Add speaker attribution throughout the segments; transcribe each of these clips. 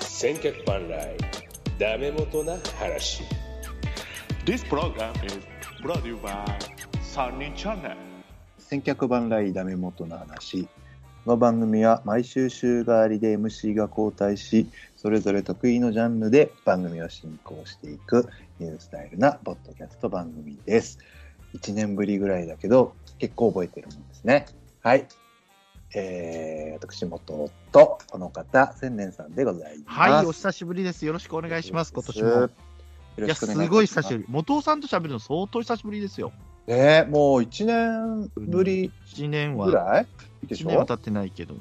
Speaker 1: 千客万来ダメ元な話
Speaker 2: This program is brought to you by Sunny Channel.
Speaker 3: 千客万来ダメ元の話この番組は毎週週替わりで MC が交代しそれぞれ得意のジャンルで番組を進行していくニュースタイルなポッドキャスト番組です1年ぶりぐらいだけど結構覚えてるもんですねはいえー、私元とこの方千年さんでございます
Speaker 4: はい、お久しぶりです。よろしくお願いします。今年も。
Speaker 3: よ
Speaker 4: い
Speaker 3: ろ
Speaker 4: や、
Speaker 3: しくお願いします
Speaker 4: ごい久しぶり。元尾さんと喋るの相当久しぶりですよ。
Speaker 3: ねえもう1年ぶり
Speaker 4: 1年
Speaker 3: ぐ
Speaker 4: は、
Speaker 3: らいでし
Speaker 4: 1年は
Speaker 3: ょ
Speaker 4: 経ってないけど。うん。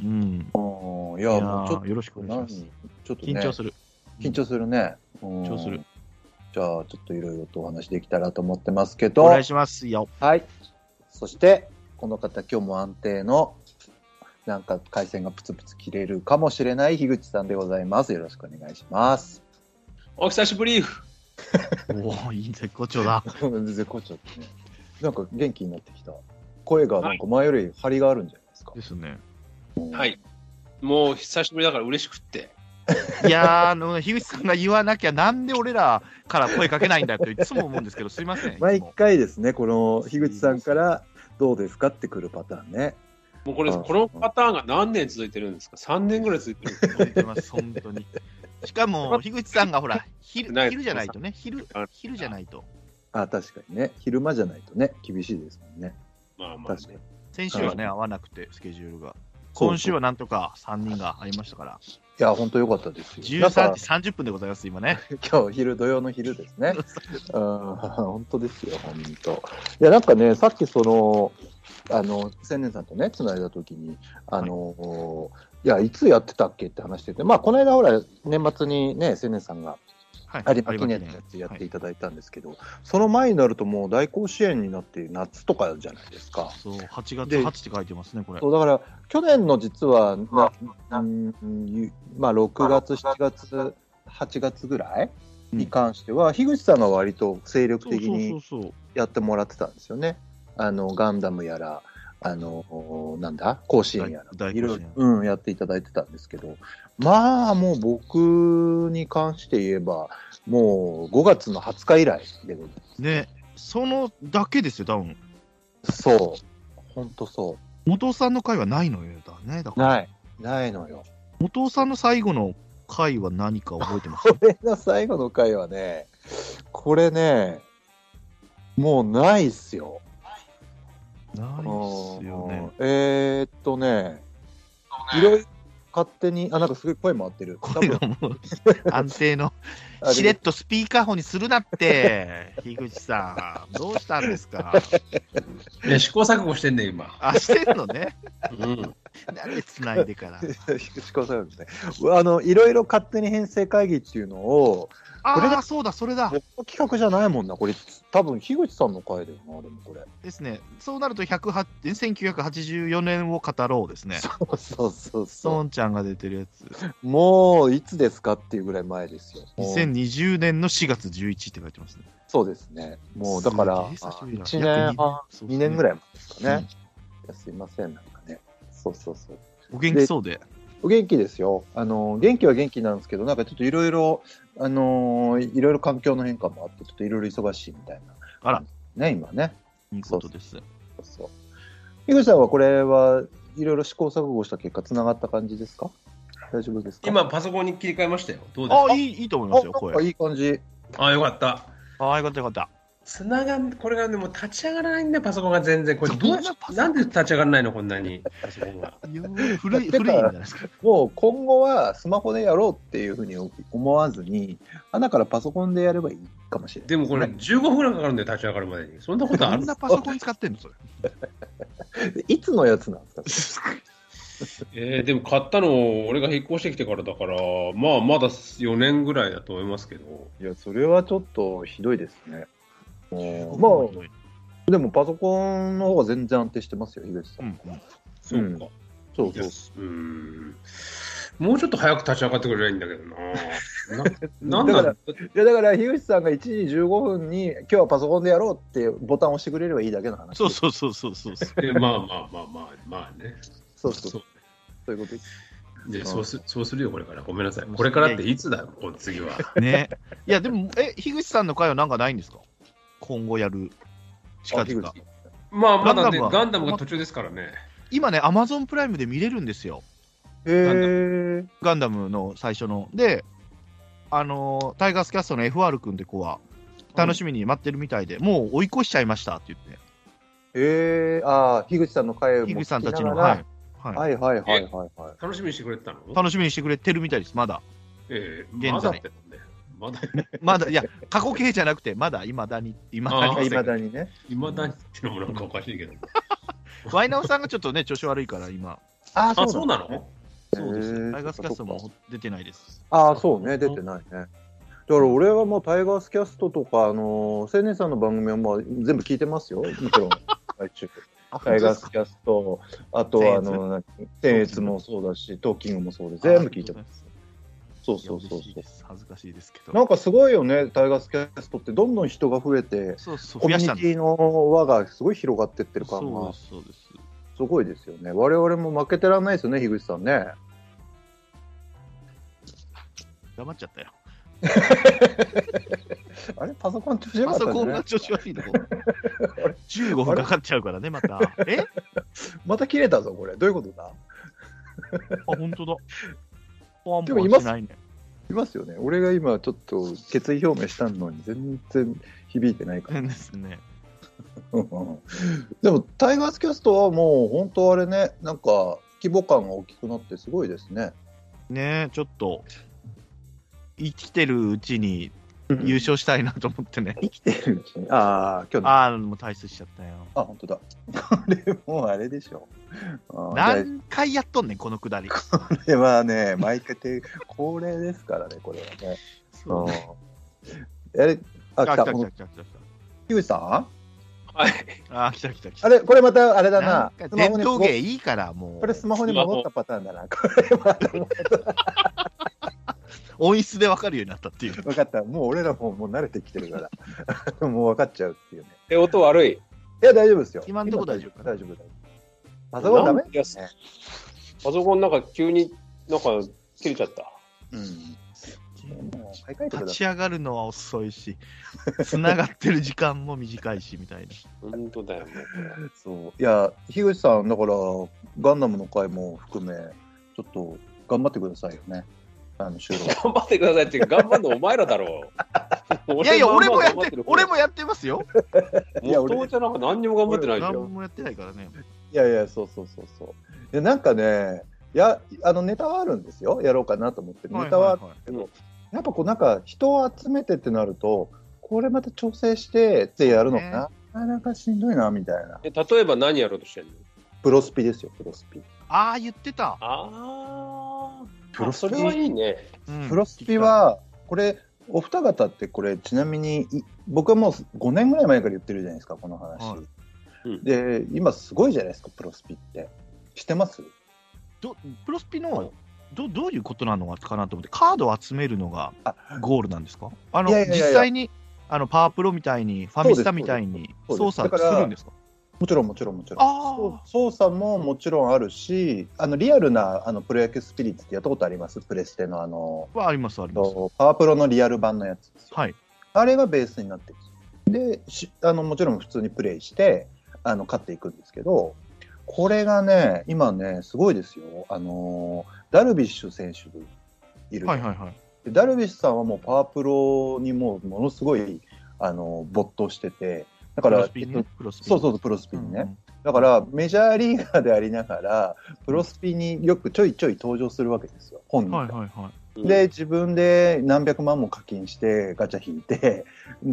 Speaker 3: うんい
Speaker 4: い
Speaker 3: や
Speaker 4: や
Speaker 3: もうちょっ
Speaker 4: ー
Speaker 3: と
Speaker 4: よろしくお願いします
Speaker 3: 何。ちょっとね
Speaker 4: 緊張する。
Speaker 3: 緊張するね。緊
Speaker 4: 張する。
Speaker 3: じゃあ、ちょっといろいろとお話できたらと思ってますけ
Speaker 4: お
Speaker 3: ど
Speaker 4: 願い、しますよ。
Speaker 3: はい。そして、この方、今日も安定の、なんか回線がプツプツ切れるかもしれない樋口さんでございます。よろしくお願いします。
Speaker 1: お久しぶり
Speaker 4: おお、いい絶好調だ。
Speaker 3: 絶好調ですね。なんか元気になってきた。声がなんか前より張りがあるんじゃない ですか
Speaker 4: で。すね。
Speaker 1: はいもう久しぶりだから嬉しくって
Speaker 4: いやー、あの、樋口さんが言わなきゃ、なんで俺らから声かけないんだといつも思うんですけど、すいません。いつも
Speaker 3: 毎回ですね、この樋口さんからどうですかってくるパターンね。
Speaker 1: もうこれ
Speaker 3: あ
Speaker 1: このパターンが何年続いてるんですか3年ぐらい続いてるんですか
Speaker 4: 言ってます、本当に。しかも、樋口さんがほら、昼
Speaker 1: ない
Speaker 4: 昼じゃないとね、昼、昼じゃないと。
Speaker 3: あ、確かにね。昼間じゃないとね、厳しいですもんね。
Speaker 1: まあまあ、
Speaker 3: 確かに
Speaker 1: ね、。
Speaker 4: 先週はね、
Speaker 3: うん
Speaker 4: 合わなくて、スケジュールが。
Speaker 3: そう
Speaker 4: 今週はなんとか3人がありましたから、
Speaker 3: いや、本当良かったですよ。だから
Speaker 4: 13時30分でございます、今ね。
Speaker 3: 今日昼、土曜の昼で すね。うん、 本当ですよ、本当。いや、なんかね、さっきその、あの、千年さんとね、つないだ時に、あの、い、や、いつやってたっけって話してて、まあ、この間、ほら、年末にね、千年さんが
Speaker 4: はい
Speaker 3: 有馬記念のやつやっていただいたんですけど、その前になるともう大甲子園になって、夏とかじゃないですか。
Speaker 4: そう、8月
Speaker 3: で
Speaker 4: 8って書いてますね、これ。
Speaker 3: そうだから去年の実はな、うんうんまあ、6月、7月、8月ぐらい
Speaker 4: うん
Speaker 3: に関しては、樋口さんが割と精力
Speaker 4: そう
Speaker 3: 的
Speaker 4: そうそう
Speaker 3: に
Speaker 4: そう。
Speaker 3: やってもらってたんですよね。あのガンダムやら、あのなんだ、甲子園やら、
Speaker 4: 大
Speaker 3: いろい
Speaker 4: 大甲子園
Speaker 3: ろ、うん、やっていただいてたんですけど、まあ、もう僕に関して言えば、もう5月の20日以来でございます。
Speaker 4: ね、そのだけですよ、多分。
Speaker 3: そう、本当そ
Speaker 4: 元尾さんの回はないのよ、だね。だ
Speaker 3: う。
Speaker 4: から
Speaker 3: ない、ないのよ。
Speaker 4: 元尾さんの最後の回は何か覚え てます
Speaker 3: これの最後の回はね、これね、もうないっすよ。
Speaker 4: ないですよね。
Speaker 3: うんえー、っとね、いろいろ勝手に、あ、なんかすごい声回ってる。
Speaker 4: これ がもう安定の
Speaker 3: 多分
Speaker 4: しれっとスピーカーフォンにするなって、樋口さん、どうしたんですか。
Speaker 1: いや試行錯誤してんね今、
Speaker 4: あ、してんのね。
Speaker 1: うん、
Speaker 4: なんで繋い でから。
Speaker 3: 試行錯誤ですね。 あの、いろいろ勝手に編成会議っていうのを、
Speaker 4: あ
Speaker 3: これ
Speaker 4: あ
Speaker 3: だ
Speaker 4: ー、そうだ、それだ。
Speaker 3: 僕の企画じゃないもんな、これ。多分、樋口さんの回だよな、でもこれ。
Speaker 4: ですね。そうなると108 1984年を語ろうですね。
Speaker 3: そうそうそう
Speaker 4: ソ
Speaker 3: そ
Speaker 4: ンちゃんが出てるやつ。
Speaker 3: う。もう、いつですかっていうぐらい前ですよ。もう
Speaker 4: 2020年の4月11って書いてますね。
Speaker 3: そうですね。もう、だから、1年半、2年ぐ
Speaker 4: らい
Speaker 3: らい前ですかね。いやすいません、なんかね。そうそうそう。
Speaker 4: お元気そうで。
Speaker 3: お元気ですよ。あの、元気は元気なんですけど、なんかちょっといろいろ、あのーいろいろ環境の変化もあって、ちょっといろいろ忙しいみたいな。
Speaker 4: あら。
Speaker 3: ね、今ね。
Speaker 4: いいことです。
Speaker 3: そうそう。井口さんはこれはいろいろ試行錯誤した結果、つながった感じですか大丈夫ですか
Speaker 5: 今、パソコンに切り替えましたよ。どうですか
Speaker 4: あいい、いいと思いますよ、
Speaker 3: あなんか
Speaker 4: 声。
Speaker 3: いい感じ。
Speaker 5: あよかった。
Speaker 4: ああ、よかったよかった。
Speaker 5: つながん、これがね、もう立ち上がらないんだよ、パソコンが全然。これ、どうし
Speaker 4: そんなパソコン
Speaker 5: なんで立ち上がらないの、こんなに。パソコンが。
Speaker 4: いや古い、
Speaker 3: だ
Speaker 4: 古い
Speaker 3: って
Speaker 4: んじ
Speaker 3: か
Speaker 4: ゃないですか。
Speaker 3: もう今後はスマホでやろうっていうふうに思わずに、穴からパソコンでやればいいかもしれない
Speaker 5: でもこれ、
Speaker 3: ね
Speaker 5: 15分ぐらいかかるんだよ、立ち上がるまでに。そんなこと
Speaker 4: あ
Speaker 5: あ
Speaker 4: ん
Speaker 5: る
Speaker 4: なパソコン使ってんのそれ。
Speaker 3: いつのやつなんですか
Speaker 5: えー、でも買ったの、俺が引っ越してきてからだから、まあ、まだ4年ぐらいだと思いますけど。
Speaker 3: いや、それはちょっとひどいですね。ま
Speaker 4: ひどい
Speaker 3: あ、でもパソコンの方が全然安定してますよ、樋口さ。
Speaker 4: うんんうん
Speaker 5: そうか。
Speaker 3: そ
Speaker 5: いやうーん。もうちょっと早く立ち上がってくれりゃいいんだけどな。ななんな
Speaker 3: だ
Speaker 5: ん
Speaker 3: か
Speaker 5: だ
Speaker 3: らいや、だから、樋口さんが1時15分に、今日はパソコンでやろうってボタンを押してくれればいいだけの話。
Speaker 4: そうそうそうそうそう。
Speaker 5: でまあまあまあまあ、まあね。
Speaker 3: そうそう。
Speaker 5: う
Speaker 3: そういうことです。
Speaker 5: で
Speaker 3: ん
Speaker 5: そうすそうするよ、これから。ごめんなさい。これからっていつだよ、こう次は。
Speaker 4: ね。いや、でも、え、樋口さんの回はなんかないんですか今後やる。近
Speaker 3: 樋口
Speaker 4: 々。
Speaker 5: まあ、まだね、
Speaker 4: ガンダムは
Speaker 5: ガンダムが途中ですからね。
Speaker 4: 今ね、アマゾンプライムで見れるんですよ。
Speaker 3: へー
Speaker 4: ガンダムの最初の。で、あのータイガースキャストの FR 君って子は、楽しみに待ってるみたいで、もう追い越しちゃいましたって言って、
Speaker 3: へーああ、樋口さんの会も聞きながら
Speaker 4: 樋口さんたちの、はい。は
Speaker 3: はいはいはいはいはい。
Speaker 5: 楽しみにしてくれてたの
Speaker 4: い、楽しみにしてくれてるみたいです、まだ。
Speaker 5: ええま
Speaker 4: 現在
Speaker 5: だってなんだよまだ、
Speaker 4: まだ、いや、過去形じゃなくて、まだ、いまだに、いまだ
Speaker 5: あ
Speaker 4: に。
Speaker 5: ー
Speaker 3: いまだにね。
Speaker 5: いまだにってのもなんかおかしいけど。
Speaker 4: ワイナオさんがちょっとね、調子悪いから、今、
Speaker 3: あ
Speaker 5: あ、そうなの
Speaker 4: そうです
Speaker 3: へ
Speaker 4: よ。
Speaker 3: ー
Speaker 4: タイガースキャスト
Speaker 3: そっ
Speaker 4: も出てないです。
Speaker 3: ああ、そうね、出てないね。だから俺はもうタイガースキャストとか、あのー青年さんの番組はまあ全部聞いてますよ、もち ろん。毎週
Speaker 4: あ
Speaker 3: タイガー
Speaker 4: 本当です
Speaker 3: ス
Speaker 4: か
Speaker 3: キャスト、あとはあの、なんか僭越もそうだし、トーキングもそうで、全部聞いてます。
Speaker 4: あ
Speaker 3: そう
Speaker 4: りがと
Speaker 3: そうう
Speaker 4: ござい
Speaker 3: そうそ
Speaker 4: ますいや嬉しいです恥ずかしいですけ
Speaker 3: う。な
Speaker 4: ど。
Speaker 3: んかすごいよね、タイガースキャストって、どんどん人が増えて、
Speaker 4: そうそう、
Speaker 3: コ
Speaker 4: 増
Speaker 3: ミュニテ
Speaker 4: やしたんです。
Speaker 3: ィの輪がすごい広がってってる感
Speaker 4: そう
Speaker 3: が
Speaker 4: です、そうです。
Speaker 3: すごいですよね。我々も負けてらんないですよね、樋口さんね。
Speaker 4: 黙っちゃったよ。
Speaker 3: あれ、パソコン調子よか
Speaker 4: パ
Speaker 3: った
Speaker 4: ソ
Speaker 3: ね。
Speaker 4: コンが調子悪 いの。15分かかっちゃうからね、また。 えあ、
Speaker 3: また切れたぞ、これ。どういうことだ
Speaker 4: 本当だ。ポワン
Speaker 3: で
Speaker 4: ポ
Speaker 3: もい
Speaker 4: ワン
Speaker 3: ます
Speaker 4: しないね。
Speaker 3: いますよね。俺が今ちょっと決意表明したのに全然響いてないから。
Speaker 4: ですね。
Speaker 3: でもタイガースキャストはもう本当あれね、なんか規模感が大きくなってすごいですね。
Speaker 4: ねえ、ちょっと、生きてるうちに優勝したいなと思ってね。
Speaker 3: 生きてるうちに。ああ、今日のあ
Speaker 4: ああ、もう退出しちゃったよ。
Speaker 3: 本当だ。 これもうあれでしょ。あーじゃ
Speaker 4: 何回やっとんねん、このくだり。
Speaker 3: あこれはね、毎回定恒例ですからね、これはね。
Speaker 4: そう
Speaker 3: うんあれ、あ、
Speaker 4: あ、
Speaker 3: 来
Speaker 4: 来
Speaker 3: た
Speaker 4: た、来た、来た、来た。
Speaker 3: 樋口さん
Speaker 5: はい。
Speaker 4: あー、来た、来た、来た。
Speaker 3: あれ、これまたあれだ
Speaker 4: な。
Speaker 3: なん
Speaker 4: か
Speaker 3: スマ
Speaker 4: 伝
Speaker 3: ホに
Speaker 4: 統芸いいから、も
Speaker 3: これ
Speaker 4: う、
Speaker 3: スマホに戻ったパターンだな。これまた
Speaker 4: 音質でわかるようになったっていう。
Speaker 3: 分かった、もう俺らももう慣れてきてるから、 もう分かっちゃうっていうね。
Speaker 1: え、音悪い。
Speaker 3: いや、大丈夫ですよ。
Speaker 4: 今んとこ大丈夫かな
Speaker 3: 大丈夫、大丈夫。パソコンダメ
Speaker 1: いやパソコンなんか急になんか切れちゃった。
Speaker 3: うん。もう買い替えてく
Speaker 4: 立
Speaker 3: ださ
Speaker 4: ち上がるのは遅いし、つながってる時間も短いしみたいな。
Speaker 1: 本当だよ、もう。
Speaker 3: い。そう。いや、樋口さん、だから、ガンダムの回も含め、ちょっと頑張ってくださいよね。あの、収録。
Speaker 1: 頑張ってくださいっていうか、頑張るのお前らだろう。
Speaker 4: いやいや、俺もやっ
Speaker 1: 頑張
Speaker 4: て、俺もやってますよ。
Speaker 3: いや
Speaker 1: もう
Speaker 3: 俺
Speaker 1: 父ちゃんなんか何にも頑張ってないじゃ
Speaker 4: 何
Speaker 1: ん。
Speaker 4: もやってないからね。
Speaker 3: いやいや、そうそうそうそう。いや、なんかね、やあのネタはあるんですよ、やろうかなと思って、ネタはあっ
Speaker 4: はいはいはい
Speaker 3: けど、やっぱこうなんか人を集めてってなると、これまた調整してってやるのかな、なかなかしんどいなみたいな。
Speaker 1: え例えば何やろうとしてんの
Speaker 3: プロスピですよ、プロスピ。
Speaker 4: ああ、言ってた。
Speaker 1: あー
Speaker 3: プロ
Speaker 1: あ、
Speaker 3: ス
Speaker 1: そ
Speaker 3: ピ
Speaker 1: れはいいね。
Speaker 4: うん
Speaker 3: プロスピ、は、これ、お二方ってこれ、ちなみにい、僕はもう5年ぐらい前から言ってるじゃないですか、この話。
Speaker 1: う
Speaker 4: はい
Speaker 1: ん
Speaker 3: で、今すごいじゃないですか、プロスピって。知ってます
Speaker 4: どプロスピのどどういうことなのかなと思って、カードを集めるのがゴールなんですかあの
Speaker 3: いやいやいや
Speaker 4: 実際にあのパワープロみたいに、ファミスタみたいに
Speaker 3: そうで
Speaker 4: 操
Speaker 3: すそうですそうで
Speaker 4: 作
Speaker 3: す
Speaker 4: するんですか
Speaker 3: もちろん、もちろん、もちろん。
Speaker 4: あ
Speaker 3: そう
Speaker 4: あ、
Speaker 3: 操作ももちろんあるし、あのリアルなあのプロ野球スピリッツってやったことありますプレステのあの、
Speaker 4: はあります、あります。
Speaker 3: パワープロのリアル版のやつですよ。
Speaker 4: はい。
Speaker 3: あれがベースになってるんですよ。でしあの、もちろん普通にプレイして、あの勝っていくんですけど、これがね、今ね、すごいですよ。あのーダルビッシュ選手いる、
Speaker 4: はいはいはい。
Speaker 3: でダルビッシュさんはもうパワープロにもうものすごい、あの没頭してて、だか
Speaker 4: プ
Speaker 3: ら、
Speaker 4: ロスピ
Speaker 3: えっ
Speaker 4: ね
Speaker 3: と。
Speaker 4: プロスピ。
Speaker 3: そうそうそう、プロスピにね。
Speaker 4: うん
Speaker 3: だからメジャーリーガーでありながらプロスピによくちょいちょい登場するわけですよ本
Speaker 4: うん
Speaker 3: 人が
Speaker 4: はいはいはい。
Speaker 1: うん
Speaker 3: で自分で何百万も課金してガチャ引いて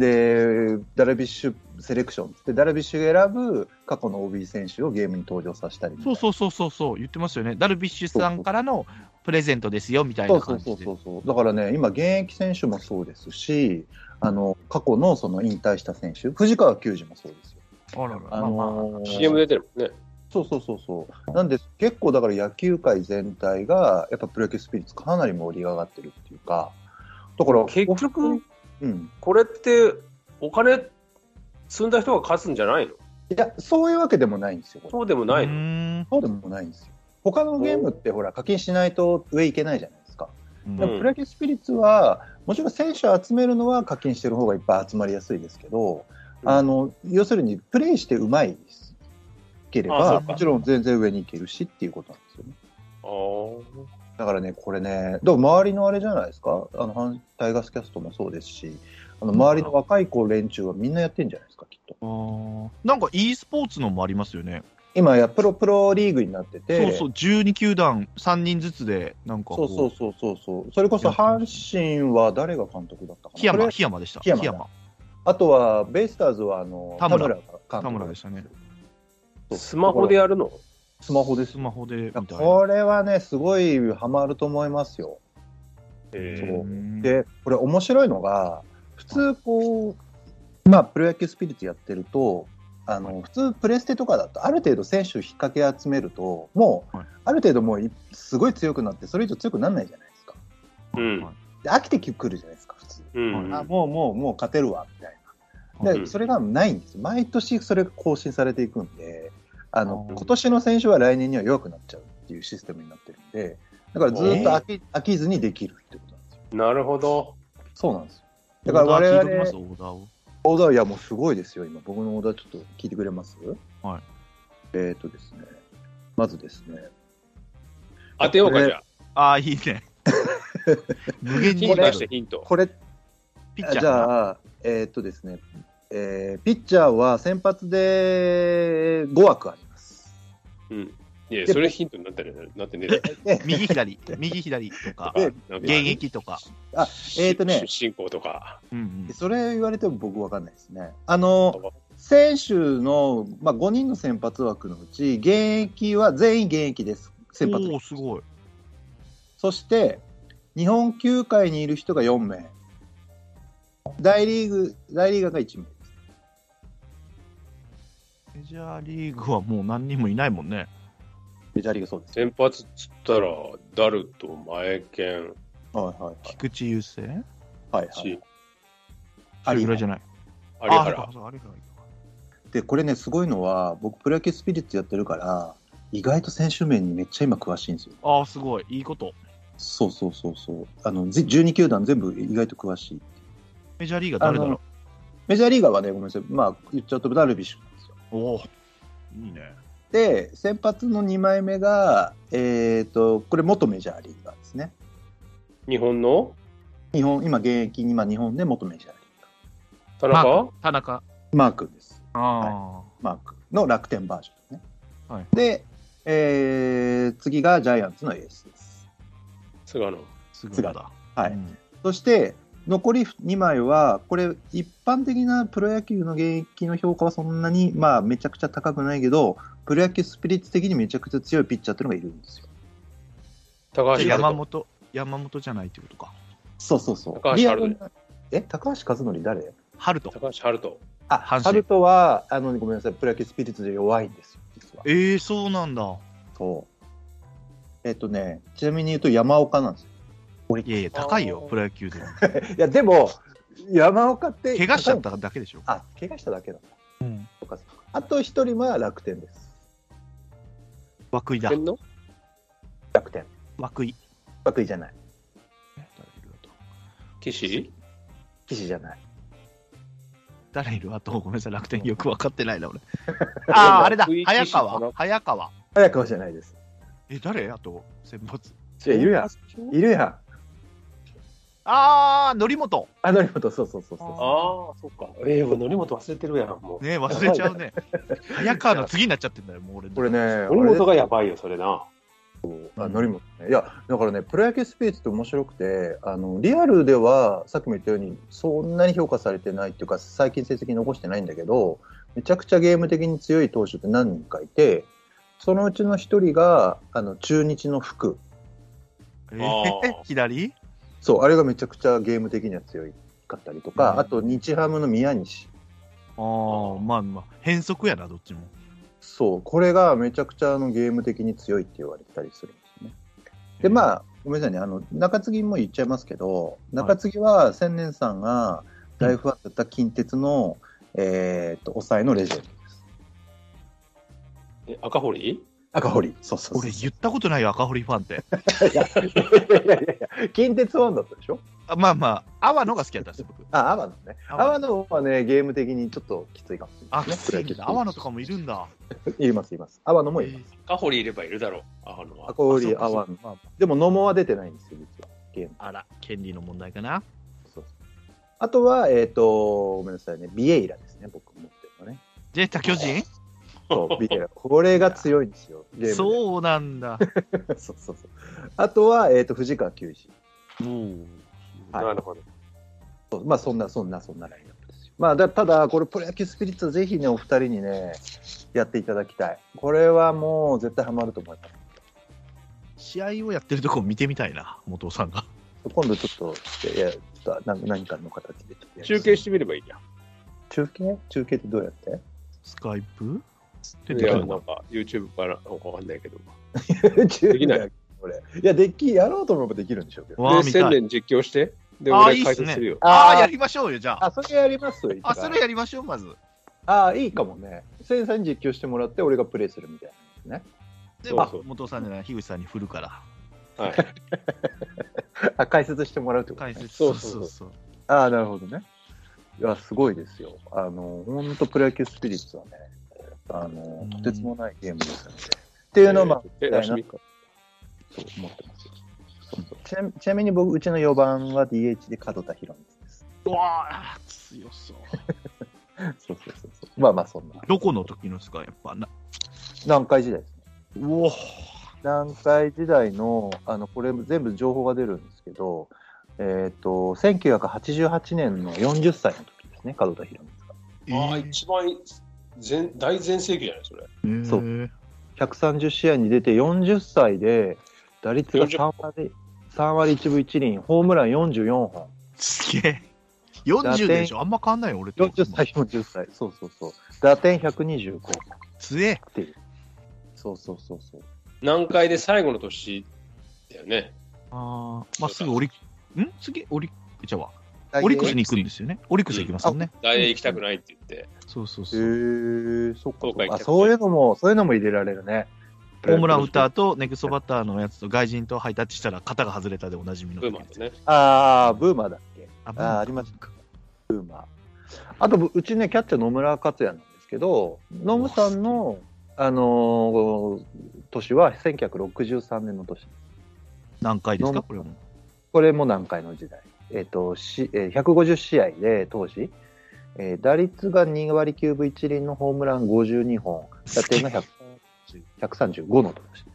Speaker 3: でダルビッシュセレクションっつってダルビッシュが選ぶ過去の OB 選手をゲームに登場させたりみたい
Speaker 4: そう
Speaker 3: な
Speaker 4: そうそうそうそう言ってますよね。ダルビッシュさんからのプレゼントですよみたい
Speaker 3: そ
Speaker 4: な
Speaker 3: うそ
Speaker 4: 感
Speaker 3: う
Speaker 4: じ
Speaker 3: そ
Speaker 4: で。
Speaker 3: うそうそうだからね今現役選手もそうですしあの過去のその引退した選手藤川球児もそうですよ。
Speaker 4: あらら、
Speaker 3: あの
Speaker 4: まあまあ。
Speaker 3: ー
Speaker 1: CM 出てるもんね。
Speaker 3: そうそうそうそう。なんで結構だから野球界全体がやっぱプロ野球スピリッツかなり盛り上がってるっていうか、だから
Speaker 1: 結局、
Speaker 3: うん。
Speaker 1: これってお金積んだ人が勝つんじゃないの
Speaker 3: いやそういうわけでもないんですよ。これ
Speaker 1: そうでもないうの
Speaker 4: ーん
Speaker 3: そうでもないんですよ。他のゲームってほら課金しないと上行けないじゃないですか。
Speaker 4: うん
Speaker 3: でもプロ野球スピリッツはもちろん選手を集めるのは課金してる方がいっぱい集まりやすいですけど、
Speaker 1: うん
Speaker 3: あの要するにプレイしてうまいけれ
Speaker 1: あそ
Speaker 3: ば
Speaker 1: うか
Speaker 3: もちろん全然上に行けるしっていうことなんですよね。
Speaker 1: あー
Speaker 3: だからね、これね、だから周りのあれじゃないですか、あの反タイガースキャストもそうですし、あの周りの若い子、連中はみんなやってんじゃないですか、きっと。
Speaker 4: あーなんか e スポーツのもありますよね、
Speaker 3: 今やプロプロリーグになってて、
Speaker 4: そうそう、12球団3人ずつで、なん
Speaker 3: そ
Speaker 4: かこ
Speaker 3: うそう
Speaker 4: う、
Speaker 3: そうそうそう、それこそ阪神は誰が監督だったかな、
Speaker 4: 檜
Speaker 3: そ
Speaker 4: 山、
Speaker 3: れ
Speaker 4: 檜山でした、
Speaker 3: 檜山
Speaker 4: 檜山、
Speaker 3: あとはベイスターズはあの
Speaker 4: 田村
Speaker 3: が監督
Speaker 4: 田村でしたね、
Speaker 3: そう
Speaker 1: スマホでやるの
Speaker 3: スマホです
Speaker 4: ス。マホでみたいな。
Speaker 3: これはね、すごいハマると思いますよ。
Speaker 5: え
Speaker 3: そう
Speaker 4: うん
Speaker 3: でこれ面白いのが普通こう、まあ、プロ野球スピリッツやってるとあの普通プレステとかだとある程度選手を引っ掛け集めるともう
Speaker 4: はい
Speaker 3: ある程度もういすごい強くなってそれ以上強くならないじゃないですか
Speaker 1: うん
Speaker 3: で飽きてくるじゃないですか普通、
Speaker 1: うん。
Speaker 3: あもうもうもう勝てるわみたいな
Speaker 4: は
Speaker 3: で、
Speaker 1: い
Speaker 3: それがないんです毎年それが更新されていくんであの
Speaker 4: あー
Speaker 3: 今年の選手は来年には弱くなっちゃうっていうシステムになってるんでだからずっと飽き,、飽きずにできるってことなんですよ
Speaker 1: なるほど。
Speaker 3: そうなんですよだから我
Speaker 4: オーダー聞いときま
Speaker 3: 々
Speaker 4: すオーダーを
Speaker 3: オーダーいやもうすごいですよ、今、僕のオーダーちょっと聞いてくれます
Speaker 4: はい。
Speaker 3: えっ、ー、とですね、まずですね、
Speaker 1: 当てようか、じゃあ。
Speaker 4: ああ、いい ね。無限
Speaker 1: ヒ
Speaker 4: に
Speaker 1: ント
Speaker 4: いっぱい
Speaker 1: 出
Speaker 4: ある
Speaker 1: して、ヒント。
Speaker 3: これ、
Speaker 4: ピッチャー
Speaker 3: じ
Speaker 4: か
Speaker 3: ゃあ、えっ、ー、とですね、えー、ピッチャーは先発で5枠あります。
Speaker 1: うん。いや、それヒントになってるなってねえだろ。
Speaker 3: で
Speaker 4: な、右左、右左 とか、
Speaker 3: え
Speaker 1: なんか
Speaker 4: 現役とか。
Speaker 3: えーとね
Speaker 1: 出身校とか。
Speaker 4: うん
Speaker 3: それ言われても僕分かんないですね。あの、選手の、まあ、5人の先発枠のうち、現役は全員現役です、
Speaker 4: う
Speaker 3: 先
Speaker 4: ん、
Speaker 3: 発
Speaker 4: おおー、すごい。
Speaker 3: そして、日本球界にいる人が4名。大リーグ、大リーガーが1名です。
Speaker 4: メジャーリーグはもう何人もいないもんね。
Speaker 3: メジャーリーグそうです。
Speaker 1: 先発っつったら、ダルと前剣、
Speaker 3: はいはい
Speaker 4: 菊池雄星
Speaker 3: はい。は
Speaker 1: し
Speaker 3: い、
Speaker 4: そ
Speaker 3: あ
Speaker 4: れ
Speaker 3: り
Speaker 4: ぐらいじゃない。
Speaker 1: 有
Speaker 4: あ
Speaker 1: 原。
Speaker 4: そうかそうか有原
Speaker 3: で、これね、すごいのは、僕、プロ野球スピリッツやってるから、意外と選手名にめっちゃ今詳しいんですよ。
Speaker 4: ああ、すごい。いいこと。
Speaker 3: そうそうそうそう。あの、ぜ12球団全部意外と詳しい。
Speaker 4: メジャーリーガー誰だろう
Speaker 3: メジャーリーガーはね、ごめんなさい。まあ、言っちゃうとダルビッシュなんですよ。
Speaker 4: おおー、いいね。
Speaker 3: で、先発の2枚目が、えっ、と、これ元メジャーリーガーですね。
Speaker 1: 日本の
Speaker 3: 日本、今現役に、今日本で元メジャーリーガー。
Speaker 1: 田中
Speaker 4: 田中。
Speaker 3: マークです。
Speaker 4: ああ、
Speaker 3: マークの楽天バージョンですね。
Speaker 4: はい
Speaker 3: で、えー次がジャイアンツのエースです。
Speaker 1: 菅野。
Speaker 4: すごいだ。
Speaker 3: はい
Speaker 4: うん
Speaker 3: そして、残り2枚は、これ、一般的なプロ野球の現役の評価はそんなに、まあ、めちゃくちゃ高くないけど、プロ野球スピリッツ的にめちゃくちゃ強いピッチャーっていうのがいるんですよ。
Speaker 1: 高
Speaker 4: じ
Speaker 1: 橋
Speaker 4: ゃあ山
Speaker 1: 遥人。
Speaker 4: 本、山本じゃないってことか。
Speaker 3: そうそうそう。
Speaker 1: 高橋
Speaker 3: リアル
Speaker 1: 遥
Speaker 3: なえ、高橋和則誰
Speaker 4: ハルト。
Speaker 1: 高橋遥人。
Speaker 3: あ、
Speaker 4: 阪神
Speaker 3: ハルトは、あの、ごめんなさい、プロ野球スピリッツで弱いんですよ、実は。
Speaker 4: ええー、そうなんだ。
Speaker 3: そう。えっとね、ちなみに言うと山岡なんですよ。
Speaker 4: いやいや、高いよ、プロ野球で。
Speaker 3: いや、でも、山岡って。
Speaker 4: 怪我しちゃっただけでしょ。
Speaker 3: あ、怪我しただけだ。
Speaker 4: うん。
Speaker 3: そっかそっかあと一人は楽天です。
Speaker 4: 涌井だ。
Speaker 1: 天の
Speaker 3: 楽天。
Speaker 4: 涌井。
Speaker 3: 涌井じゃない。
Speaker 1: 岸
Speaker 3: 岸じゃない。
Speaker 4: 誰いるあと、ごめんなさい、楽天よく分かってないな、俺。ああ、あれだ
Speaker 1: 涌井、
Speaker 4: 早
Speaker 1: 岸かな
Speaker 4: 川。早川。
Speaker 3: 早川じゃないです。
Speaker 4: え、誰あと、先発。
Speaker 3: いやいるやん。いるやん。
Speaker 4: ああ、則本。
Speaker 3: あのりと、そうそうそう
Speaker 1: あ
Speaker 3: そ
Speaker 1: あ、そっか。ええ、もう則本忘れてるやん、もう。
Speaker 4: ね忘れちゃうね。 早川の次になっちゃってんだよ、もう俺。
Speaker 3: う。これね、
Speaker 1: 則本がやばいよ、それな。
Speaker 3: あのりも、ね、いや、だからね、プロ野球スピリッツって面白くて、あの、リアルでは、さっきも言ったように、そんなに評価されてないっていうか、最近成績残してないんだけど、めちゃくちゃゲーム的に強い投手って何人かいて、そのうちの一人が、あの、中日の福。
Speaker 4: え
Speaker 1: あ
Speaker 4: ー、左
Speaker 3: そう、あれがめちゃくちゃゲーム的には強かったりとか、
Speaker 4: うん
Speaker 3: あと日ハムの宮西。
Speaker 4: ああ、まあまあ、変則やな、どっちも。
Speaker 3: そう、これがめちゃくちゃあのゲーム的に強いって言われてたりするんですね。で、まあ、ごめんなさいね、あの、中継ぎも言っちゃいますけど、中継ぎは千年さんが大ファンだった近鉄の、えーっと、抑えのレジェンドです。
Speaker 1: え、赤堀
Speaker 3: 赤堀。そうそうそう
Speaker 4: 俺言ったことないよ、赤堀ファンって。
Speaker 3: いやいやいや、近鉄ファンだったでしょ
Speaker 4: あまあまあ、阿波野が好きだったんですよ、僕。
Speaker 3: あ、アワのね。
Speaker 4: 阿
Speaker 3: アワのはね、ゲーム的にちょっときついかもしれな
Speaker 4: あ、
Speaker 3: いで
Speaker 4: き
Speaker 3: す
Speaker 4: つ
Speaker 3: ね。
Speaker 4: いんだ。阿波野とかもいるんだ。
Speaker 3: います、います。アワのもいます。
Speaker 1: カホリいればいるだろう。あの
Speaker 3: 赤堀、
Speaker 4: あ
Speaker 3: ア
Speaker 4: そう
Speaker 3: ワ
Speaker 4: か
Speaker 3: の
Speaker 4: そう。かまあ
Speaker 3: でも、ノモは出てないんですよ、実は。ゲーム。
Speaker 4: あら、権利の問題かな。
Speaker 3: そうそうあとは、えっ、と、ごめんなさいね、ビエイラですね、僕持ってるのね。
Speaker 4: ジェッタ巨人
Speaker 3: そう、ビエイラ。これが強いんですよ、ゲームで。う
Speaker 4: そうなんだ。
Speaker 3: そうそうそう。あとは、えっ、と、藤川球児。はい
Speaker 1: なるほど。
Speaker 3: そうまあ、そんな、そんな、そんなラインナップですよ。まあ、だただ、これ、プロ野球スピリッツはぜひね、お二人にね、やっていただきたい。これはもう、絶対ハマると思います。
Speaker 4: 試合をやってるとこ見てみたいな、元尾さんが。
Speaker 3: 今度ちょっと、いや、ちょっとな何かの形でちょっとやりま
Speaker 1: 中
Speaker 3: す
Speaker 1: 継してみればいいじゃん。
Speaker 3: 中継中継ってどうやって
Speaker 4: スカイプで
Speaker 1: いや、
Speaker 4: どう
Speaker 1: な
Speaker 4: なん
Speaker 1: か YouTube からなんかわかんないけど。
Speaker 3: で
Speaker 1: きない。
Speaker 3: これ。いや、でき、やろうと思えばできるんでしょうけど。
Speaker 4: わあ、
Speaker 1: で、
Speaker 4: 見た
Speaker 1: 千
Speaker 4: い。
Speaker 1: 年実況して、で、
Speaker 4: あー
Speaker 1: 俺
Speaker 4: いいっ
Speaker 1: 解
Speaker 4: すね
Speaker 1: 説するよ。
Speaker 4: ああ、やりましょうよ、じゃあ。
Speaker 3: あ、それやりますよ。
Speaker 4: あ、それやりましょう、まず。
Speaker 3: ああ、いいかもね。せいさんに実況してもらって、俺がプレイするみたいなね。
Speaker 4: で、
Speaker 1: そう
Speaker 4: まあ
Speaker 1: そう
Speaker 4: 元尾さんじゃない、樋口さんに振るから。
Speaker 1: はい。
Speaker 3: あ、解説してもらうってこと、ね
Speaker 4: 解、説。
Speaker 1: そうそうそう
Speaker 4: そう。
Speaker 3: ああ、なるほどね。いや、すごいですよ。あの、本当プロ野球スピリッツはね、あの
Speaker 4: うん、
Speaker 3: とてつもないゲームですので。っていうのを、まあ、
Speaker 1: えーえ
Speaker 3: みたい
Speaker 1: な
Speaker 3: な
Speaker 1: しみ
Speaker 3: そう思ってますよ。そうそうちなみちなみに僕、うちの4番は DH で門田博光です。
Speaker 4: うわあ、強そう。
Speaker 3: そうそうそうそう。まあまあ、そんな。
Speaker 4: どこの時のですか、やっぱな。
Speaker 3: 南海時代ですね。
Speaker 4: うお。
Speaker 3: 南海時代の、あの、これ全部情報が出るんですけど、えっ、と、1988年の40歳の時ですね、門田博光が。
Speaker 1: ああ、一番全大全盛期じゃない、それ。
Speaker 3: そう130試合に出て40歳で、打率が3割、3割1分1厘、ホームラン44本。
Speaker 4: すげえ。40でしょあんま変わんないよ、俺と。
Speaker 3: 40歳、40歳。そうそうそう。打点125っ
Speaker 4: 強え。
Speaker 3: ていう。そうそうそうそう。
Speaker 1: 南海で最後の年だよね。
Speaker 4: ああ、まあ、すぐオリん次、オリじゃあわオリックスに行くんですよね。オリックス行きますよね。
Speaker 1: 大英行きたくないって言って。
Speaker 4: そうそうそ
Speaker 3: へ
Speaker 4: う。
Speaker 3: ーそっかそ
Speaker 1: 東海
Speaker 3: っか。あ、
Speaker 1: キャッチャー
Speaker 3: そういうのも、そういうのも入れられるね。
Speaker 4: ホームラン打った後、ネクストバッターのやつと外人とハイタッチしたら肩が外れたでおなじみの
Speaker 1: ブーマンとね。
Speaker 3: あー、ブーマーだっけ。
Speaker 4: あブーマ
Speaker 3: あー、
Speaker 4: ン
Speaker 3: ありましたか。ブーマー。あと、ぶうちね、キャッチャー野村克也なんですけど、野村さんの、あのー年は1963年の年。
Speaker 4: 何回です
Speaker 3: ど
Speaker 4: か
Speaker 3: うも
Speaker 4: これも。
Speaker 3: これも南海の時代。えっ、と、しえー150試合で、当時。えー打率が2割9分1厘のホームラン52本、打点が100 135の年。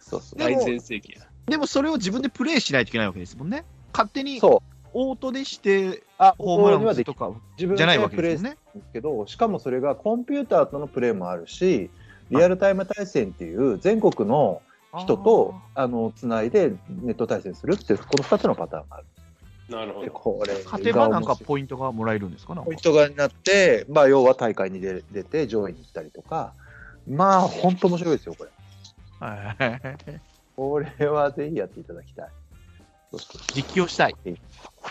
Speaker 3: そうそう。
Speaker 1: 大全盛期や。
Speaker 4: でもそれを自分でプレイしないといけないわけですもんね。勝手に
Speaker 3: そう。
Speaker 4: オートでして、
Speaker 3: あ、
Speaker 4: ホームラン
Speaker 3: は
Speaker 4: 打
Speaker 3: で
Speaker 4: つ
Speaker 3: き
Speaker 4: とか
Speaker 3: 自分
Speaker 4: じゃないわ
Speaker 3: で
Speaker 4: け
Speaker 3: プレ
Speaker 4: で
Speaker 3: イ
Speaker 4: す
Speaker 3: す
Speaker 4: も
Speaker 3: るんで
Speaker 4: んね。
Speaker 3: すけど、しかもそれがコンピューターとのプレイもあるし、リアルタイム対戦っていう全国の人とあのつないでネット対戦するっていうこの2つのパターンがある。
Speaker 1: なるほ
Speaker 3: で
Speaker 1: ど。
Speaker 3: これが面白い
Speaker 4: 勝てばなんかポイントがもらえるんですかなんか
Speaker 3: ポイントがになって、まあ、要は大会に出出て上位に行ったりとか、まあ本当面白いですよこれ。
Speaker 4: はい
Speaker 3: これはぜひやっていただきたい。そうそう
Speaker 4: 実況したい。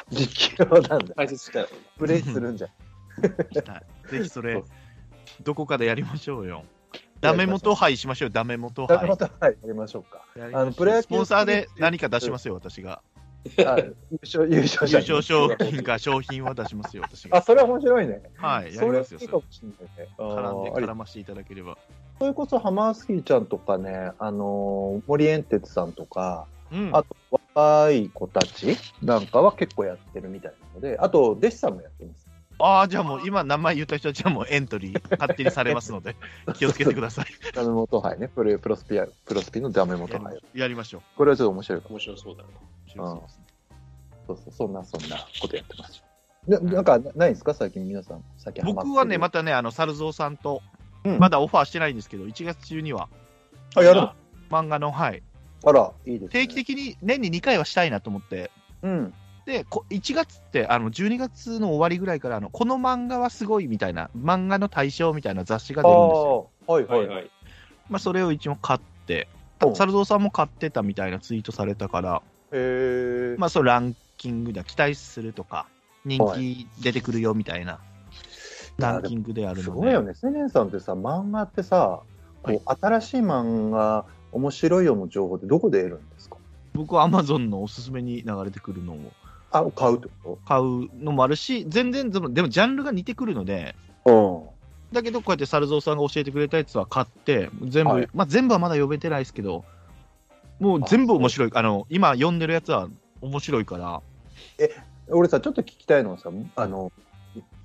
Speaker 3: 実況なんだ。
Speaker 1: 解説したよ。
Speaker 3: プレイするんじゃない。
Speaker 4: したいぜひそ
Speaker 3: そ
Speaker 4: れ
Speaker 3: う、
Speaker 4: どこかでやりましょうよ。ダメ元杯しましょう、ダメ元
Speaker 3: なるほ
Speaker 4: 杯。
Speaker 3: どはい、やりましょうか。あのプロ野球
Speaker 4: スポンサーで何か出しますよ、私が。
Speaker 3: あ優勝優勝
Speaker 4: 優
Speaker 3: 者
Speaker 4: 勝賞金か商品を出しますよ、私
Speaker 3: あ、
Speaker 4: が。
Speaker 3: それは面白いね。
Speaker 4: はい、や
Speaker 3: それ
Speaker 4: りま
Speaker 3: はい
Speaker 4: すよ。
Speaker 3: い
Speaker 4: そ
Speaker 3: か
Speaker 4: れ
Speaker 3: もしれないね。
Speaker 4: 絡ん
Speaker 3: あ
Speaker 4: で
Speaker 3: り
Speaker 4: 絡ましていただければ。
Speaker 3: それこそハマースキーちゃんとかね、あのー森エンテツさんとか、
Speaker 4: うん。
Speaker 3: あ若い子たちなんかは結構やってるみたいなので、あと、弟子さんもやってます。
Speaker 4: ああ、じゃあもう今名前言った人たちはもうエントリー勝手にされます ので、気をつけてください。
Speaker 3: ダメ元杯ね、プロプロスピア、プロスピのダメ元
Speaker 4: やり
Speaker 3: 杯
Speaker 4: ま。やりましょう。
Speaker 3: これはちょっと面白いかも。
Speaker 1: 面白そうだな。
Speaker 4: 面白そうですね
Speaker 3: そうそう、そんな、そんなことやってます。ななんか、なないんですか最近皆さん、最近ハマってる
Speaker 4: 僕はね、またね、あの、猿蔵さんと、
Speaker 3: うん
Speaker 4: まだオファーしてないんですけど、1月中には
Speaker 3: あ、やるの
Speaker 4: 漫画の、はい、
Speaker 3: あら、いいです、ね。
Speaker 4: 定期的に年に2回はしたいなと思って、
Speaker 3: うん。
Speaker 4: で、こ1月って、あの、12月の終わりぐらいから、あの、この漫画はすごいみたいな、漫画の対象みたいな雑誌が
Speaker 3: あ
Speaker 4: 出るんですよ。
Speaker 3: あ、はいはい。
Speaker 1: はいはい。
Speaker 4: まあ、それを一応買って、
Speaker 3: うん
Speaker 4: 猿蔵さんも買ってたみたいなツイートされたから、
Speaker 3: へえ。
Speaker 4: まあ、そのランキングで期待するとか、人
Speaker 3: は
Speaker 4: 気出てくるよみたいな、
Speaker 3: いや
Speaker 4: ランキングであるので。
Speaker 3: すごいよね。千年さんってさ、漫画ってさ、こう新しい漫画面白いよの情報ってどこで得るんですか
Speaker 4: 僕は Amazon のおすすめに流れてくるのを
Speaker 3: あ買うってこ
Speaker 4: 買うのもあるし、全然でも、でもジャンルが似てくるので、
Speaker 3: と
Speaker 4: だけど、こうやって猿蔵さんが教えてくれたやつは買って、全部、
Speaker 3: はい
Speaker 4: まあ、全部はまだ読めてないですけど、もう全部面白い、あの今読んでるやつは面白いから、
Speaker 3: うん俺さちょっと聞きたいのはさあの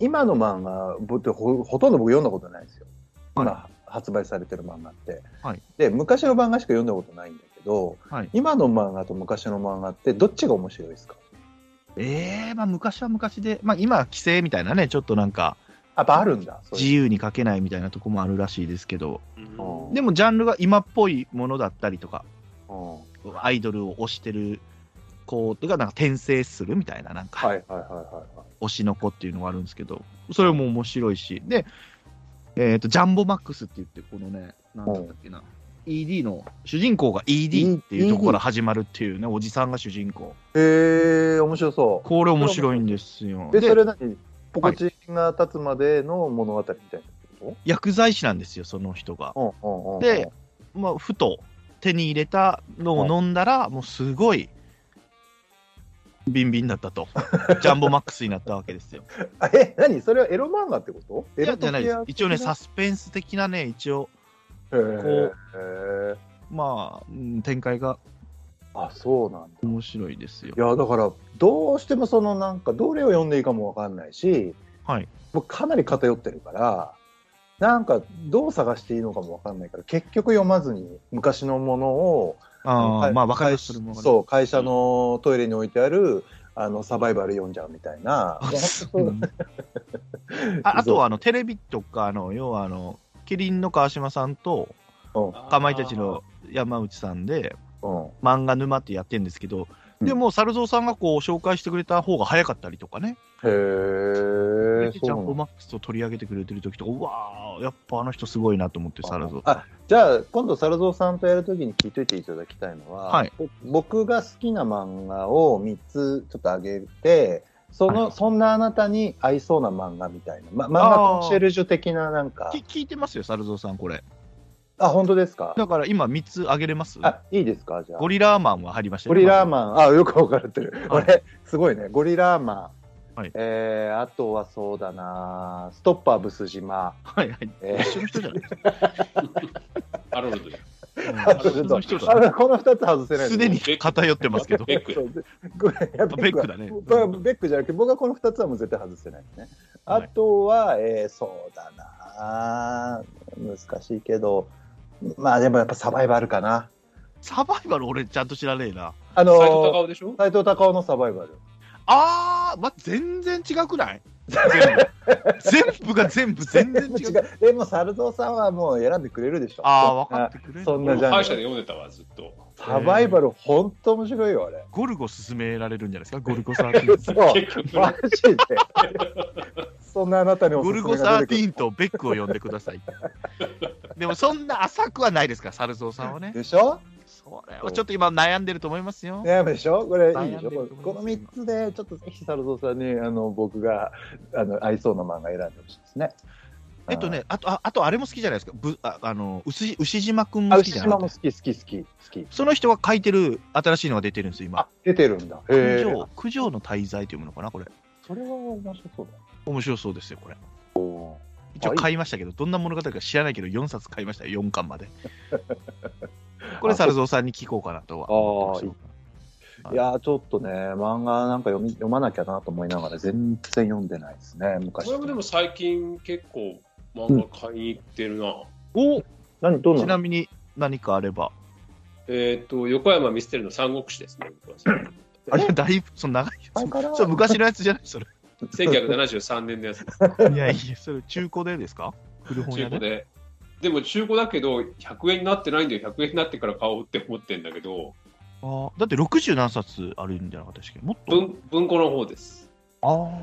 Speaker 3: 今の漫画ぼってほほとんど僕読んだことないんですよ今、発売されてる漫画って、
Speaker 4: はい
Speaker 3: で昔の漫画しか読んだことないんだけど、
Speaker 4: はい
Speaker 3: 今の漫画と昔の漫画ってどっちが面白いですか
Speaker 4: えー、まあ、昔は昔で、まあ、今は規制みたいなね、ちょっとなんか、
Speaker 3: やっぱあるんだそう
Speaker 4: 自
Speaker 3: いう
Speaker 4: 由に書けないみたいなとこもあるらしいですけど、
Speaker 3: うん
Speaker 4: でもジャンルが今っぽいものだったりとか、
Speaker 3: うん
Speaker 4: アイドルを推してる子とか、なんか転生するみたいな、なんか、
Speaker 3: はいはいはいはいはい
Speaker 4: 推しの子っていうのがあるんですけど、それも面白いし、で、えっ、と、ジャンボマックスって言って、このね、なんだったっけな、ED の、主人公が ED っていうところから始まるっていうね、おじさんが主人公。
Speaker 3: へえ面白そう
Speaker 4: これ面白いんですよ。
Speaker 3: え、
Speaker 4: で
Speaker 3: そ、れ何ポコチンが立つまでの物語みたいなこ
Speaker 4: 薬剤師なんですよ、その人が。
Speaker 3: と、うんうんうんうん、
Speaker 4: で、まあ、ふと手に入れたのを飲んだら、もうすごい、ビンビンだっ たと。ジャンボマックスになったわけですよ。
Speaker 3: あえ、何それはエロ漫画ってこと
Speaker 4: い
Speaker 3: エ
Speaker 4: や
Speaker 3: ロ
Speaker 4: じゃないです。一応ね、サスペンス的なね、一応、
Speaker 3: こう。へー
Speaker 4: まあ、うん展開が
Speaker 3: あ、そうなんだ。
Speaker 4: 面白いですよ。
Speaker 3: いや、だから、どうしてもそのなんか、どれを読んでいいかもわかんないし、
Speaker 4: はい。
Speaker 3: 僕かなり偏ってるから、なんか、どう探していいのかもわかんないから、結局読まずに昔のものを、
Speaker 4: あ
Speaker 3: は
Speaker 4: あ、
Speaker 3: い
Speaker 4: まあ、わかりやすくするものがね
Speaker 3: そう、会社のトイレに置いてある、あの、サバイバル読んじゃうみたいな。
Speaker 4: あ そう ああとは、あの、テレビとか、あの、要は、あの、キリンの川島さんと、
Speaker 3: うん
Speaker 4: かまいたちの山内さんで、
Speaker 3: うん
Speaker 4: 漫画沼ってやってるんですけど、
Speaker 3: うん
Speaker 4: でも、猿蔵さんがこう、紹介してくれた方が早かったりとかね。
Speaker 3: へえ。
Speaker 4: ジ
Speaker 3: そうな
Speaker 4: ャ
Speaker 3: ん
Speaker 4: ン
Speaker 3: だ
Speaker 4: ボマックスを取り上げてくれてる時とか、うわー、やっぱあの人すごいなと思って、サラゾ。
Speaker 3: あじゃあ今度猿蔵さんとやるときに聞いといていただきたいのは、
Speaker 4: はい
Speaker 3: ぼ僕が好きな漫画を3つちょっと挙げてその、
Speaker 4: はい
Speaker 3: そんなあなたに合いそうな漫画みたいな、ま、漫画コンシェルジュ的ななんか
Speaker 4: き聞いてますよ、サラゾさん、これ。
Speaker 3: あ本当ですか
Speaker 4: だから今、3つあげれます
Speaker 3: あいいですかじゃあ
Speaker 4: ゴリラーマンは入りました
Speaker 3: ゴリラー
Speaker 4: ン。
Speaker 3: マンあよく分かれてる、
Speaker 4: はい
Speaker 3: 俺すごいねゴリラーマン、
Speaker 4: はい
Speaker 3: えーあとはそうだなストッパーブス島、
Speaker 4: はいはい。
Speaker 3: え
Speaker 4: 一緒の人じゃないですか
Speaker 5: アロルドじゃん。
Speaker 4: うん
Speaker 3: ー、
Speaker 5: そ
Speaker 4: の人だ
Speaker 3: あこの2つ外せない
Speaker 4: すでに偏ってますけど。
Speaker 5: ベック
Speaker 3: そ
Speaker 5: や
Speaker 3: うでごめんいや
Speaker 4: ベックだね
Speaker 3: 僕はベックじゃなくて、僕はこの2つはもう絶対外せないですね。
Speaker 4: は
Speaker 3: あ
Speaker 4: い
Speaker 3: とは、えーそうだな、難しいけど、まあでもやっぱサバイバルかな。
Speaker 4: サバイバル、俺、ちゃんと知らねえな。
Speaker 3: あの
Speaker 5: 斎藤隆夫でしょ
Speaker 3: 斎藤隆夫のサバイバル。
Speaker 4: あー、ま、全然違くない全部。全部が全部、全然違
Speaker 3: 違
Speaker 4: う。
Speaker 3: う。でも、猿蔵さんはもう選んでくれるでしょ。
Speaker 4: あー、分かってくれる
Speaker 3: そんなジャ
Speaker 5: 歯医
Speaker 3: ン
Speaker 5: 者で
Speaker 3: ル。
Speaker 5: 読んでたわ、ずっと。
Speaker 3: サバイバル、本当面白いよ、あれ。
Speaker 4: ゴルゴ勧められるんじゃないですか、ゴルゴ 13。
Speaker 3: そう
Speaker 5: 結局
Speaker 3: マジで。そんなあなたにおす
Speaker 4: ゴ
Speaker 3: すめ
Speaker 4: ル
Speaker 3: が
Speaker 4: ゴ
Speaker 3: 出てくる
Speaker 4: 13とベックを呼んでください。でもそんな浅くはないですから、サルゾウさんはね。
Speaker 3: でしょ
Speaker 4: それはちょっと今悩んでると思いますよ。
Speaker 3: 悩むでしょこれいい
Speaker 4: 悩
Speaker 3: で
Speaker 4: ん
Speaker 3: し
Speaker 4: で
Speaker 3: ょ
Speaker 4: ると
Speaker 3: こ
Speaker 4: 思い
Speaker 3: れ
Speaker 4: ます
Speaker 3: この3つでちょっとぜひ猿蔵さんにあの僕があの合いそうな漫画選んでほしいですね
Speaker 4: えっとね、あと、ああとあれも好きじゃないですか。ぶああの牛牛島くん
Speaker 3: あ
Speaker 4: も好き
Speaker 3: 牛
Speaker 4: じゃな
Speaker 3: 島
Speaker 4: いで
Speaker 3: も
Speaker 4: すか。
Speaker 3: 好き好き好き好き
Speaker 4: その人が書いてる新しいのが出てるんですよ、今
Speaker 3: あ。出てるんだへえ
Speaker 4: 九条九条の滞在というものかな、これ。
Speaker 3: それは面白そう
Speaker 4: 面白そうですよ、これ。一
Speaker 3: あ
Speaker 4: 応
Speaker 3: いい
Speaker 4: 買いましたけど、どんな物語か知らないけど、4冊買いましたよ、4巻まで。 これ、
Speaker 3: あ
Speaker 4: サルゾウさんに聞こうかなとは思ってます。
Speaker 3: だいやーちょっとね漫画なんか読み読まなきゃなと思いながら全然読んでないですね昔
Speaker 5: 俺もでも最近結構漫画買いに行ってるな。
Speaker 4: お
Speaker 3: 何どん
Speaker 4: ち
Speaker 3: な
Speaker 4: な
Speaker 3: の
Speaker 4: みに何かあれば。
Speaker 5: えっと、横山ミステルの三国志ですね、 僕は。
Speaker 4: あれだいぶ、その長いや
Speaker 3: 前から
Speaker 4: つ。それ昔のやつじゃないそれ。
Speaker 5: 1973年のやつです、
Speaker 4: いやいや、それ中古でですか古本
Speaker 5: 中
Speaker 4: 屋
Speaker 5: 古
Speaker 4: で。
Speaker 5: で。でも中古だけど、100円になってないんで、100円になってから買おうって思ってんだけど、
Speaker 4: あーだって60何冊あるんじゃなかったっけもっと。
Speaker 5: 文文庫の方です。
Speaker 4: ああ。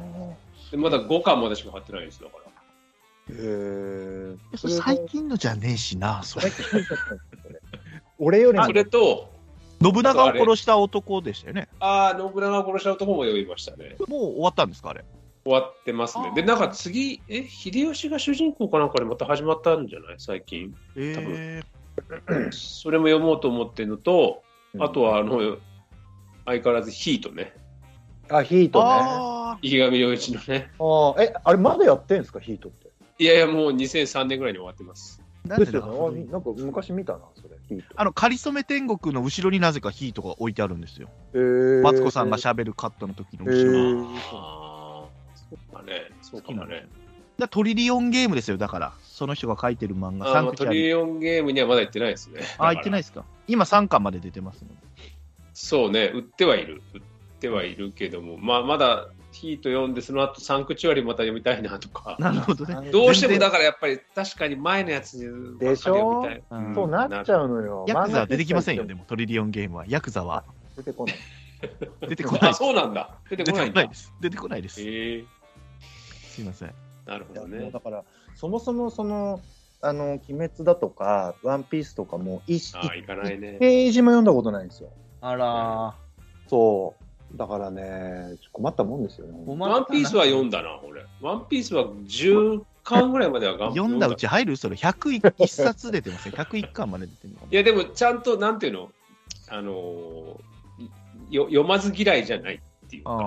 Speaker 5: でまだ5巻までしか買ってないんですだから。
Speaker 3: へえ
Speaker 4: それ最近のじゃねえしな、それ。
Speaker 3: 俺よりも
Speaker 5: それと、
Speaker 4: 信長を殺した男でしたよね。
Speaker 5: ああ、信長を殺した男も読みましたね。
Speaker 4: もう終わったんですか、あれ。
Speaker 1: 終わってますね。で、なんか次、え、秀吉が主人公かなんかでまた始まったんじゃない最近。
Speaker 4: え
Speaker 1: それも読もうと思ってるのと、あとは、あの、相変わらずヒートね。
Speaker 3: あ、ヒー
Speaker 4: ー、
Speaker 3: トね。あ
Speaker 4: あ
Speaker 1: 池上良一のね。
Speaker 3: ーえ、あれまだやってんですか、ヒートって。
Speaker 1: いやいや、もう2003年ぐらいに終わってます。
Speaker 4: ーなん
Speaker 3: で
Speaker 4: ですだ
Speaker 3: よね。あなんか昔見たな、それ、ヒート。
Speaker 4: あの、かりそめ天国の後ろになぜかヒートが置いてあるんですよ。
Speaker 3: えー
Speaker 4: マツコさんが喋るカットの時の後ろ
Speaker 3: へ
Speaker 4: に。
Speaker 3: え
Speaker 4: だか
Speaker 3: ー
Speaker 1: ああ、そうかね。そうかもね。
Speaker 4: らトリリオンゲームですよ、だから。その人が書いてる漫画、
Speaker 1: あ
Speaker 4: サ
Speaker 1: ーま
Speaker 4: ン
Speaker 1: あ
Speaker 4: クチ
Speaker 1: ト
Speaker 4: ュアリ。
Speaker 1: リリオンゲームにはまだ行ってないですね。
Speaker 4: あ、言ってない
Speaker 1: い。
Speaker 4: ですか。今3巻まで出てますので
Speaker 1: そうね、売ってはいる。売ってはいるけども、まあ、まだヒート読んで、その後サンクチュアリまた読みたいなとか。
Speaker 4: なるほどね。
Speaker 1: どうしてもだからやっぱり確かに前のやつに
Speaker 3: でし
Speaker 1: ば
Speaker 3: ょ
Speaker 1: っかり読みたい
Speaker 4: うん
Speaker 3: そうなっちゃうのよ。
Speaker 4: ヤクザは出てきませんよ、
Speaker 3: 漫
Speaker 4: でも、トリリオンゲームは。ヤクザは
Speaker 3: 画出てこない。
Speaker 4: 出てこない
Speaker 1: あ、。そうなんだ。出て
Speaker 4: 出て
Speaker 1: こ
Speaker 4: こ
Speaker 1: な
Speaker 4: ないい
Speaker 1: んだ。
Speaker 4: です。出てこないです。
Speaker 1: へえ
Speaker 4: すいません。
Speaker 1: なるほ
Speaker 3: いや
Speaker 1: どね
Speaker 3: だ。からそもそもその「あの鬼滅」だとか「ワンピースとかも一
Speaker 1: ああ、いかない
Speaker 3: 一
Speaker 1: ね。
Speaker 3: ページも読んだことないんですよ
Speaker 6: あら
Speaker 3: そうだからね困ったもんですよ
Speaker 6: ー、
Speaker 3: ね
Speaker 6: 困ったな
Speaker 1: ワンピースは読んだな、俺。ワンピースは10巻ぐらいまでは
Speaker 4: 読んだうち入るそれ、101冊出てません。101巻まで出てるのか
Speaker 1: いや、でもちゃんと、なんていうの、あのーよ読まず嫌いじゃないっていうか、
Speaker 4: な。ああ。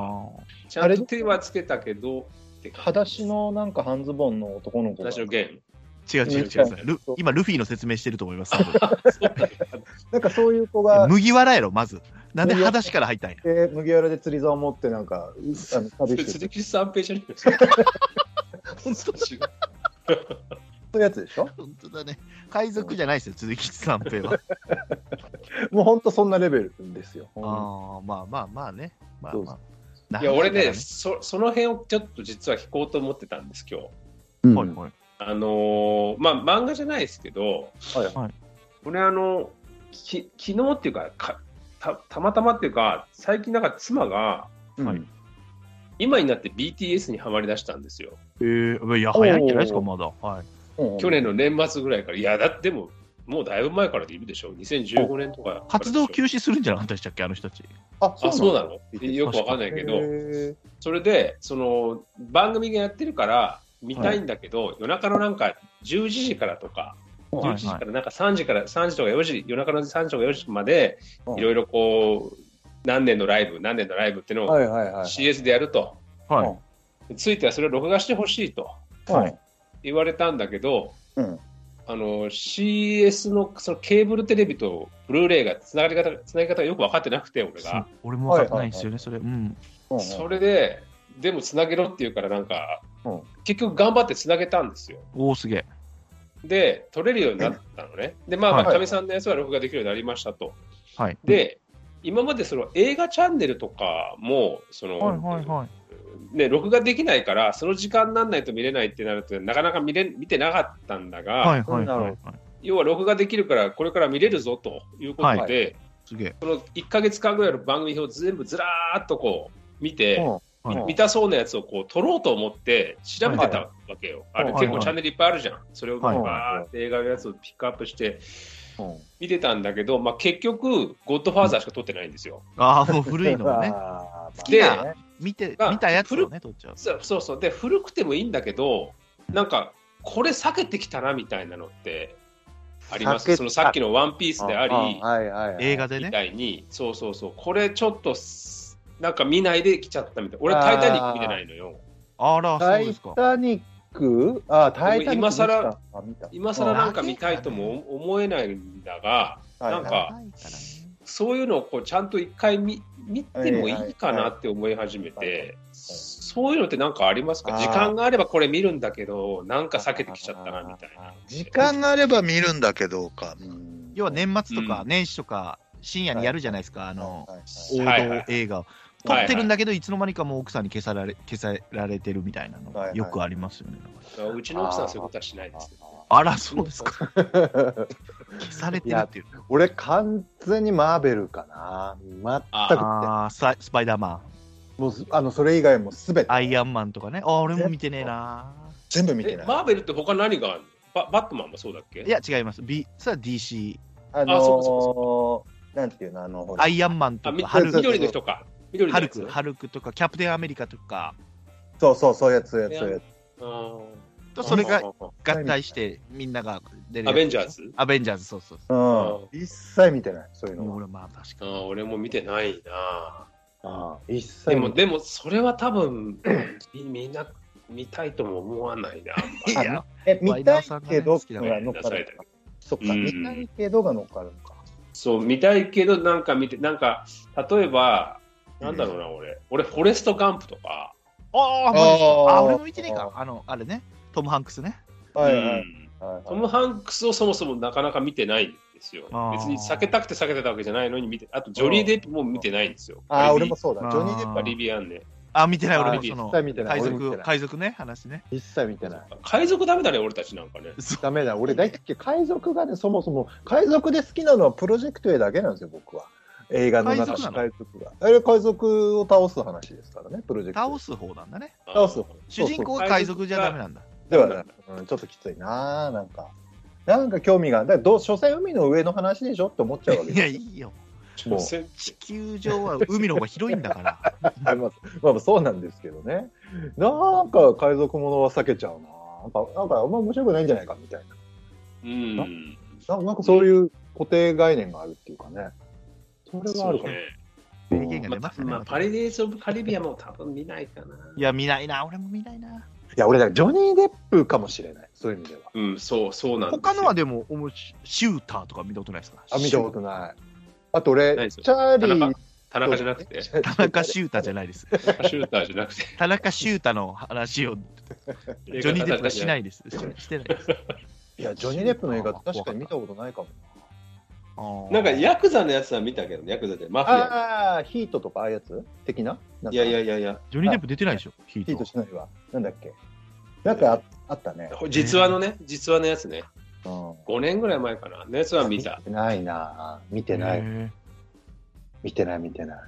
Speaker 1: ちゃんと手はつけたけど、って感
Speaker 3: 裸
Speaker 1: じ
Speaker 3: 足のなんか半ズボンの男の子が
Speaker 1: 私のゲーム。
Speaker 4: 違う違う違う。ル今、ルフィの説明してると思 います。多分
Speaker 3: なんかそういう子が
Speaker 4: 麦わらやろ、まず。なんで裸足から入ったんや。
Speaker 3: で麦わらで釣り竿を持ってなん かうあの
Speaker 1: そ
Speaker 3: 旅
Speaker 1: れ
Speaker 3: して
Speaker 1: 鈴
Speaker 3: る
Speaker 1: 木三平じゃねえですか。本当だ違う
Speaker 3: そういうやつでしょ
Speaker 4: 本当だね。海賊じゃないですよ、鈴木三平 は。
Speaker 3: もうほんとそんなレベルですよ
Speaker 4: ああ、まあまあまあね。まあ
Speaker 3: そう
Speaker 4: ま
Speaker 3: そ
Speaker 4: あ。ない
Speaker 1: や、俺
Speaker 4: んだか
Speaker 1: ね
Speaker 4: ら
Speaker 1: そ、その辺をちょっと実は聞こうと思ってたんです、今日。
Speaker 3: うん
Speaker 4: はいはい。
Speaker 1: あのーまあ、漫画じゃないですけど、
Speaker 3: はい
Speaker 4: はい
Speaker 1: これあの、き昨日っていうかかた、たまたまっていうか、最近なんか妻が、
Speaker 3: うん
Speaker 4: はい
Speaker 1: 今になって BTS にはまりだしたんですよ。
Speaker 4: えー、いや、早いんじゃないですか、まだ。はい。
Speaker 3: うん
Speaker 1: 去年の年末ぐらいから、いや、だってでも、もうだいぶ前からでいるでしょ、2015年とかからでしょ
Speaker 4: 活動休止するんじゃなかったでしたっけ、あの人たち。
Speaker 3: あ
Speaker 1: あ、そうな
Speaker 3: の
Speaker 1: のよくわかんないけど、
Speaker 3: へー
Speaker 1: それで、その、番組がやってるから、見たいんだけど、夜中のなんか、11時からとか、
Speaker 4: はい
Speaker 1: 11時からなんか3時から、3時とか4時、夜中の3時とか4時まで
Speaker 3: う、ん
Speaker 1: いろいろこう、何年のライブ、何年のライブっていうのを
Speaker 3: はいはいはい
Speaker 1: CS でやると。
Speaker 4: はい。
Speaker 1: ついてはそれを録画してほしいと
Speaker 3: はい
Speaker 1: 言われたんだけど、
Speaker 3: うん
Speaker 1: あの CS のそのケーブルテレビとブルーレイがつながり方つなぎ方がよく分かってなくて、俺
Speaker 4: そう
Speaker 1: が。
Speaker 4: 俺も分かってないんですよね、それ。うん。
Speaker 3: うんうん
Speaker 1: それで、でもつなげろって言うから、なんか、
Speaker 3: うん
Speaker 1: 結局頑張ってつなげたんですよ。
Speaker 4: おお、すげえ。
Speaker 1: で、取れるようになったのね。で、まあまあ、
Speaker 3: はい
Speaker 1: かみさんのやつは録画できるようになりましたと。
Speaker 4: はい。
Speaker 1: で、今までその映画チャンネルとかも、その、
Speaker 4: はいはいはい。
Speaker 1: ね、録画できないから、その時間にならないと見れないってなると、なかなか見れ見てなかったんだが、
Speaker 4: はいはいはい
Speaker 3: な
Speaker 4: は
Speaker 3: る
Speaker 4: い。
Speaker 1: 要は録画できるから、これから見れるぞということで、
Speaker 4: すげえ。
Speaker 1: この1か月間ぐらいの番組表全部ずらーっとこう見て、
Speaker 3: うん
Speaker 4: はい
Speaker 1: 見たそうなやつをこう撮ろうと思って調べてたわけよ。
Speaker 3: はい
Speaker 1: あれ
Speaker 4: はい
Speaker 1: 結構チャンネルいっぱいあるじゃん。それをバーって映画のやつをピックアップして
Speaker 3: うん
Speaker 1: 見てたんだけど、まあ、結局、ゴッドファーザーしか撮ってないんですよ。
Speaker 4: ああ、もう古いの がね。
Speaker 3: あー
Speaker 1: で
Speaker 3: まあね
Speaker 4: 見て
Speaker 1: ま、あ
Speaker 4: 見たやつをね、取っちゃう。
Speaker 1: そうそうそう。で、古くてもいいんだけど、なんか、これ避けてきたなみたいなのってありま
Speaker 3: 避け
Speaker 1: す。そのさっきのワンピースであり、
Speaker 3: はいはいはい、
Speaker 4: 映画で
Speaker 1: み
Speaker 4: ね。
Speaker 1: たいに、そうそうそう、これちょっとす、なんか見ないで来ちゃったみたい。俺、タイタニック見てないのよ。
Speaker 4: あら、
Speaker 3: タ
Speaker 4: そう
Speaker 3: イ
Speaker 4: ですか。
Speaker 3: タニックあ、タイタニック
Speaker 1: 今更
Speaker 3: 見たあ見た
Speaker 1: 今更なんか見たいとも思思えないんだが、
Speaker 3: はい
Speaker 1: なんか
Speaker 4: 長いからね
Speaker 1: そういうのをこうちゃんと一回見見てもいいかなって思い始め
Speaker 3: はいはいはい
Speaker 1: て、そういうのってなんかありますか
Speaker 3: あー
Speaker 1: 時間があればこれ見るんだけど、なんか避けてきちゃったなみたいな。
Speaker 3: 時
Speaker 6: 間があれば見るんだけどか
Speaker 3: うん
Speaker 4: 要は年末とか
Speaker 1: うん
Speaker 4: 年始とか深夜にやるじゃないですか、あの、
Speaker 3: はいはい
Speaker 4: 王
Speaker 1: はいはい
Speaker 4: 道映画を。撮ってるんだけど、いつの間にかもう奥さんに消さられ消さられてるみたいな
Speaker 3: は
Speaker 4: の
Speaker 3: い
Speaker 4: が
Speaker 3: はい
Speaker 4: よくありますよね。
Speaker 1: うちの奥さんはそういうことはしないですけど。
Speaker 4: あら、そうですか。消されてるっていう。
Speaker 3: 俺完全にマーベルかな全く
Speaker 4: ああ、さスパイダーマン、
Speaker 3: もうあのそれ以外もすべて
Speaker 4: アイアンマンとかね。ああ、俺も見てねえな。
Speaker 3: 全部見て
Speaker 1: え
Speaker 3: な、い
Speaker 1: マーベルって他何があるのババットマンもそうだっけ
Speaker 4: いや、違います。B、それは DC。
Speaker 3: あ
Speaker 1: あそうか
Speaker 3: のー、なんていうのあのほら
Speaker 4: アイアンマン
Speaker 1: あ
Speaker 4: と
Speaker 1: み
Speaker 4: か、ハル
Speaker 3: そうそう
Speaker 4: ク
Speaker 1: 緑の人か。緑の
Speaker 4: ハ
Speaker 1: や
Speaker 4: ル
Speaker 1: つ
Speaker 4: ク、ハルクとか、キャプテンアメリカとか、
Speaker 3: そうそう、そういうやつ、そういうやつ、そういうやつ。
Speaker 1: あ
Speaker 4: とそれが
Speaker 1: ああ
Speaker 4: 合体してみんなが出る
Speaker 1: アベンジャーズ
Speaker 4: アベンジャーズそうそうそ
Speaker 3: うん。一切見てない、そういう
Speaker 4: うもう
Speaker 3: のは。
Speaker 4: 俺まあ確
Speaker 1: あ
Speaker 4: か
Speaker 1: ー俺も見てないな
Speaker 3: ああ一切
Speaker 1: で
Speaker 3: 見
Speaker 1: も
Speaker 3: て
Speaker 1: でもそれは多 分みみんな見たいとも思わないな
Speaker 4: にいや
Speaker 3: え、見たいけど、
Speaker 4: ワイナーさんがね好きだから
Speaker 3: が乗っかるのか。そっか、
Speaker 1: うん
Speaker 3: 見たいけどが乗っかるのか。
Speaker 1: そう見たいけどなんか見てなんか例えばなんだろうな俺俺フォレストガンプとか
Speaker 4: あ
Speaker 6: あ
Speaker 4: あ
Speaker 6: ー
Speaker 4: あ俺も見てねえかあのあれねトム・ハンクスね
Speaker 3: はいうはいはい
Speaker 1: ん
Speaker 3: はい。
Speaker 1: トム・ハンクスをそもそもなかなか見てないんですよ
Speaker 4: あー。
Speaker 1: 別に避けたくて避けてたわけじゃないのに見て、あとジョリー・デップも見てないんですよ。バ
Speaker 3: ああ、
Speaker 1: リ
Speaker 3: 俺
Speaker 1: ビ
Speaker 3: もそうだ。ジョニー・デップ
Speaker 1: バリビアンで。
Speaker 4: あ見てない
Speaker 3: あー
Speaker 4: 俺もその
Speaker 3: 一切見てない。
Speaker 4: 海
Speaker 3: 俺も見て
Speaker 4: 賊
Speaker 3: ない
Speaker 4: 海賊ね話ね
Speaker 3: 一切見てない。
Speaker 1: 海賊ダメだね、俺たちなんかね。
Speaker 3: ダメだ。俺大好き。海賊がね、そもそも、海賊で好きなのはプロジェクト A だけなんですよ、僕は。映画の中
Speaker 4: 海賊な
Speaker 3: の
Speaker 4: の
Speaker 3: 海賊が。あれ、海賊を倒す話ですからね、プロジェクト A。
Speaker 4: 倒す方なんだね
Speaker 3: 倒す
Speaker 1: あー
Speaker 4: 主人公は海賊じゃダメなんだ
Speaker 3: ではない、うん、ちょっときついな、なんか。なんか興味が、だからどう、所詮海の上の話でしょって思っちゃうわけ
Speaker 4: いや
Speaker 3: で
Speaker 4: い
Speaker 3: すよ。
Speaker 4: いよ
Speaker 3: もう
Speaker 1: せん
Speaker 4: 地球上は海の方が広いんだから
Speaker 3: あまあ、まあ、そうなんですけどね。なんか海賊ものは避けちゃうな。なんか、なんかあんま面白くないんじゃないかみたい
Speaker 1: うん。
Speaker 3: な。ななんかそういう固定概念があるっていうかね。それはあるか
Speaker 1: そう
Speaker 3: も。
Speaker 1: ね
Speaker 4: 名言が出ますね
Speaker 1: まあ、パリディーズ・オブ・カリビアンも多分見ないかな。
Speaker 4: いや見ないな俺も見ないない
Speaker 3: や、俺だからジョニー・デップかもしれない。そういう意味では。
Speaker 1: うん、そう、そうなんですよ
Speaker 4: 他のはでもおもしシューターとか見たことないですか
Speaker 3: あ、見たこと
Speaker 4: い
Speaker 3: ない。あと俺、
Speaker 1: ないです
Speaker 3: チ
Speaker 1: よ
Speaker 3: ャーリ
Speaker 1: 田
Speaker 3: ー
Speaker 1: 中。田中じゃなく て、シ
Speaker 4: 田中シューターじゃないです
Speaker 1: ューターじゃなくて、
Speaker 4: 田中シューターの話をジョニー・デップがしないですししてないです
Speaker 3: いや、ジョニー・デップの映画確かに見たことないかも。
Speaker 4: あー
Speaker 1: なんかヤクザのやつは見たけど、ヤクザで、マフィア
Speaker 3: ああ、ヒートとかああいうやつ的ななんか
Speaker 1: の。いやいやいやいや、
Speaker 4: ジョニー・デップ出てないでしょヒ
Speaker 3: ヒー
Speaker 4: ー
Speaker 3: ト
Speaker 4: ト
Speaker 3: しないわ。なんだっけ。なんかああったね。
Speaker 1: 実話のね、実話のやつね、
Speaker 3: うん
Speaker 1: 5年ぐらい前かな、のやつは見た。
Speaker 3: てないなぁ見てない、
Speaker 4: へー
Speaker 3: 見てない見てない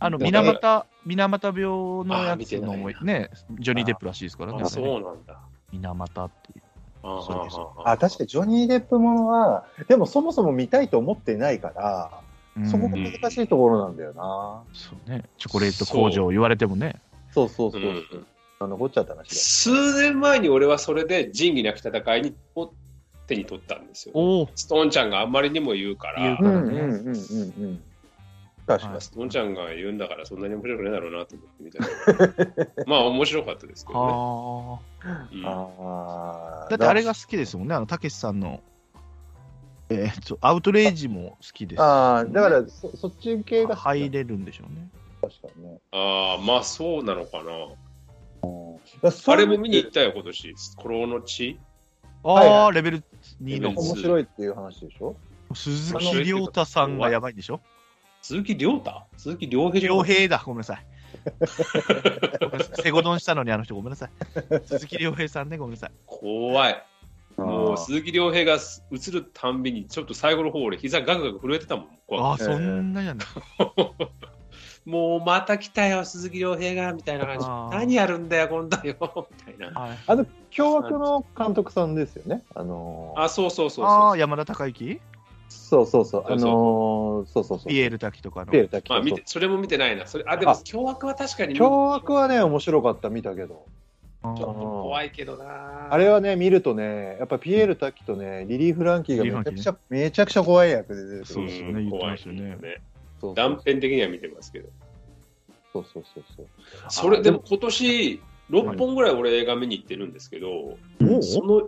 Speaker 4: あの
Speaker 3: だ
Speaker 4: 水
Speaker 3: から
Speaker 4: 俣水俣病のや
Speaker 1: あー見
Speaker 4: つ
Speaker 1: てな
Speaker 4: の
Speaker 1: いな
Speaker 4: ねジョニー・デップらしいですからね
Speaker 1: あ、そうなんだ。
Speaker 4: 水俣っていうそうです
Speaker 3: あ確かにジョニー・デップものはでもそもそも見たいと思ってないから、
Speaker 4: うん
Speaker 3: そこが難しいところなんだよな
Speaker 4: そうねチョコレート工場言われてもね
Speaker 3: そうそうそうう、
Speaker 1: ん
Speaker 3: あ残っちゃった話
Speaker 1: 数年前に俺はそれで仁義なき戦いにを手に取ったんですよ。
Speaker 4: おお
Speaker 1: ストーンちゃんがあんまりにも言うから、
Speaker 4: 言う
Speaker 3: だ
Speaker 4: か
Speaker 3: う
Speaker 4: ら
Speaker 3: ん
Speaker 4: ね
Speaker 3: うんうんうんうん確かに、
Speaker 4: はい
Speaker 1: ストーンちゃんが言うんだからそんなに面白くないだろうなと思って見てたまあ面白かったですけど
Speaker 4: は
Speaker 1: ね。うん
Speaker 3: あ
Speaker 4: あ
Speaker 3: ー
Speaker 4: だってあれが好きですもんねあのたけしさんのえーっとアウトレイジも好きです
Speaker 3: あーだからそそっち系が
Speaker 4: 入れるんでしょうね
Speaker 1: ああまあそうなのかな。あ
Speaker 3: あ
Speaker 1: れも見に行ったよ今年。コロの地
Speaker 3: はい
Speaker 4: ああレベル2
Speaker 1: レベ
Speaker 4: の
Speaker 1: ル
Speaker 3: 面白いっていう話でしょ
Speaker 4: 鈴木亮太さんがやばいんでしょ
Speaker 1: 鈴木亮太鈴木亮平じゃな
Speaker 4: 良
Speaker 1: い
Speaker 4: 平だ、ごめんなさい。ごめんなさいセゴドンしたのにあの人ごめんなさい。鈴木亮平さんね、ごめんなさい。
Speaker 1: 怖い。も
Speaker 3: あ
Speaker 1: う
Speaker 3: ー
Speaker 1: 鈴木亮平が映るたんびにちょっと最後の方俺膝ガクガク震えてたもん。怖くて
Speaker 4: ああ、そんなやんだ。
Speaker 1: もうまた来たよ、鈴木亮平がみたいな感じ
Speaker 4: あー、
Speaker 1: 何やるんだよ、今度よみたいな。
Speaker 4: はい
Speaker 3: あの凶悪の監督さんですよねあのー
Speaker 1: あ、そうそうそう
Speaker 4: あ
Speaker 1: そ
Speaker 4: あ、
Speaker 1: う。
Speaker 4: 山田孝之
Speaker 3: そうそうそう、
Speaker 1: そ
Speaker 3: あ
Speaker 1: うそう
Speaker 3: のー、そうそうそう。
Speaker 4: ピエール滝とかの
Speaker 3: ピエ。ールだけ
Speaker 1: まあ、見
Speaker 3: ど
Speaker 1: て。それも見てないな。それあでも
Speaker 3: あ、
Speaker 1: 凶悪は確かに見
Speaker 3: 凶悪はね、面白かった、見たけど。
Speaker 1: ちょっと
Speaker 4: あ
Speaker 1: 怖いけどな。
Speaker 3: あれはね、見るとね、やっぱピエール滝とね、リリー・フランキーがめちゃくちゃ、めちゃくちゃ怖い役で出てくる。
Speaker 4: そですよね
Speaker 1: ん
Speaker 4: 言って
Speaker 1: 怖
Speaker 4: ま
Speaker 1: い
Speaker 4: したよね
Speaker 3: そうそ
Speaker 1: 断
Speaker 3: う
Speaker 1: 片的には見てますけど。
Speaker 3: そうそうそうそう。
Speaker 1: それ、
Speaker 3: あ
Speaker 1: でも、今年、6本ぐらい俺映画見に行ってるんですけど、
Speaker 4: もう
Speaker 1: その、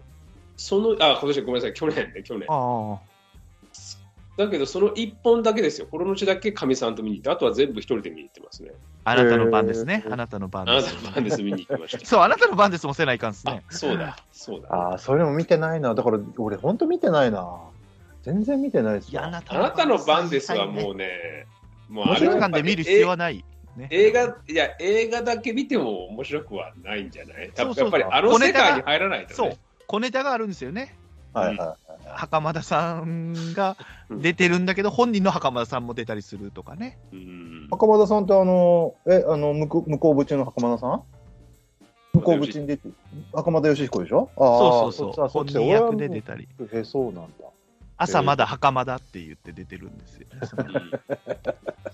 Speaker 1: その、あ、今年ごめんなさい、去年ね、去年。
Speaker 4: あ
Speaker 1: だけど、その1本だけですよ。このうちだけかみさんと見に行って、あとは全部一人で見に行ってますね。
Speaker 4: あ、あなたの番ですね
Speaker 3: え。ー
Speaker 4: あなたの番
Speaker 1: あな
Speaker 4: です
Speaker 1: た。の番です、見に行きました。
Speaker 4: そう、あなたの番ですもせないかん です
Speaker 1: あ
Speaker 4: ね。、
Speaker 1: そうだ、そうだ。
Speaker 3: ああ、それも見てないな。だから、俺、ほんと見てないな。全然見てないです
Speaker 4: いや、あ
Speaker 3: よ。
Speaker 4: なた
Speaker 1: あなたの番ですは
Speaker 4: う。
Speaker 1: もうね、もう
Speaker 4: 映
Speaker 1: れ
Speaker 4: 画館で見る必要はない。ね
Speaker 1: え映画、いや、映画だけ見ても面白くはないんじゃない多
Speaker 4: そう
Speaker 1: 分
Speaker 4: そう
Speaker 1: やっぱりあの世界に入らないと
Speaker 4: そ
Speaker 1: ね
Speaker 4: う。。小ネタがあるんですよね。
Speaker 3: はいはい。
Speaker 4: 袴田さんが出てるんだけど、本人の袴田さんも出たりするとかね。
Speaker 1: うん
Speaker 3: 袴田さんって、あのー、え、あの、向こう向こう渕の袴田さん向こう渕に出て、袴田義彦でしょあ
Speaker 4: そ
Speaker 3: あ、
Speaker 4: うそう
Speaker 3: っち
Speaker 4: そ
Speaker 3: だ
Speaker 4: う。
Speaker 3: そっ
Speaker 4: 本
Speaker 3: ちだ
Speaker 4: 人
Speaker 3: 俺は
Speaker 4: 役
Speaker 3: も
Speaker 4: で
Speaker 3: う
Speaker 4: 出たり。
Speaker 3: へそうなんだ。
Speaker 4: 朝まだ袴だって言って出てるんです よ、ね。その
Speaker 1: うん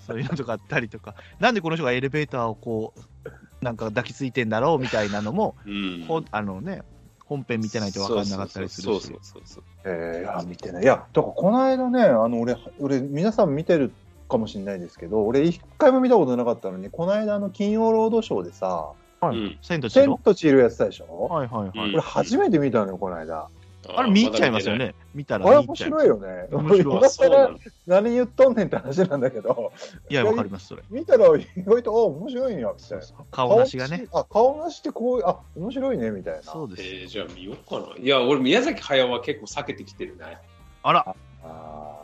Speaker 4: そういうのとかあったりとか。なんでこの人がエレベーターをこう、なんか抱きついてんだろうみたいなのも、
Speaker 1: うん
Speaker 4: ほんあのね、本編見てないと分かんなかったりす
Speaker 1: そ
Speaker 4: る
Speaker 1: うそ
Speaker 4: し
Speaker 1: う、そうそう
Speaker 3: えー、いや見てないいやだからこの間ねあの俺俺皆さん見てるかもしれないですけど俺一回も見たことなかったのにこの間の「金曜ロードショー」でさ
Speaker 4: は
Speaker 1: う
Speaker 4: い
Speaker 1: ん、
Speaker 4: 千
Speaker 3: 「
Speaker 4: と千
Speaker 3: 千
Speaker 4: 尋
Speaker 3: と千尋」やってたでしょ、
Speaker 4: はいはいはい。
Speaker 1: うん
Speaker 3: 俺初めて見たのよこの間、
Speaker 4: あれ見入っちゃいますよ。ね。見たら
Speaker 3: あれ
Speaker 4: 見入
Speaker 3: 面
Speaker 4: っちゃい
Speaker 3: 白
Speaker 4: ま
Speaker 3: い
Speaker 4: す。
Speaker 3: よね
Speaker 4: 面白い
Speaker 1: まだ
Speaker 3: 今
Speaker 1: 見てないあそうな
Speaker 3: 更
Speaker 1: の
Speaker 3: 何言っとんねんって話なんだけど
Speaker 4: いや、わかります、それ。
Speaker 3: 見たら意外とあ面白いんやみたいな
Speaker 4: 顔なしがね。
Speaker 3: あ顔なしってこうあ面白いねみたいな
Speaker 4: そうです。
Speaker 1: えー、じゃあ見ようかな。いや、俺、宮崎駿は結構避けてきてるね。
Speaker 4: あら、
Speaker 3: あ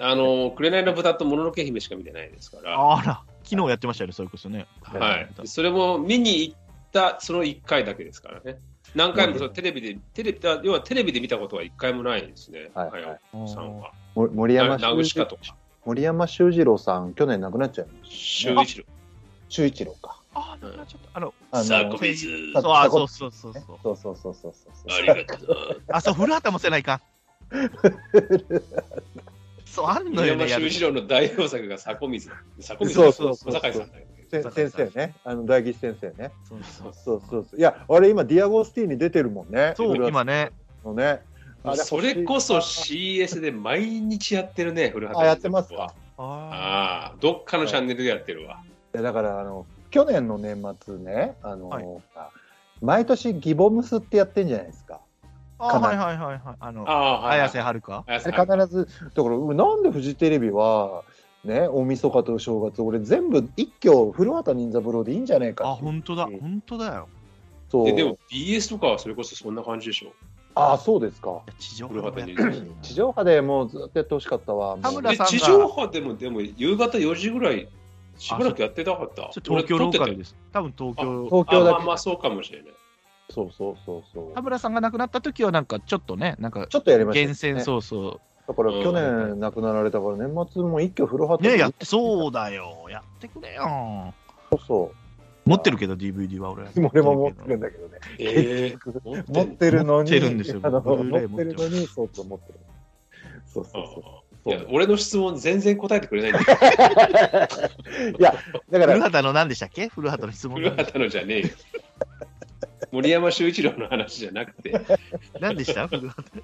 Speaker 1: あの、紅の豚ともののけ姫しか見てないですから、
Speaker 4: あら、昨日やってましたよね、それこそね。
Speaker 1: はい。それも見に行った、その1回だけですからね。何回もそのテレビで、テレビ、あ要はテレビで見たことは1回もないですね、
Speaker 3: はい
Speaker 1: 駿さんは。
Speaker 3: ーも森
Speaker 1: な
Speaker 3: 山
Speaker 1: ナウシ
Speaker 3: 修
Speaker 1: カ
Speaker 3: 二
Speaker 1: とか、
Speaker 3: 森山修二郎さん去年亡くなっちゃいました
Speaker 1: 修一
Speaker 3: 修一郎か
Speaker 4: あー、なんかちょっと、あの、
Speaker 3: あ
Speaker 1: 郎、
Speaker 3: の
Speaker 1: サコミズ、
Speaker 3: さ
Speaker 4: そうあそうそうそう
Speaker 3: ね
Speaker 4: そう。
Speaker 3: そうそうそうそうそうそう
Speaker 1: ありがとう。
Speaker 4: あ、そう、古畑もせな いかん。そう、あんのよ
Speaker 1: 山
Speaker 4: ね、や
Speaker 1: 修
Speaker 4: る。
Speaker 1: 一郎の代表作がサコミズ。サコミズ、
Speaker 3: そうそうそう
Speaker 1: 小坂井さんだよね。
Speaker 3: せ先生ねあの大吉先生ね
Speaker 4: そうそう
Speaker 3: そうそうそういやあれ今ディアゴスティーニ出てるもんね
Speaker 4: そう、今ね。
Speaker 3: のねあ
Speaker 1: それこそ
Speaker 3: あ
Speaker 1: CS で毎日やってるね、古畑
Speaker 3: あやってますか
Speaker 4: あ
Speaker 1: ああ、どっかのチャンネルでやってるわ。
Speaker 3: いやだからあの去年の年末ねあの、
Speaker 4: はい
Speaker 3: 毎年ギボムスってやってんじゃないですか
Speaker 4: ーあー、はいはいはいはい。あの、
Speaker 1: ああ、はい。
Speaker 4: 綾瀬はるか
Speaker 1: 綾瀬
Speaker 3: あ
Speaker 1: はるか
Speaker 3: れ必ずだから俺なんでフジテレビはね大晦日とお正月俺全部一挙古畑任三郎でいいんじゃねえ
Speaker 4: あ、
Speaker 3: かっていう
Speaker 4: 本当だ、
Speaker 1: うん
Speaker 4: 本当だよ。
Speaker 3: そう
Speaker 1: ででも BS とかはそれこそそんな感じでしょ。
Speaker 3: ああそうですか
Speaker 4: いや地上
Speaker 1: 古畑
Speaker 4: や
Speaker 1: に
Speaker 4: ってほしいな
Speaker 3: 地上波でもうずっとやってほしかったわもう
Speaker 4: 田村
Speaker 1: で
Speaker 4: さんが
Speaker 1: 地上波でもでも夕方4時ぐらいしばらくやってなかった。
Speaker 4: それ東京ローカル
Speaker 1: で。
Speaker 4: です。多分東京。
Speaker 3: 東京だ
Speaker 1: あまあ
Speaker 3: け
Speaker 1: まあそうかもしれない。
Speaker 3: そうそうそうそう
Speaker 4: 田村さんが亡くなった時はなんかちょっとね、なんか
Speaker 3: ちょっとやりました、ね、
Speaker 4: 厳選そうそ
Speaker 3: だから
Speaker 1: うん
Speaker 3: 去年亡くなられたから年末も一挙古
Speaker 4: う。
Speaker 3: 畑
Speaker 4: ねやってそうだよ。やってくれよ。
Speaker 3: そうそ
Speaker 4: 持ってるけど DVD は俺。
Speaker 3: う俺も持ってるん
Speaker 4: だ。
Speaker 3: だけどね
Speaker 1: ええ
Speaker 3: 持ってるのに
Speaker 4: 持ってるんですよ
Speaker 3: あの
Speaker 4: ブルー
Speaker 3: 持
Speaker 4: レイ
Speaker 3: ってるのにそうと思ってるそうそう そう
Speaker 1: い
Speaker 3: そ
Speaker 1: や
Speaker 3: う
Speaker 1: 俺の質問全然答えてくれないんだよ。
Speaker 3: いやだか
Speaker 4: 古
Speaker 3: ら
Speaker 4: 畑の何でしたっけ古畑の質問
Speaker 1: 古畑のじゃねえよ。森山修一郎の話じゃなくて。
Speaker 4: 何でした古畑。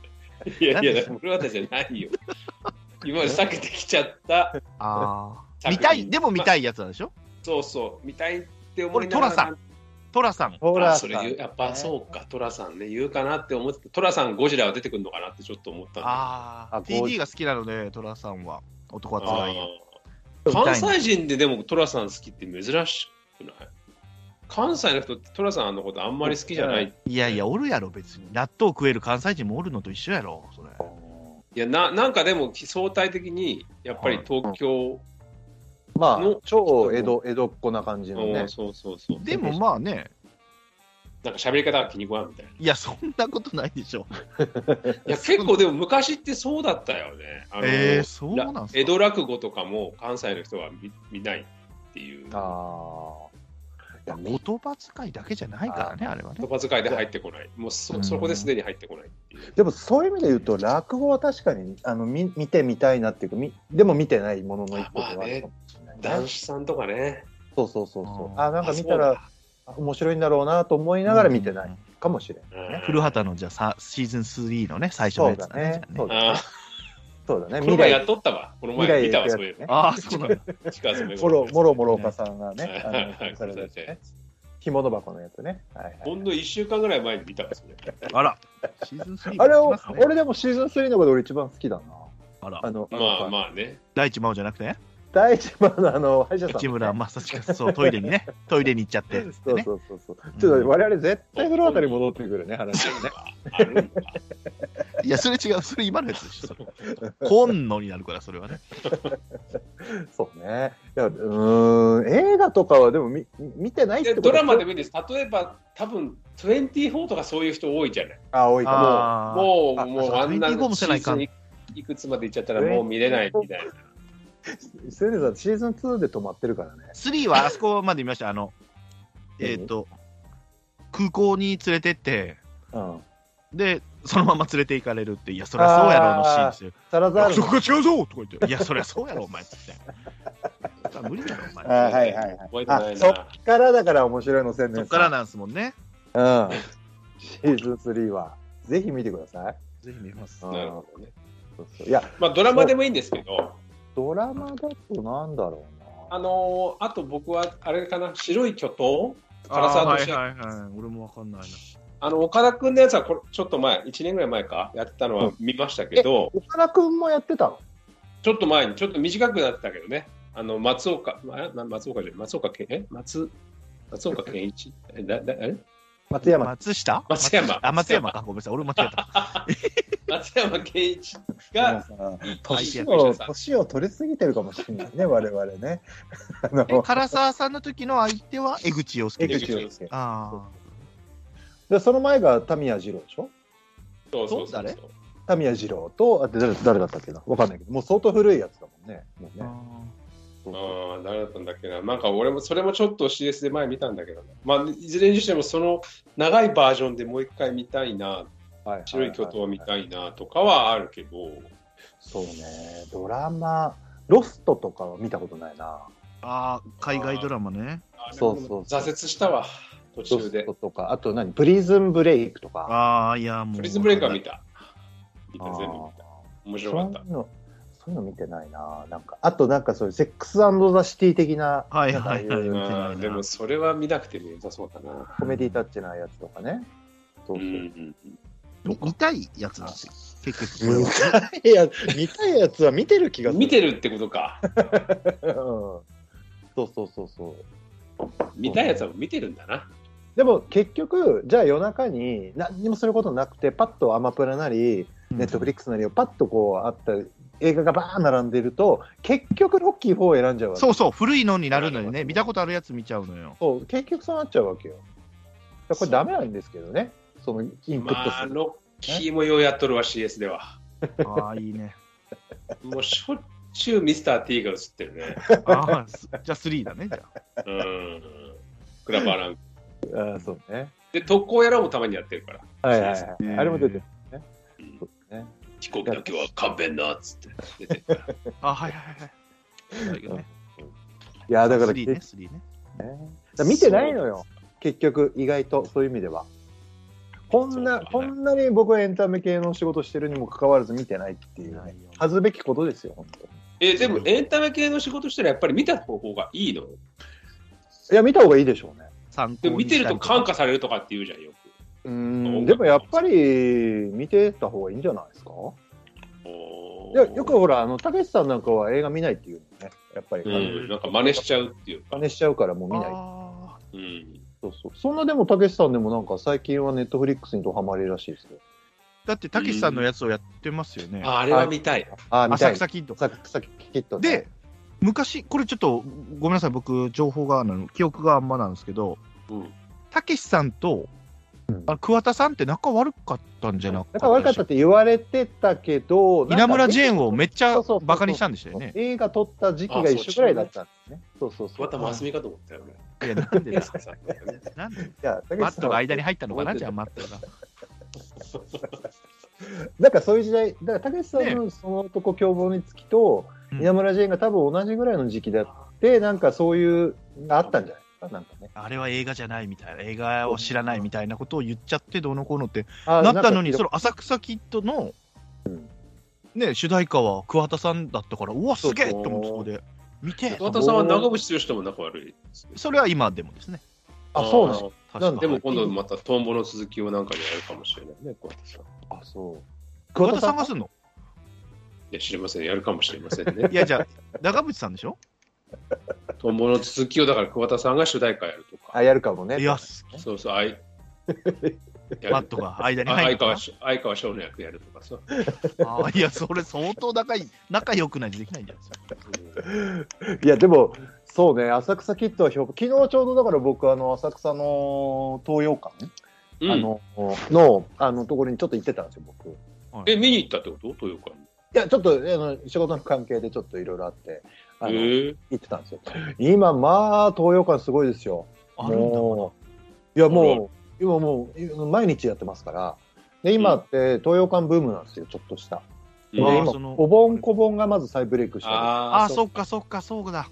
Speaker 1: いやい
Speaker 4: 何で
Speaker 1: や、
Speaker 4: すか
Speaker 1: 古畑じゃないよ。今まで避けてきちゃった。
Speaker 4: ああ。
Speaker 1: 作品
Speaker 4: 見たい、でも見たいやつなんでしょ
Speaker 1: そうそう、見たいって思いな
Speaker 4: 俺
Speaker 1: が
Speaker 4: 寅さ
Speaker 1: ら
Speaker 4: ん。寅さん。
Speaker 3: ほ
Speaker 1: あ
Speaker 3: ら
Speaker 1: それ言うやっぱそうか、トラさんね、言うかなって思って、トラさん、ゴジラは出てくるのかなってちょっと思ったんだ
Speaker 4: あ
Speaker 3: あ
Speaker 4: あ。
Speaker 3: ゴー
Speaker 4: TD が好きなので、寅さんは。男
Speaker 1: け
Speaker 4: は
Speaker 1: ど
Speaker 4: つらいよ。
Speaker 1: あー関西人ででもトラさん好きって珍しくない関西の人ってトラさんのことあんまり好きじゃない。
Speaker 4: いやいや、おるやろ、別に。納豆食える関西人もおるのと一緒やろ、それ。
Speaker 1: いやな、なんかでも相対的に、やっぱり東京
Speaker 3: まあ
Speaker 1: の
Speaker 3: 超江戸江戸っ子な感じの
Speaker 1: の、
Speaker 3: ね
Speaker 1: そうそうそう、
Speaker 4: でもまあね、
Speaker 1: なんか喋り方が気に食わんみたいな。
Speaker 4: いや、そんなことないでしょ。
Speaker 1: いや、結構でも昔ってそうだったよね。あの
Speaker 4: えー、そうなんすか
Speaker 1: 江戸落語とかも関西の人は見見ないっていう。
Speaker 3: ああいや
Speaker 4: 言
Speaker 3: み
Speaker 4: 葉遣いだけじゃないからね、あれはね
Speaker 1: 言。葉遣いで入ってこない。もうそそこですでに入ってこないっていう。
Speaker 3: でもそういう意味で言うと落語は確かにあのみ見てみたいなっていうかみでも見てないものの一個ではあるかもしれないね、
Speaker 1: 男子さんとかね。
Speaker 3: そうそうそうそう
Speaker 4: うん
Speaker 3: あなんか
Speaker 1: あ
Speaker 3: 見たらあ面白いんだろうなと思いながら見てないかもしれな
Speaker 1: う
Speaker 3: い、
Speaker 1: ん
Speaker 4: 古畑のじゃあさシーズン3のね、最初のやつだね。じゃ
Speaker 3: そうだね
Speaker 4: あね
Speaker 1: あ
Speaker 3: そうだね
Speaker 1: あ、この
Speaker 3: 未
Speaker 1: 前やっ
Speaker 3: 来
Speaker 1: とったわ。この
Speaker 3: 未
Speaker 1: 前
Speaker 3: 来
Speaker 1: 見たわ、
Speaker 3: や
Speaker 1: そう
Speaker 3: る
Speaker 1: いう
Speaker 3: やつね
Speaker 4: ああ、そうなんだ。
Speaker 1: の。近づめ
Speaker 3: もろもろもろ岡
Speaker 4: ね
Speaker 3: さんがね、あ
Speaker 1: はい
Speaker 3: の殺されたやつ
Speaker 1: はい
Speaker 3: ね、干物箱のやつね、はいはい
Speaker 1: ほんの1週間ぐらい前に見たわ、それ。
Speaker 4: あら、シーズン3、
Speaker 3: あれを、
Speaker 4: 俺
Speaker 3: 俺でもシーズン3のこと俺一番好きだな。
Speaker 4: あら
Speaker 3: あ、の、
Speaker 1: まあ
Speaker 3: あ、
Speaker 1: まあね。
Speaker 4: 大地真央じゃなくて、
Speaker 3: 大一番のあの、歯医者さん。
Speaker 4: 内村正親がそう、トイレにね、トイレに行っちゃってっつって
Speaker 3: そう
Speaker 4: ね。
Speaker 3: そうそうそう。ちょっ
Speaker 4: うん
Speaker 3: と我々絶対古畑に戻ってくるね、話がね。
Speaker 1: あるんだ
Speaker 4: いや、それ違う、それ今のやつでしょ。今野になるから、それはね。
Speaker 3: そうね。いや、うーん、映画とかはでも見見てないっ
Speaker 1: い
Speaker 3: て
Speaker 1: や
Speaker 3: こと
Speaker 1: ドラマでもいいんです。例えば、多分24とかそういう人多いじゃない。
Speaker 3: あ、多いか
Speaker 4: あー
Speaker 1: も
Speaker 3: あ
Speaker 1: う、もう、
Speaker 4: あ
Speaker 1: あんな
Speaker 4: 25もせないかん
Speaker 1: シーズンいくつまで行っちゃったらもう見れないみたいな。
Speaker 3: も。スネさん、シーズン2で止まってるからね。
Speaker 4: 3はあそこまで見ました。あの、
Speaker 3: 何
Speaker 4: えっ、と、空港に連れてって、
Speaker 3: うん。
Speaker 4: で、そのまま連れて行かれるって、いや、そりゃそうやろのシーンですよ。
Speaker 3: サラザ
Speaker 4: あ
Speaker 3: ール
Speaker 4: そ
Speaker 3: の
Speaker 4: こが違うぞとか言って、いや、そりゃそうやろ、お前っつって。無理だろ、お前。
Speaker 3: あはいはいはい。
Speaker 1: 覚えてな
Speaker 3: あ
Speaker 1: い
Speaker 3: そっ
Speaker 1: な。
Speaker 3: からだから面白いのせんね
Speaker 4: そ
Speaker 3: ん
Speaker 4: っからなんですもんね。
Speaker 3: うん。シーズン3は、ぜひ見てください。
Speaker 4: ぜひ見ます。
Speaker 3: うん
Speaker 1: なるほどね。
Speaker 3: そうそういや、
Speaker 1: まあ、ドラマでもいいんですけど、
Speaker 3: ドラマだとなんだろう
Speaker 1: あ
Speaker 3: な。
Speaker 1: のーあと僕は、あれかな、白い巨頭唐沢俊明。
Speaker 4: はいはいはい。俺もわかんないな。
Speaker 1: あの、岡田君のやつは、これ、ちょっと前、1年ぐらい前か、やってたのは見ましたけど、
Speaker 3: 岡田くんもやってたの
Speaker 1: ちょっと前に、ちょっと短くなってたけどね、あの、松岡、あな松岡じゃない、松岡健、え松、松岡健一え、だ、だ、え
Speaker 3: 松山。
Speaker 4: 松下
Speaker 1: 松山
Speaker 4: あ、松山か。ごめんなさい。俺間違えた。
Speaker 1: 松山健一
Speaker 3: が
Speaker 1: が、
Speaker 3: 年
Speaker 1: 年を
Speaker 3: を年を取りすぎてるかもしれない ね、我々ね。 あの
Speaker 4: え、唐沢さんの時の相手は江口洋介
Speaker 3: 江
Speaker 4: で
Speaker 3: 口
Speaker 4: す。
Speaker 3: 洋介。
Speaker 4: あ
Speaker 3: で、その前が田宮二郎でしょ
Speaker 1: そうそうそう
Speaker 4: 誰
Speaker 1: そう。
Speaker 3: 田宮二郎と、あと誰誰だったっけなわかんないけど、もう相当古いやつだもんね。もう
Speaker 4: ー
Speaker 3: ね
Speaker 4: あ
Speaker 1: ああ、誰だったんだっけな。なんか俺も、それもちょっと CS で前見たんだけどね。まあ、いずれにしても、その長いバージョンでもう一回見たいな、
Speaker 3: はいは
Speaker 1: 白い巨頭を見
Speaker 3: いは
Speaker 1: たいなとかはあるけど、
Speaker 3: い。そうね、ドラマ、ロストとかは見たことないな。
Speaker 4: あー、海外ドラマね。
Speaker 1: あー
Speaker 3: そうそうそう
Speaker 1: 挫折したわ、途
Speaker 3: ロ
Speaker 1: 中
Speaker 3: ス
Speaker 1: で
Speaker 3: ト。とか、あと何、プリズンブレイクとか。
Speaker 4: ああ、いや、もう。
Speaker 1: プリズンブレイカー見た。見た、
Speaker 3: あー
Speaker 1: 全部見た。面白
Speaker 3: そ
Speaker 1: か
Speaker 3: うい
Speaker 1: った
Speaker 3: う。の、そういうの見てないな。なんか、あとなんかそういうセックスザ・シティ的な、
Speaker 4: はいは
Speaker 3: なん
Speaker 4: いはい
Speaker 3: かああう
Speaker 4: 見てないな
Speaker 1: うんでも、それは見なくても良さそうだな。
Speaker 3: コメディタッチなやつとかね。そう
Speaker 1: う
Speaker 3: そ
Speaker 1: ん
Speaker 3: う
Speaker 1: うん
Speaker 4: み見たいやつなんですよ。結局
Speaker 3: 見
Speaker 4: これは。
Speaker 3: たいや、見たいやつは見てる気
Speaker 1: う
Speaker 3: が
Speaker 1: ん
Speaker 3: する。
Speaker 1: 見てるってことか。
Speaker 3: うんそうそうそうそう。
Speaker 1: 見たいやつは見てるんだな。
Speaker 3: でも結局、じゃあ夜中に何にもすることなくて、パッとアマプラなり、ネットフリックスなりをパッとこうあった映画がバーン並んでると、結局ロッキー4を選んじゃうわけ。
Speaker 4: そうそう、古いのになるのにね、見たことあるやつ見ちゃうのよ。
Speaker 3: そう結局そうなっちゃうわけよ。だからこれダメなんですけどね。そのインプット
Speaker 1: ますあ、
Speaker 3: る。
Speaker 1: ロッキーもようやっとるわ、CS では。
Speaker 4: ああ、いいね。
Speaker 1: もうしょっちゅうミスター T が映ってるね。
Speaker 4: ああ、すじゃあ3だね、じゃあ。
Speaker 1: うん。クラバーランク。
Speaker 3: ああそうね。
Speaker 1: で、特攻やらもたまにやってるから。
Speaker 3: はいはいはい。あれも出てる。
Speaker 1: うん
Speaker 3: そうですね。
Speaker 1: 飛行機だけは勘弁なっつって出てるから。
Speaker 4: あーはいはいはい。そうだけどね
Speaker 3: いや、だから、
Speaker 4: 3
Speaker 3: け
Speaker 4: ね、3ね。
Speaker 3: だから見てないのよ。結局、意外と、そういう意味では。こんな、
Speaker 1: そう
Speaker 3: こんなに僕はエンタメ系の仕事してるにもかかわらず見てないっていうね、恥ずべきことですよ、本当に。
Speaker 1: え、でもエンタメ系の仕事したらやっぱり見た方がいいの
Speaker 3: いや、見た方がいいでしょうね。
Speaker 4: 参考
Speaker 1: で
Speaker 4: に
Speaker 1: も見
Speaker 4: した
Speaker 1: て
Speaker 4: り
Speaker 1: ると感化されるとかって言うじゃんよく。
Speaker 3: うーん、でもやっぱり、見てた方がいいんじゃないですかいやよくほら、あの、たけしさんなんかは映画見ないっていうのね、やっぱり、
Speaker 1: うん、なんか真似しちゃうっていうか。
Speaker 3: 真似しちゃうからもう見ない。
Speaker 4: あ
Speaker 1: うん。
Speaker 3: そうそう。そんなでも、たけしさんでもなんか最近はネットフリックスにドハマりらしいですよ。
Speaker 4: ーだって、たけしさんのやつをやってますよね。
Speaker 1: ああれは見たい。
Speaker 3: ああ、見た
Speaker 4: 浅
Speaker 3: い。
Speaker 4: 草キッド。
Speaker 3: さっききっとね
Speaker 4: で、昔、これちょっとごめんなさい、僕、情報があの、記憶があんまなんですけど
Speaker 1: うん、
Speaker 4: たけしさんと
Speaker 3: うん
Speaker 4: あの桑田さんって仲悪かったんじゃなかった
Speaker 3: 仲悪かったって言われてたけど、
Speaker 4: 稲村ジェーン
Speaker 3: を
Speaker 4: をめっちゃバカにしたんでしたよね。
Speaker 3: 映画撮った時期が一緒ぐらいだったんですね。そうそうそう。
Speaker 1: またマスミかと思ったよね。
Speaker 4: いや、なんで
Speaker 1: ペ
Speaker 4: で
Speaker 1: ー
Speaker 4: す
Speaker 1: ス
Speaker 4: か
Speaker 1: ケさんとかね
Speaker 4: なんで
Speaker 3: いや
Speaker 4: マットが間に
Speaker 3: に。
Speaker 4: 入ったのか なじゃあ、マットが。
Speaker 3: なんかそういう時代、だからたけしさんのその男凶暴につきと、
Speaker 4: うん
Speaker 3: 稲村ジェーンが多分同じぐらいの時期だって、なんかそういうがあったんじゃないですか、なんかね。
Speaker 4: あれは映画じゃないみたいな、映画を知らないみたいなことを言っちゃって、どうのこうのって
Speaker 3: あ
Speaker 4: なったのに、
Speaker 3: なん
Speaker 4: そ
Speaker 3: か
Speaker 4: の浅草キッドの、ね、主題歌は桑田さんだったから、うわ、すげえと思って、そこで、見て、
Speaker 1: 桑田さんは長渕剛とも仲悪いですね。
Speaker 4: それは今でもですね。
Speaker 3: あ、そうなんだ
Speaker 4: 確
Speaker 3: な
Speaker 4: か
Speaker 3: ん
Speaker 1: でも今度またトンボの続きをなんかでやるかもしれないね、桑田さん。い
Speaker 3: あ、そう。
Speaker 4: 桑田さんがすんの
Speaker 1: や、知りません、やるかもしれませんね
Speaker 4: い。や、じゃあ、長渕さんでしょ
Speaker 1: トンボの続きをだから桑田さんが主題歌やるとか
Speaker 3: あ、。やるかもね。
Speaker 4: いや、す
Speaker 1: そうそう、あ いやる
Speaker 4: マットが間に
Speaker 1: あ
Speaker 4: 入
Speaker 1: 相
Speaker 4: るから
Speaker 1: 川。し相川翔の役やるとかさ。
Speaker 4: あーいや、それ相当仲いい仲良くないとできないんじゃないですか。
Speaker 3: いや、でも、そうね、浅草キッドは評判昨日ちょうどだから僕、あの、浅草の東洋館
Speaker 1: うん
Speaker 3: あの、の、あの、ところにちょっと行ってたんですよ、僕。い
Speaker 1: え、見に行ったってこと豊川に。
Speaker 3: や、ちょっと、あの、仕事の関係でちょっといろいろあって、あの、
Speaker 1: へえ
Speaker 3: 行ってたんですよ。今、まあ、東洋館すごいですよ。
Speaker 4: あるんだ。
Speaker 3: もういや、
Speaker 1: あら
Speaker 3: もう、今もう、毎日やってますから。で、今って、東洋館ブームなんですよ、ちょっとした。で
Speaker 4: あー
Speaker 3: 今
Speaker 4: そ、の
Speaker 3: お盆こぼんがまず再ブレイクしてる。
Speaker 4: あ
Speaker 1: あ
Speaker 4: ー、そっかそっか、そうだ。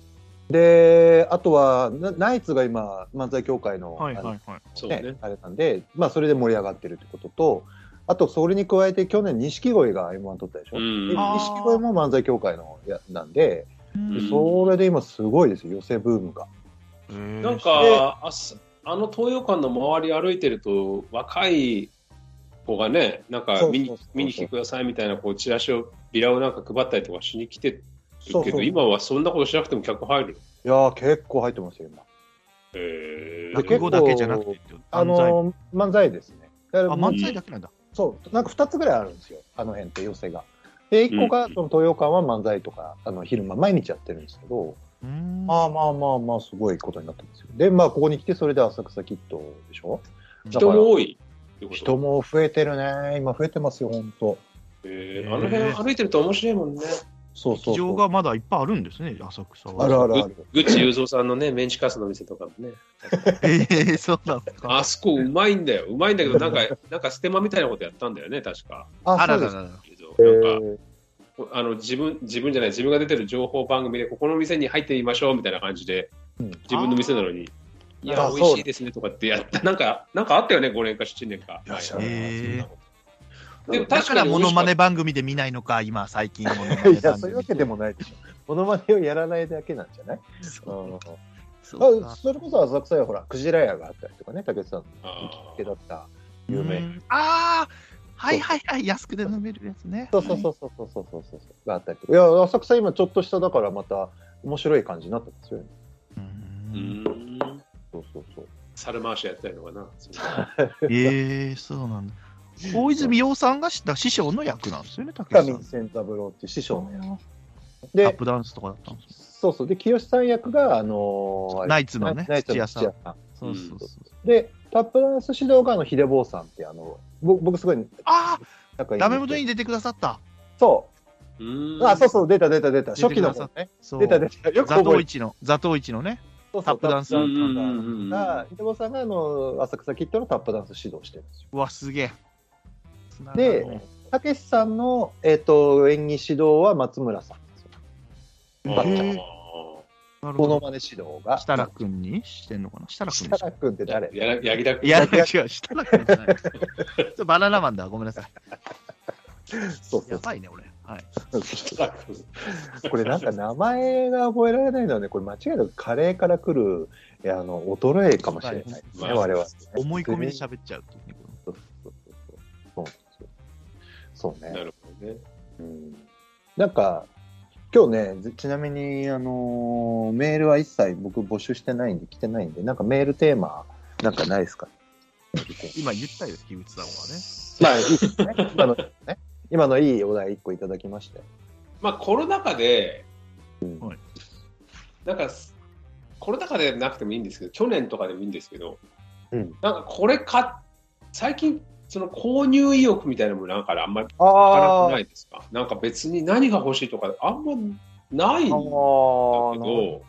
Speaker 3: で、あとは、なナイツが今、漫才協会の、
Speaker 4: はい
Speaker 3: あの
Speaker 4: はいはい。
Speaker 1: そう
Speaker 3: ね
Speaker 1: ね。
Speaker 3: あれなんで、まあ、それで盛り上がってるってことと、あと、それに加えて、去年、錦鯉が M1 取ったでしょ。
Speaker 1: うん
Speaker 3: で錦鯉も漫才協会のやなんで、で
Speaker 1: うん
Speaker 3: それで今、すごいですよ、寄せブームが。
Speaker 1: なん
Speaker 3: で
Speaker 1: かあすあの東洋館の周り歩いてると若い子がねなんか
Speaker 3: そうそうそう
Speaker 1: 見に見に来てくださいみたいなこうチラシをビラをなんか配ったりとかしに来てるけ
Speaker 3: そう
Speaker 1: ど
Speaker 3: そう。い
Speaker 1: 今はそんなことしなくても客入る。
Speaker 3: やー、結構入ってますよ、今。
Speaker 1: え
Speaker 3: で
Speaker 4: 落語だけじゃなくてってこと、
Speaker 3: あ
Speaker 4: 漫才
Speaker 3: のー、漫才ですね。だから
Speaker 4: あ、漫才だけなんだ。
Speaker 3: そう、なんか2つぐらいあるんですよ、あの辺って寄せが。で、1個が、その東洋館は漫才とか、あの昼間、毎日やってるんですけど、
Speaker 4: うーん
Speaker 3: まあまあまあまあ、すごいことになってますよ。で、まあ、ここに来て、それで浅草キットでしょだか
Speaker 1: 人
Speaker 3: ら
Speaker 1: も多いってこと
Speaker 3: 人も増えてるね。今増えてますよ、ほんと。
Speaker 1: えーあの辺歩いてると面白いもんね。
Speaker 3: そうそう
Speaker 4: 市
Speaker 3: そ
Speaker 4: 場
Speaker 3: う。
Speaker 4: がまだいっぱいあるんですね、浅草は。
Speaker 3: あるあるある。
Speaker 1: ぐっち雄三さんのねメンチカツの店とかもね。
Speaker 4: ええそうなんですか。
Speaker 1: あそこうまいんだよ。うまいんだけどなんかなんかステマみたいなことやったんだよね確か。
Speaker 3: あ、
Speaker 4: あ
Speaker 3: そ
Speaker 4: ら
Speaker 3: うで
Speaker 4: ら
Speaker 3: す。
Speaker 4: らら。
Speaker 1: なんか、
Speaker 3: えー
Speaker 1: あの自分自分じゃない自分が出てる情報番組でここの店に入ってみましょうみたいな感じで、
Speaker 3: うん
Speaker 1: 自分の店なのにいや
Speaker 3: あ
Speaker 1: 美味
Speaker 3: そ
Speaker 1: し
Speaker 3: う
Speaker 1: いですねとかってやったなんかなんかあったよね5年か7年か
Speaker 3: いや知ら
Speaker 4: ない
Speaker 1: えで
Speaker 3: でも
Speaker 1: も
Speaker 4: だ
Speaker 1: 確か
Speaker 4: か
Speaker 1: らに
Speaker 4: モノマ
Speaker 1: 美味し
Speaker 4: ネ
Speaker 1: かっ
Speaker 4: 番組で見ないのか、今、最近モノマネ番組。
Speaker 3: いや、そういうわけでもないでしょ。モノマネをやらないだけなんじゃないうん
Speaker 4: そう
Speaker 3: あ
Speaker 4: か。
Speaker 3: それこそ浅草やほら、クジラ屋があったりとかね、竹内さんの
Speaker 1: た
Speaker 3: 行きつけだった
Speaker 4: う
Speaker 3: 有名
Speaker 4: んああ、はいはいはい、安くで飲めるやつね。
Speaker 3: そうそうそうそうそうそうそうそうがあったりとかいや浅草今ちょっとしただからまた面白い感じになってますよね
Speaker 4: う。
Speaker 1: うんん
Speaker 3: そうそうそう
Speaker 1: 猿回しやったりとかな
Speaker 4: ええそうなんだ。大泉洋さんがした師匠の役なんですよね、竹内
Speaker 3: 深
Speaker 4: さん
Speaker 3: 見。千三郎っていう師匠の役
Speaker 4: タッ
Speaker 3: で
Speaker 4: プダンスとかだったんですよ
Speaker 3: そうそうで清さん役があのーあれ
Speaker 4: ナイツのね
Speaker 3: ナイツ
Speaker 4: 土
Speaker 3: の
Speaker 4: 屋さ
Speaker 3: 土屋
Speaker 4: ん。
Speaker 3: さん
Speaker 4: そうそうそう。
Speaker 3: でタップダンス指導があの秀坊さんってあの僕僕すごい
Speaker 4: あ
Speaker 3: 仲い
Speaker 4: あ、
Speaker 3: い
Speaker 4: ダメ元に出てくださった。
Speaker 3: そう
Speaker 1: うん
Speaker 3: あそうそう出た出た出た
Speaker 4: 出て
Speaker 3: 初期
Speaker 4: く
Speaker 3: の
Speaker 4: ださ
Speaker 3: 方
Speaker 4: っ
Speaker 3: ね
Speaker 4: そう
Speaker 3: 出た出たよく
Speaker 4: 座頭
Speaker 3: 覚えて
Speaker 4: 市の、座頭市のね、
Speaker 3: そう
Speaker 4: タ
Speaker 3: そ
Speaker 4: ッ
Speaker 3: う
Speaker 4: プダンス
Speaker 1: うん
Speaker 4: だっ
Speaker 1: う
Speaker 4: たん
Speaker 1: ん
Speaker 4: だ。
Speaker 1: うんうん
Speaker 3: が秀坊さんがあの浅草キッドのタップダンス指導してるんですよ
Speaker 4: うわ、すげえ。つながる
Speaker 3: で、たけしさんの、えっと演技指導は松村さんですよ。
Speaker 1: あ
Speaker 4: へ
Speaker 1: ー
Speaker 4: ーなる
Speaker 3: モノ
Speaker 4: ほど。
Speaker 3: マネ指導が。
Speaker 4: 設楽君にしてんのかな設楽君
Speaker 3: 設
Speaker 4: にしてんの
Speaker 3: 楽君って誰
Speaker 1: やらやぎだ
Speaker 4: いや、違う、設楽君じゃない。ちょっとバナナマンだ、ごめんなさい。
Speaker 3: そうそ
Speaker 4: や
Speaker 3: う
Speaker 4: ばいね、俺。はい。
Speaker 3: これなんか名前が覚えられないのはね、これ間違いなくカレーから来る、いやあの、衰えかもしれないですね、
Speaker 1: まあ
Speaker 3: 我々ね。
Speaker 4: 思い込みで喋っちゃうっていうね。
Speaker 3: そうそうそうそうそうそうね。
Speaker 1: なるほどね
Speaker 3: うんなんか、今日ね、ずちなみに、あのーメールは一切僕募集してないんで、来てないんで、なんかメールテーマ、なんかないです か
Speaker 4: 今言ったよ、樋口さんは
Speaker 3: ま
Speaker 4: ね。
Speaker 3: あ、いいですね。今のね、今のいいお題一個いただきまして。
Speaker 1: まあ コロナ禍で、
Speaker 4: はい
Speaker 1: なんかコロナ禍でなくてもいいんですけど去年とかでもいいんですけど、
Speaker 3: うん
Speaker 1: なんかこれか最近その購入意欲みたいなのもなんかあんまりわから
Speaker 3: あ
Speaker 1: なくないですかなんか別に何が欲しいとかあんまないんだけ
Speaker 3: あ
Speaker 1: ど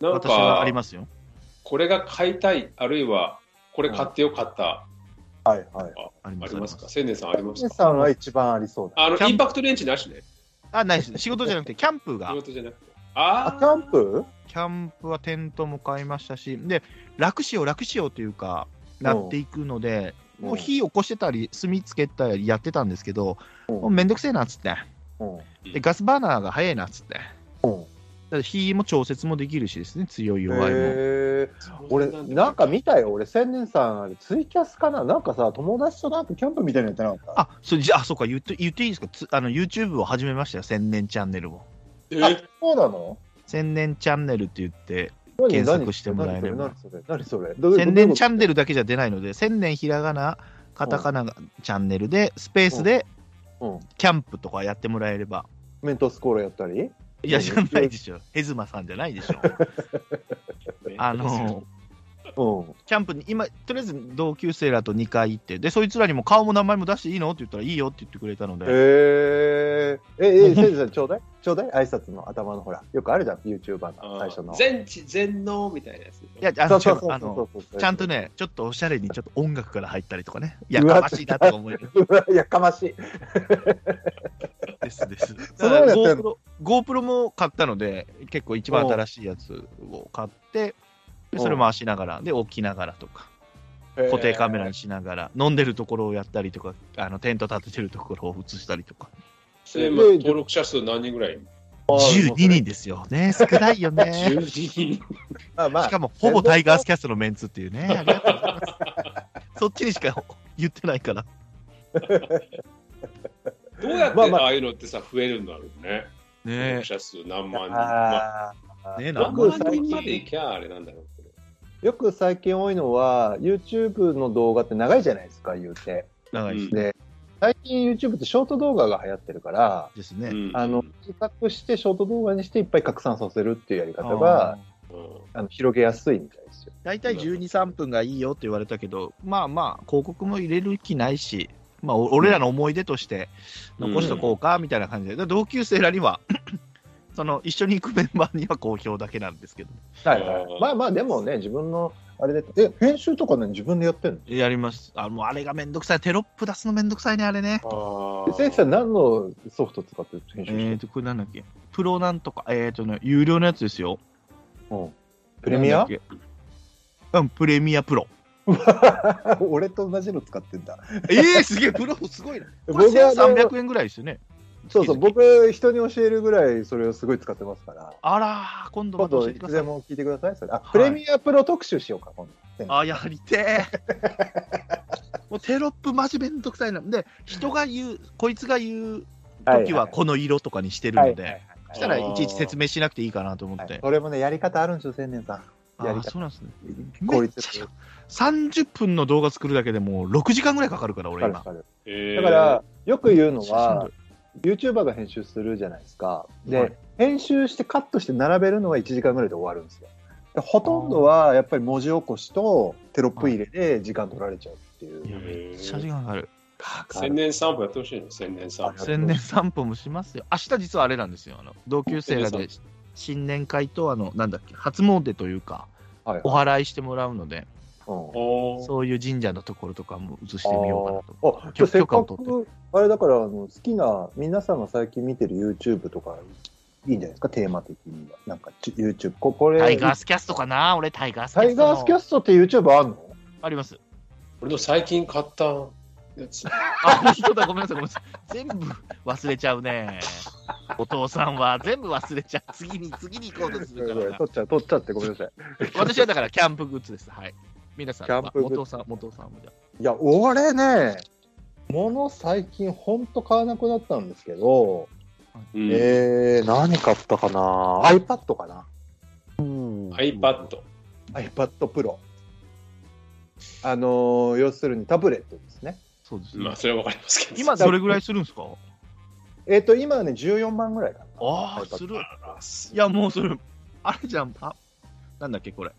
Speaker 1: なん
Speaker 4: 私はあり
Speaker 1: か
Speaker 4: ますよ。
Speaker 1: これが買いたいあるいはこれ買ってよかった、
Speaker 3: はいはい。
Speaker 4: あり
Speaker 1: あ
Speaker 4: ま
Speaker 1: り
Speaker 4: す、あり
Speaker 1: ま
Speaker 4: ます
Speaker 1: か
Speaker 4: す。
Speaker 1: 千年さんあります
Speaker 3: シン
Speaker 1: か
Speaker 3: さんは一番ありそうだ。
Speaker 1: あの
Speaker 4: キャンプ
Speaker 1: インパクトレンチなしね
Speaker 4: あ、ないです。仕事じゃなくて、キャンプが
Speaker 1: 仕。事じゃなくてあ
Speaker 3: あ、
Speaker 1: ー
Speaker 3: キャンプ
Speaker 4: キャンプはテントも買いましたし、で、楽しよう、楽しようというか、なっていくので、
Speaker 3: うん
Speaker 4: もう火起こしてたり、炭つけたりやってたんですけど、もうめんどくせえなっつって、
Speaker 3: うん。
Speaker 4: でガスバーナーが早いなっつって、
Speaker 3: うん
Speaker 4: だから火も調節もできるしですね、強い弱いも。
Speaker 3: へー俺、なんか見たよ。俺、千年さん、あれ、ツイキャスかななんかさ、友達となんかキャンプみたいなのやってなかっ
Speaker 4: あそれじゃあ、そうか、言って言っていいですかつあの、YouTube を始めましたよ、千年チャンネルを。
Speaker 1: え
Speaker 3: た。あ、そうなの
Speaker 4: 千年チャンネルって言って、
Speaker 3: 何
Speaker 4: 検索してもらえれば
Speaker 3: 何それ何それ何それどういう
Speaker 4: 千年チャ
Speaker 3: ン
Speaker 4: ンネルだけじゃ出ないので、千年ひらがな、カタカナがチャンネルで、スペースで
Speaker 3: うん。
Speaker 4: キャンプとかやってもらえれば。
Speaker 3: メントスコーラやったり
Speaker 4: いや、じゃないでしょ。ヘズマさんじゃないでしょ。あの、
Speaker 3: うん。
Speaker 4: キャンプに、今、とりあえず同級生らと2回行って、で、そいつらにも顔も名前も出していいのって言ったらいいよって言ってくれたの
Speaker 3: へ
Speaker 4: で、
Speaker 3: え。え、 え、千年さん、ちょうだいちょうだい挨拶の頭のほら、よくあるじゃん、YouTuber の最初の。
Speaker 1: 全知全能みたいなやつ。
Speaker 4: いや、あ
Speaker 3: そう
Speaker 4: の、
Speaker 3: そう
Speaker 4: 違
Speaker 3: そうう
Speaker 4: あの
Speaker 3: そうそうそう
Speaker 4: ちゃんと ね、ちょっとおしゃれにちょっと音楽から入ったりとかね、いうや
Speaker 3: わ
Speaker 4: かましいなとか思える。
Speaker 3: うわやかましい。
Speaker 4: ですです。
Speaker 3: そんなのやってん
Speaker 4: GoPro、 GoPro も買ったので、結構一番新しいやつを買って、でそれ回しながら、で、置きながらとか、固定カメラにしながら、飲んでるところをやったりとか、あのテント立ててるところを映したりとか、
Speaker 1: それ今登録者数何人ぐらい
Speaker 4: 12人ですよね、少ないよね。
Speaker 1: ?12 人。
Speaker 3: まあま
Speaker 4: しか
Speaker 3: あ、
Speaker 4: も、ほぼタイガースキャストのメンツっていうね、ありがとうございますそっちにしか言ってないから。
Speaker 1: どうやっ
Speaker 3: まあ
Speaker 1: て
Speaker 3: まあ
Speaker 1: ああいうのってさ、増えるんだろうね。登
Speaker 4: ね
Speaker 1: 録者数何万人。まあ
Speaker 3: あー
Speaker 4: ね
Speaker 1: 何
Speaker 3: 僕
Speaker 1: 万
Speaker 3: 最
Speaker 1: 人ま
Speaker 3: 近
Speaker 1: でいきゃあれなんだろうけど。
Speaker 3: よく最近多いのは、YouTube の動画って長いじゃないですか、言うて。
Speaker 4: 長いです
Speaker 1: うん
Speaker 4: ね。
Speaker 3: で、最近 YouTube ってショート動画が流行ってるから、
Speaker 4: ですね。
Speaker 1: うん
Speaker 3: あの、自覚してショート動画にしていっぱい拡散させるっていうやり方
Speaker 4: あ
Speaker 3: が
Speaker 4: ー、
Speaker 1: うん
Speaker 3: あの広げやすいみたいですよ。
Speaker 4: 大体12、3分がいいよって言われたけど、まあまあ、広告も入れる気ないし、まあ、お俺らの思い出として残しとこうかみたいな感じで、で同級生らには その、一緒に行くメンバーには好評だけなんですけど、
Speaker 3: はいは
Speaker 1: あ
Speaker 3: い
Speaker 1: ー。
Speaker 3: まあまあ、でもね、自分の、あれで、え、編集とかね、自分でやってんの
Speaker 4: やります。あもうあれがめんどくさい、テロップ出すのめんどくさいね、あれね。
Speaker 1: あ
Speaker 3: 先生、何のソフト使って編集
Speaker 4: え
Speaker 3: して
Speaker 4: ー
Speaker 3: る
Speaker 4: と、これなんだっけ、プロなんとか、えーとね、有料のやつですよ。
Speaker 3: うんプレミア
Speaker 4: なんだっけうん、プレミアプロ。
Speaker 3: 俺と同じの使ってんだ。
Speaker 4: えー、すげえ、プロすごいな。これ
Speaker 3: 僕は
Speaker 4: 1300円ぐらいですよね。
Speaker 3: そうそう、
Speaker 4: 月々
Speaker 3: 僕、人に教えるぐらい、それをすごい使ってますから。
Speaker 4: あらー、今度
Speaker 3: 今
Speaker 4: また教
Speaker 3: 度、
Speaker 4: え
Speaker 3: い
Speaker 4: てく
Speaker 3: つ
Speaker 4: ださ
Speaker 3: で
Speaker 4: い。
Speaker 3: も聞いてください。それあ、
Speaker 4: はい
Speaker 3: プレミアプロ特集しようか、今度。
Speaker 4: あ、やりてー もうテロップマジめんどくさいな。で、人が言う、こいつが言う時はこの色とかにしてるので、そしたらいちいち説明しなくていいかなと思
Speaker 3: は
Speaker 4: っ
Speaker 3: い
Speaker 4: て。
Speaker 3: それもね、やり方あるんですよ、千年さ
Speaker 4: あ
Speaker 3: いやり
Speaker 4: ー
Speaker 3: た
Speaker 4: そうなんですね。
Speaker 3: ん。効率よく
Speaker 4: 30分の動画作るだけでもう6時間ぐらいかかるから、俺
Speaker 3: わ
Speaker 4: 今。
Speaker 3: かる
Speaker 1: え
Speaker 3: だ
Speaker 1: ー
Speaker 3: から、よく言うの
Speaker 4: 写真撮
Speaker 3: は
Speaker 4: る、
Speaker 3: YouTuber が編集するじゃないですか。で、
Speaker 4: はい
Speaker 3: 編集してカットして並べるのは1時間ぐらいで終わるんですよ。でほとんどはやっぱり文字起こしとテロップ入れで時間取られちゃうっていう。
Speaker 1: えー
Speaker 4: 写真がかかる。
Speaker 3: かか
Speaker 1: 千
Speaker 3: る
Speaker 1: 年散歩やってほしいね、千年散歩。
Speaker 4: 千年散歩もしますよ。明日実はあれなんですよ。あの同級生らで新年会と、あの、なんだっけ、初詣というか、
Speaker 3: はい
Speaker 4: お祓いしてもらうので、
Speaker 3: うん
Speaker 1: おー
Speaker 4: そういう神社のところとかも映してみようかなと。
Speaker 3: あじゃあせっ
Speaker 4: 許可
Speaker 3: か
Speaker 4: を取
Speaker 3: く、あれだから、あの好きな、皆さんが最近見てる YouTube とか、いいんじゃないですか、テーマ的には。なんか、ち YouTube、ここれ、
Speaker 4: タイガースキャストかな俺タイガースキャ
Speaker 3: タ
Speaker 4: スト
Speaker 3: イガースキャ
Speaker 4: ス
Speaker 3: ストって YouTube あんの
Speaker 4: トあります。
Speaker 1: 俺の最近買ったやつ。
Speaker 4: あ、本当だ、ごめんなさい、ごめんなさい。全部忘れちゃ うね。お父さんは全部忘れちゃう。次に、次に行こうとするからな。
Speaker 3: 取っちゃう、取っちゃってごめんなさい。
Speaker 4: 私はだからキャンプグッズです。はい。皆さん、
Speaker 3: キャンプグッズ
Speaker 4: お父さん、お父さんもじゃ
Speaker 3: いや、俺ね、物最近ほんと買わなくなったんですけど、
Speaker 1: うん
Speaker 3: えー、何買ったかな ?iPad かな
Speaker 1: iPad。
Speaker 3: ?iPad Pro。あのー要するにタブレットですね。
Speaker 4: そうですね。
Speaker 1: まあ、それはわかりますけど。
Speaker 4: 今、どれぐらいするんですか
Speaker 3: えっ、と、今はね、14万ぐらいかな。
Speaker 4: ああ、
Speaker 3: iPad
Speaker 4: する。
Speaker 1: あす
Speaker 4: いや、もうそれ、あれじゃん、あ、なんだっけ、これ。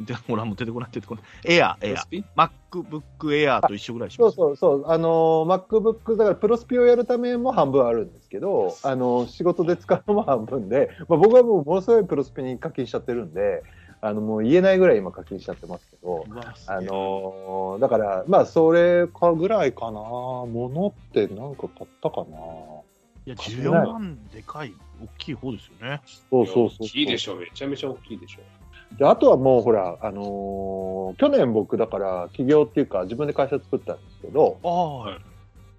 Speaker 4: で、ほら、もう出てこない、出てこない。エアー、エアー。
Speaker 1: USB
Speaker 4: MacBook Air と一緒ぐらいにし
Speaker 3: そ
Speaker 4: ま
Speaker 3: う
Speaker 4: す。
Speaker 3: そうそう、あのー MacBook、だからプロスピをやるためも半分あるんですけど、あのー仕事で使うのも半分で、まあ、僕はもうものすごいプロスピに課金しちゃってるんで、あのもう言えないぐらい今課金しちゃってますけど、
Speaker 4: うわすげえ
Speaker 3: あのーだから、まあ、それかぐらいかな、ものってなんか買ったかな。
Speaker 4: いや、14万でかい、大きい方ですよね。
Speaker 3: そうそうそうそう
Speaker 1: 大きいでしょ、めちゃめちゃ大きいでしょ。
Speaker 3: であとはもうほら、あのー去年僕だから起業っていうか自分で会社作ったんですけど、
Speaker 4: ああ、はい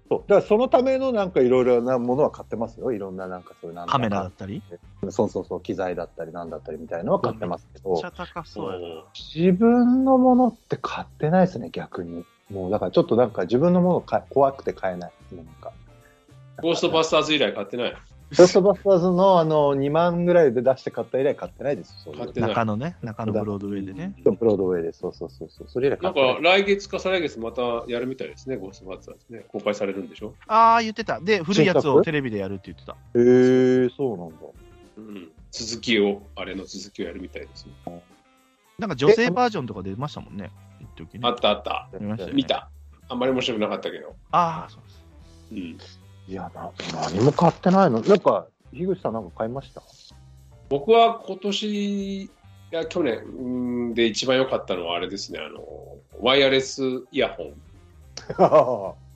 Speaker 3: そうだからそのためのなんかいろいろなものは買ってますよ。いろんななんかそういうなんだ
Speaker 4: カメラだったり、
Speaker 3: そうそうそう、機材だったりなんだったりみたいのは買ってますけ
Speaker 4: めっ
Speaker 3: ど
Speaker 4: ちゃ、高そうやな。
Speaker 3: 自分のものって買ってないですね、逆に。もうだからちょっとなんか自分のものか怖くて買えない。なんか。
Speaker 1: ゴーストバスターズ以来買ってない。
Speaker 3: ゴーストバスターズのあの2万ぐらいで出して買った以来買ってないです。そういう
Speaker 1: 買ってない
Speaker 4: 中野ね、中野ブロードウェイでね。
Speaker 3: ブロードウェイで、そうそうそうそう。それ以来
Speaker 1: な
Speaker 3: 買
Speaker 1: ん
Speaker 3: ってない
Speaker 1: か来月か再来月またやるみたいですね、ゴーストバスターズね。公開されるんでしょ。
Speaker 4: ああ、言ってた。で、古いやつ
Speaker 3: 新
Speaker 4: を
Speaker 3: 作
Speaker 4: テレビでやるって言ってた。
Speaker 3: へえ、そうなんだ。
Speaker 1: うん。続きを、あれの続きをやるみたいですね。
Speaker 4: なんか女性バージョンとか出ましたもんね。一時ね
Speaker 1: あ。ったあった。
Speaker 4: 見ましたよね
Speaker 1: 見た。あんまり面白くなかったけど。
Speaker 4: ああ、そうです。
Speaker 1: うん。
Speaker 3: いやな、何も買ってないの。なんか、樋口さんなんか買いました
Speaker 1: 僕は今年、いや、去年うんで一番良かったのはあれですね、あの、ワイヤレスイヤホン。
Speaker 3: 使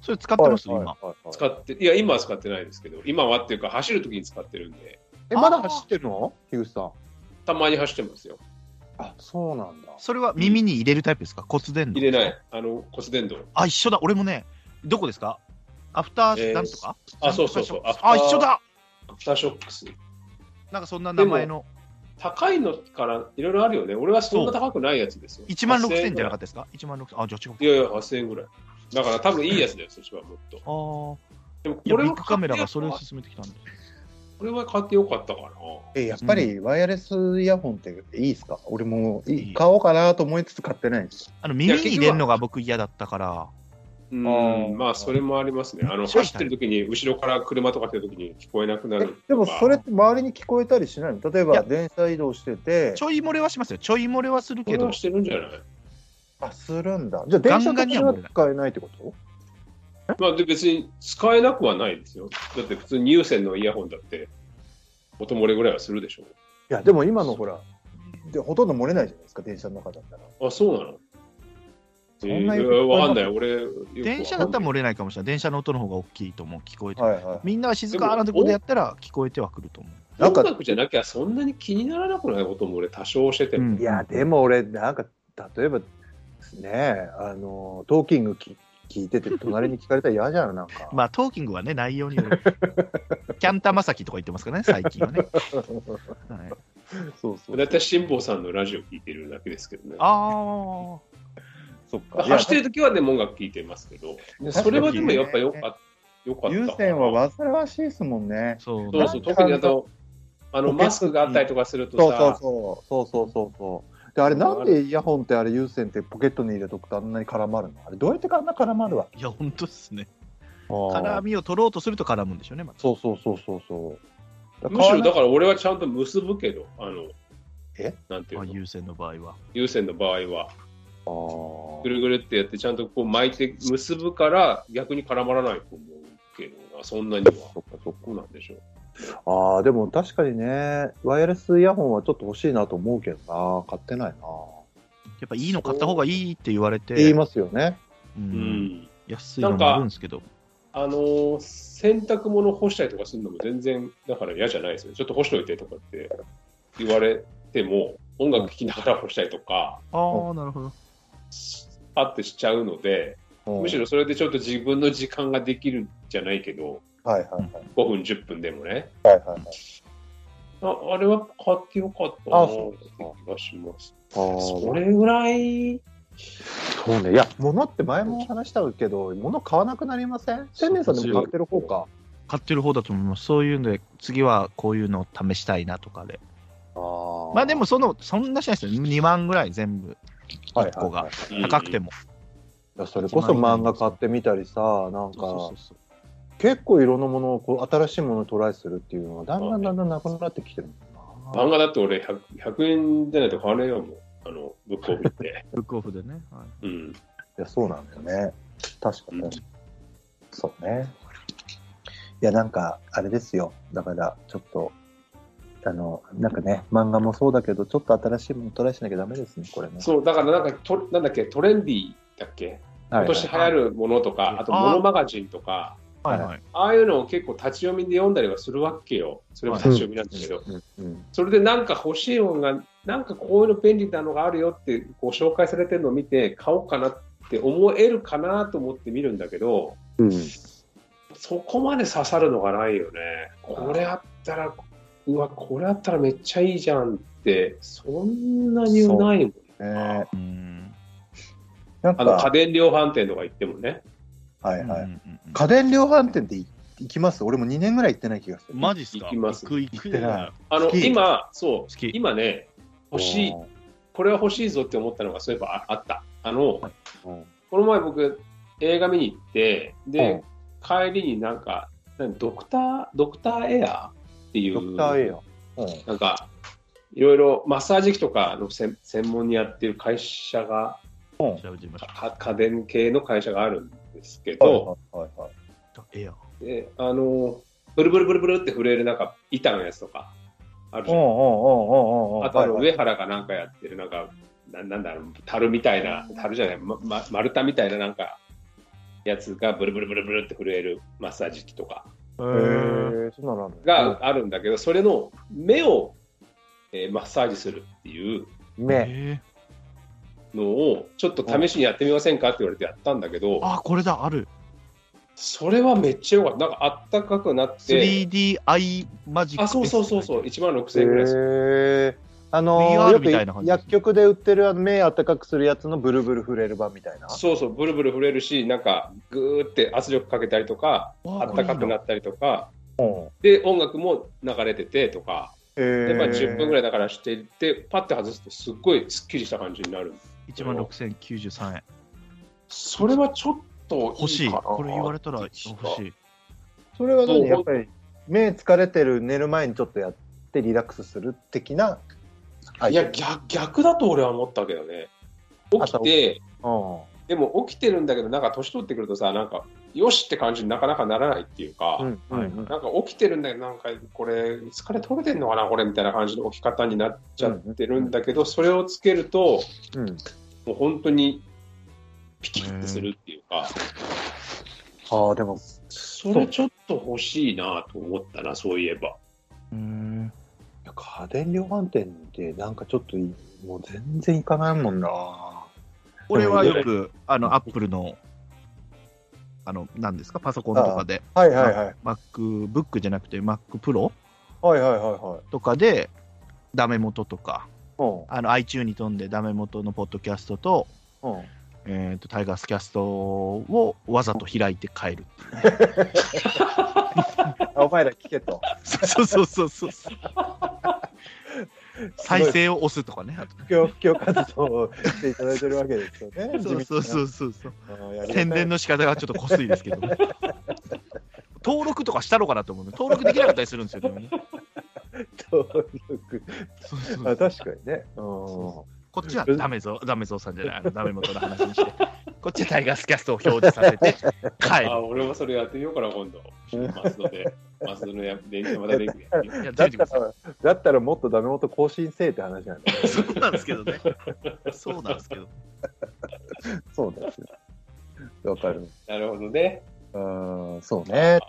Speaker 4: それ使ってます、
Speaker 3: はい
Speaker 4: 今。
Speaker 3: はいはい
Speaker 1: 使って、いや、今は使ってないですけど、今はっていうか、走るときに使ってるんで、
Speaker 3: え、まだ走ってるの樋口さん。
Speaker 1: たまに走ってますよ。
Speaker 3: あ、そうなんだ。
Speaker 4: それは耳に入れるタイプですか骨伝導
Speaker 1: 入れない。あの、骨伝導。
Speaker 4: あ、一緒だ。俺もね、どこですかアフターなんとか、
Speaker 1: あ、そうそうそう。アフター
Speaker 4: あ、一緒だ
Speaker 1: アフターショックス。
Speaker 4: なんかそんな名前の
Speaker 1: 高いのからいろいろあるよね。俺はそんな高くないやつですよ。
Speaker 4: 1万6000じ
Speaker 1: か
Speaker 4: ゃなかったですか ?1 万6000。あ、じゃあ違う
Speaker 1: いやいや、8000円ぐらい。だから多分いいやつだよ、そっちはもっと。
Speaker 4: あー
Speaker 1: でも
Speaker 4: いや
Speaker 1: これ
Speaker 4: ビッ
Speaker 1: は
Speaker 4: グカメラがそれを
Speaker 1: こ
Speaker 4: 勧めてきたんです。
Speaker 1: れは買ってよかったかな。
Speaker 3: え、やっぱりワイヤレスイヤホンっていいですか俺もい
Speaker 4: いい
Speaker 3: い買おうかなと思いつつ買ってないんですよ。
Speaker 4: あの耳に入れるのが僕嫌だったから、
Speaker 1: うん、まあそれもありますね。あの
Speaker 4: そう
Speaker 1: 走ってる時に後ろから車とか来た時に聞こえなくな
Speaker 3: え
Speaker 1: る。
Speaker 3: でもそれって周りに聞こえたりしないの例え
Speaker 4: い
Speaker 3: ば
Speaker 4: や
Speaker 3: 電車移動してて
Speaker 4: ち、ょい漏れはしますよ。ちょい漏れはするけ
Speaker 1: け
Speaker 4: ど
Speaker 1: ど、してるんじゃない。
Speaker 3: あ、するんだ。じゃあ電車
Speaker 4: ガン
Speaker 3: と
Speaker 4: ガンに
Speaker 3: か
Speaker 4: は
Speaker 3: は
Speaker 4: 漏れない
Speaker 3: 使えないってこと
Speaker 1: まあで別に使えなくはないですよ。だって普通に有線のイヤホンだって音漏れぐらいはするでしょ
Speaker 3: いや、でも今のほら、でほとんど漏れないじゃないですか、電車の中だったら。
Speaker 1: あ、そうなの。
Speaker 3: そんな
Speaker 1: え
Speaker 3: に
Speaker 1: ーいやわかんない。俺よくわかんない、
Speaker 4: 電車だったら漏れないかもしれない。電車の音の方が大きいと思う。聞こえて。
Speaker 3: はいはい。
Speaker 4: みんなが静かなとこでやったら聞こえてはくると思う。
Speaker 3: なんか
Speaker 1: 音楽じゃなきゃそんなに気にならなくない音も俺多少してても。
Speaker 4: うん
Speaker 3: いや、でも俺、なんか、例えば、ねえ、あの、トーキングき聞いてて、隣に聞かれたら嫌じゃん、なん か。
Speaker 4: まあ、トーキングはね、内容によ る。キャンタマサキとか言ってますからね、最近はね。はい、
Speaker 3: そうそ
Speaker 1: だいたい辛坊さんのラジオ聞いてるだけですけどね。
Speaker 4: あ
Speaker 3: そっか。いや
Speaker 1: 走ってる時はね、音楽聞いてますけど、
Speaker 3: 確かに
Speaker 1: それはでもやっぱよかった。よかったか
Speaker 3: 優
Speaker 1: な。
Speaker 3: 先は煩わしいですもんね
Speaker 4: あ、。そう
Speaker 1: そう
Speaker 4: だ
Speaker 1: そう、
Speaker 3: なん
Speaker 1: 特にあと、あの、
Speaker 3: ポケットに
Speaker 1: マスクがあったりとかすると
Speaker 3: そう
Speaker 1: さ、
Speaker 3: そうそう。そうそうそうそう。で、あれなんでイヤホンってあれ優先ってポケットに入れとくとあんなに絡まるのあれどうやってあんな絡まるわけ
Speaker 4: いや、本当ですね。絡
Speaker 3: 絡
Speaker 4: みを取ろうとすると絡むんでしょうね、また。
Speaker 3: そうそうそうそうそう。
Speaker 1: むしろだ
Speaker 3: か
Speaker 1: から俺はちゃんと結ぶけど、あの、
Speaker 3: え
Speaker 1: なんてい
Speaker 4: まあ、
Speaker 1: うの、
Speaker 4: 優先の場合は。
Speaker 1: 優先の場合は、
Speaker 3: ら、あ
Speaker 1: ぐるぐるってやって、ちゃんとこう巻いて結ぶから、逆に絡まらないと思うけどな、そんなには。
Speaker 3: そっかそっ
Speaker 1: どうなんでしょう。
Speaker 3: か。ああ、でも確かにね、ワイヤレスイヤホンはちょっと欲しいなと思うけどな、買ってないな。
Speaker 4: やっぱいいの買った方がいいって言われて、
Speaker 3: 言いますよね。
Speaker 4: う、
Speaker 1: うんん。
Speaker 4: 安いのもあるんですけど、
Speaker 1: あのー洗濯物干したりとかするのも全然、だから嫌じゃないですよ。ちょっと干しといてとかって言われても、音楽聴きながら干したりとか、
Speaker 4: ああ、なるほど。
Speaker 1: あってしちゃうので、
Speaker 3: うん
Speaker 1: むしろそれでちょっと自分の時間ができるじゃないけど、
Speaker 3: はいはいはい。
Speaker 1: 5分、10分でもね。
Speaker 3: はいはいはい
Speaker 1: ああれは買ってよかったな
Speaker 3: あ
Speaker 1: って
Speaker 3: そう
Speaker 1: 気がします。
Speaker 3: あー
Speaker 1: それぐらい、
Speaker 3: そうね。いや、物って前も話したけど、物買わなくなりません千年さんでも買ってる方か。
Speaker 4: 買ってる方だと思います。そういうので、次はこういうのを試したいなとかで。
Speaker 3: あ
Speaker 4: まあでも、その、そんなしないですよ。2万ぐらい全部、
Speaker 3: はい
Speaker 4: 1個が
Speaker 3: はい。はい
Speaker 4: 高くて
Speaker 1: も。
Speaker 4: も。
Speaker 3: いやそれこそ漫画買ってみたりさ、なん
Speaker 4: そう
Speaker 3: か
Speaker 4: そう、そう
Speaker 3: 結構いろんなものをこう、新しいものをトライするっていうのは、だんだんだんだんなくなってきてるもんな。
Speaker 1: 漫画だって俺 100, 100円じゃないと買わないよ、もう。あの、ブックオフ行って。
Speaker 4: ブックオフでね。はい
Speaker 1: うん。
Speaker 3: いや、そうなんだよね。確かに。
Speaker 1: うん
Speaker 3: そうね。いや、なんか、あれですよ。だから、ちょっと、あの、なんかね、漫画もそうだけど、ちょっと新しいものトライしなきゃダメですね、これね。
Speaker 1: そう、だからなんかト、なんだっけ、トレンディだっけ
Speaker 3: は
Speaker 1: 今
Speaker 3: い
Speaker 1: 年流行るものとか、あと、モノマガジンとか、
Speaker 4: はい
Speaker 3: は
Speaker 4: はい。
Speaker 1: ああいうのを結構立ち読みで読んだりはするわけよ。それも立ち読みなんですけど、
Speaker 3: うんうん
Speaker 1: それでなんか欲しいものが、なんかこういうの便利なのがあるよって、こう紹介されてるのを見て、買おうかなって思えるかなと思って見るんだけど、
Speaker 3: うん
Speaker 1: そこまで刺さるのがないよね。これあったら、うわ、これあったらめっちゃいいじゃんって、そんなにないもん。
Speaker 3: ねえ
Speaker 4: うん。
Speaker 3: なん
Speaker 1: あの家
Speaker 3: か、
Speaker 1: 電量販店とか行ってもね。
Speaker 3: は
Speaker 4: う
Speaker 3: い
Speaker 4: ん
Speaker 3: は
Speaker 4: う
Speaker 3: い。
Speaker 4: んうん
Speaker 3: 家電量販店ってい行きます俺も2年ぐらい行ってない気がする。
Speaker 4: マジっすか
Speaker 1: 行きます
Speaker 4: 行く行く
Speaker 3: 行ってない
Speaker 1: あの
Speaker 3: 好、き
Speaker 1: 今、そう
Speaker 4: 好き、
Speaker 1: 今ね、欲しい、これは欲しいぞって思ったのが、そういえばああった。あの、
Speaker 3: うん。
Speaker 1: この前僕、映画見に行って、
Speaker 3: う
Speaker 1: で、帰りになんか、なんドクター、ドクターエアっていう、
Speaker 3: ドクター A よ。うん。
Speaker 1: なんか、いろいろマッサージ機とかの専専門にやってる会社が、
Speaker 4: 調べてみましょ
Speaker 1: か家電系の会社があるんですけ
Speaker 3: はい
Speaker 1: ど、
Speaker 3: はいはいはい。
Speaker 4: う。エア。
Speaker 1: であの、ブルブルブルブルって震えるなんか板のやつとか、あるじ
Speaker 3: う
Speaker 1: ゃ
Speaker 3: んうん
Speaker 1: ん
Speaker 3: うんうんうんうん。
Speaker 1: あとあの
Speaker 3: はいはい
Speaker 1: 上原がなんかやってる、なんか、ななんだろう、樽みたいな、樽じゃない、まま、丸太みたいななんか、やつがブルブルブルブルって震えるマッサージ機とか、
Speaker 4: へ
Speaker 3: え、そんなのあるの
Speaker 1: があるんだけど、それの目を、えーマッサージするっていう
Speaker 3: 目。
Speaker 4: え。
Speaker 1: のを、ちょっと試しにやってみませんかって言われてやったんだけど、
Speaker 4: あ、これだ、ある。
Speaker 1: それはめっちゃ良かった。なんかあったかくなって、
Speaker 4: 3D アイマジック。
Speaker 1: あ、そうそうそうそう、。1万6000円ぐらいです。
Speaker 3: へえ。あの
Speaker 4: VR みたい
Speaker 3: ー、
Speaker 4: な
Speaker 3: よ
Speaker 4: 感
Speaker 3: く
Speaker 4: じ
Speaker 3: 薬局で売ってるあの目あったかくするやつのブルブル触れる版みたいな。
Speaker 1: そうそう、ブルブル触れるし、なんか、ぐーって圧力かけたりとか、
Speaker 4: あ
Speaker 1: あったかくな
Speaker 4: っ
Speaker 1: ったりとか、
Speaker 3: うん
Speaker 1: で、音楽も流れててとか、
Speaker 3: へ
Speaker 1: で、まあ、10分ぐ
Speaker 3: らい。
Speaker 1: らいだからしていって、パッて外すと、すっごいすっきりした感じになる。
Speaker 4: 1万6093円。
Speaker 1: それはちょっと
Speaker 4: 欲しい。
Speaker 1: かな
Speaker 4: これ言われたら欲しい。
Speaker 3: それは
Speaker 1: そう
Speaker 3: 何やっぱり、目疲れてる寝る前にちょっとやってリラックスする的な。
Speaker 1: いや逆、逆だと俺は思ったけどね。起
Speaker 3: 朝
Speaker 1: き
Speaker 3: 起
Speaker 1: て、
Speaker 3: うん。
Speaker 1: でも起きてるんだけど、なんか年取ってくるとさ、なんか、よしって感じになかなかならないっていうか、
Speaker 3: うんうんうん
Speaker 1: なんか起きてるんだけど、なんかこれ、疲れ取れてんのかな、これみたいな感じの起き方になっちゃってるんだけど、それをつけると、
Speaker 3: うん。
Speaker 1: もう本当にピキッてするっていうか、
Speaker 3: ああ、でも、
Speaker 1: それちょっと欲しいなと思ったな、そういえば。
Speaker 4: うん。
Speaker 3: 家電量販店でなんかちょっといもう全然行かないもんな。
Speaker 4: 俺はよく、あの、アップルの、あの、何ですか、パソコンとかで、
Speaker 3: はいはいはい。
Speaker 4: MacBook じゃなくて MacPro
Speaker 3: はいはいはいはい。
Speaker 4: とかで、ダメ元とか、
Speaker 3: うん
Speaker 4: あの、iTune に飛んでダメ元のポッドキャストと、
Speaker 3: うん、
Speaker 4: えっと、タイガースキャストをわざと開いて帰る。
Speaker 3: あお前ら聞けと。
Speaker 4: そうそうそうそうそう。再生を押すとかね。あと
Speaker 3: 布教布教活動をしていただいてるわけですよね。
Speaker 4: そうそうそうそうそう。
Speaker 3: 宣
Speaker 4: 宣伝
Speaker 3: 伝の。
Speaker 4: の仕方がちょっと濃すいですけど、ね、登録とかしたのかなと思うの登録できなかったりするんですよ、でもね、
Speaker 3: 登録
Speaker 4: そうそう
Speaker 3: あ確かにね。うん
Speaker 4: そこっちはダメぞ、ダメぞさんじゃない、あのダメ元の話に して、こっちはタイガースキャストを表示させて
Speaker 1: あ
Speaker 4: 帰る。
Speaker 1: 俺もそれやってみようかな、今度。松戸で。松戸のや電気また電気でやってみよ
Speaker 4: いや、つ
Speaker 3: だっ
Speaker 4: いてく
Speaker 3: た
Speaker 4: ださい
Speaker 3: ら、だったらもっとダメ元更新せえって話なんだ よね。
Speaker 4: そうなんですけどね。そうなんですけど。
Speaker 3: そうですよ。わかる。
Speaker 1: うなるほどね。
Speaker 3: うん、そうね。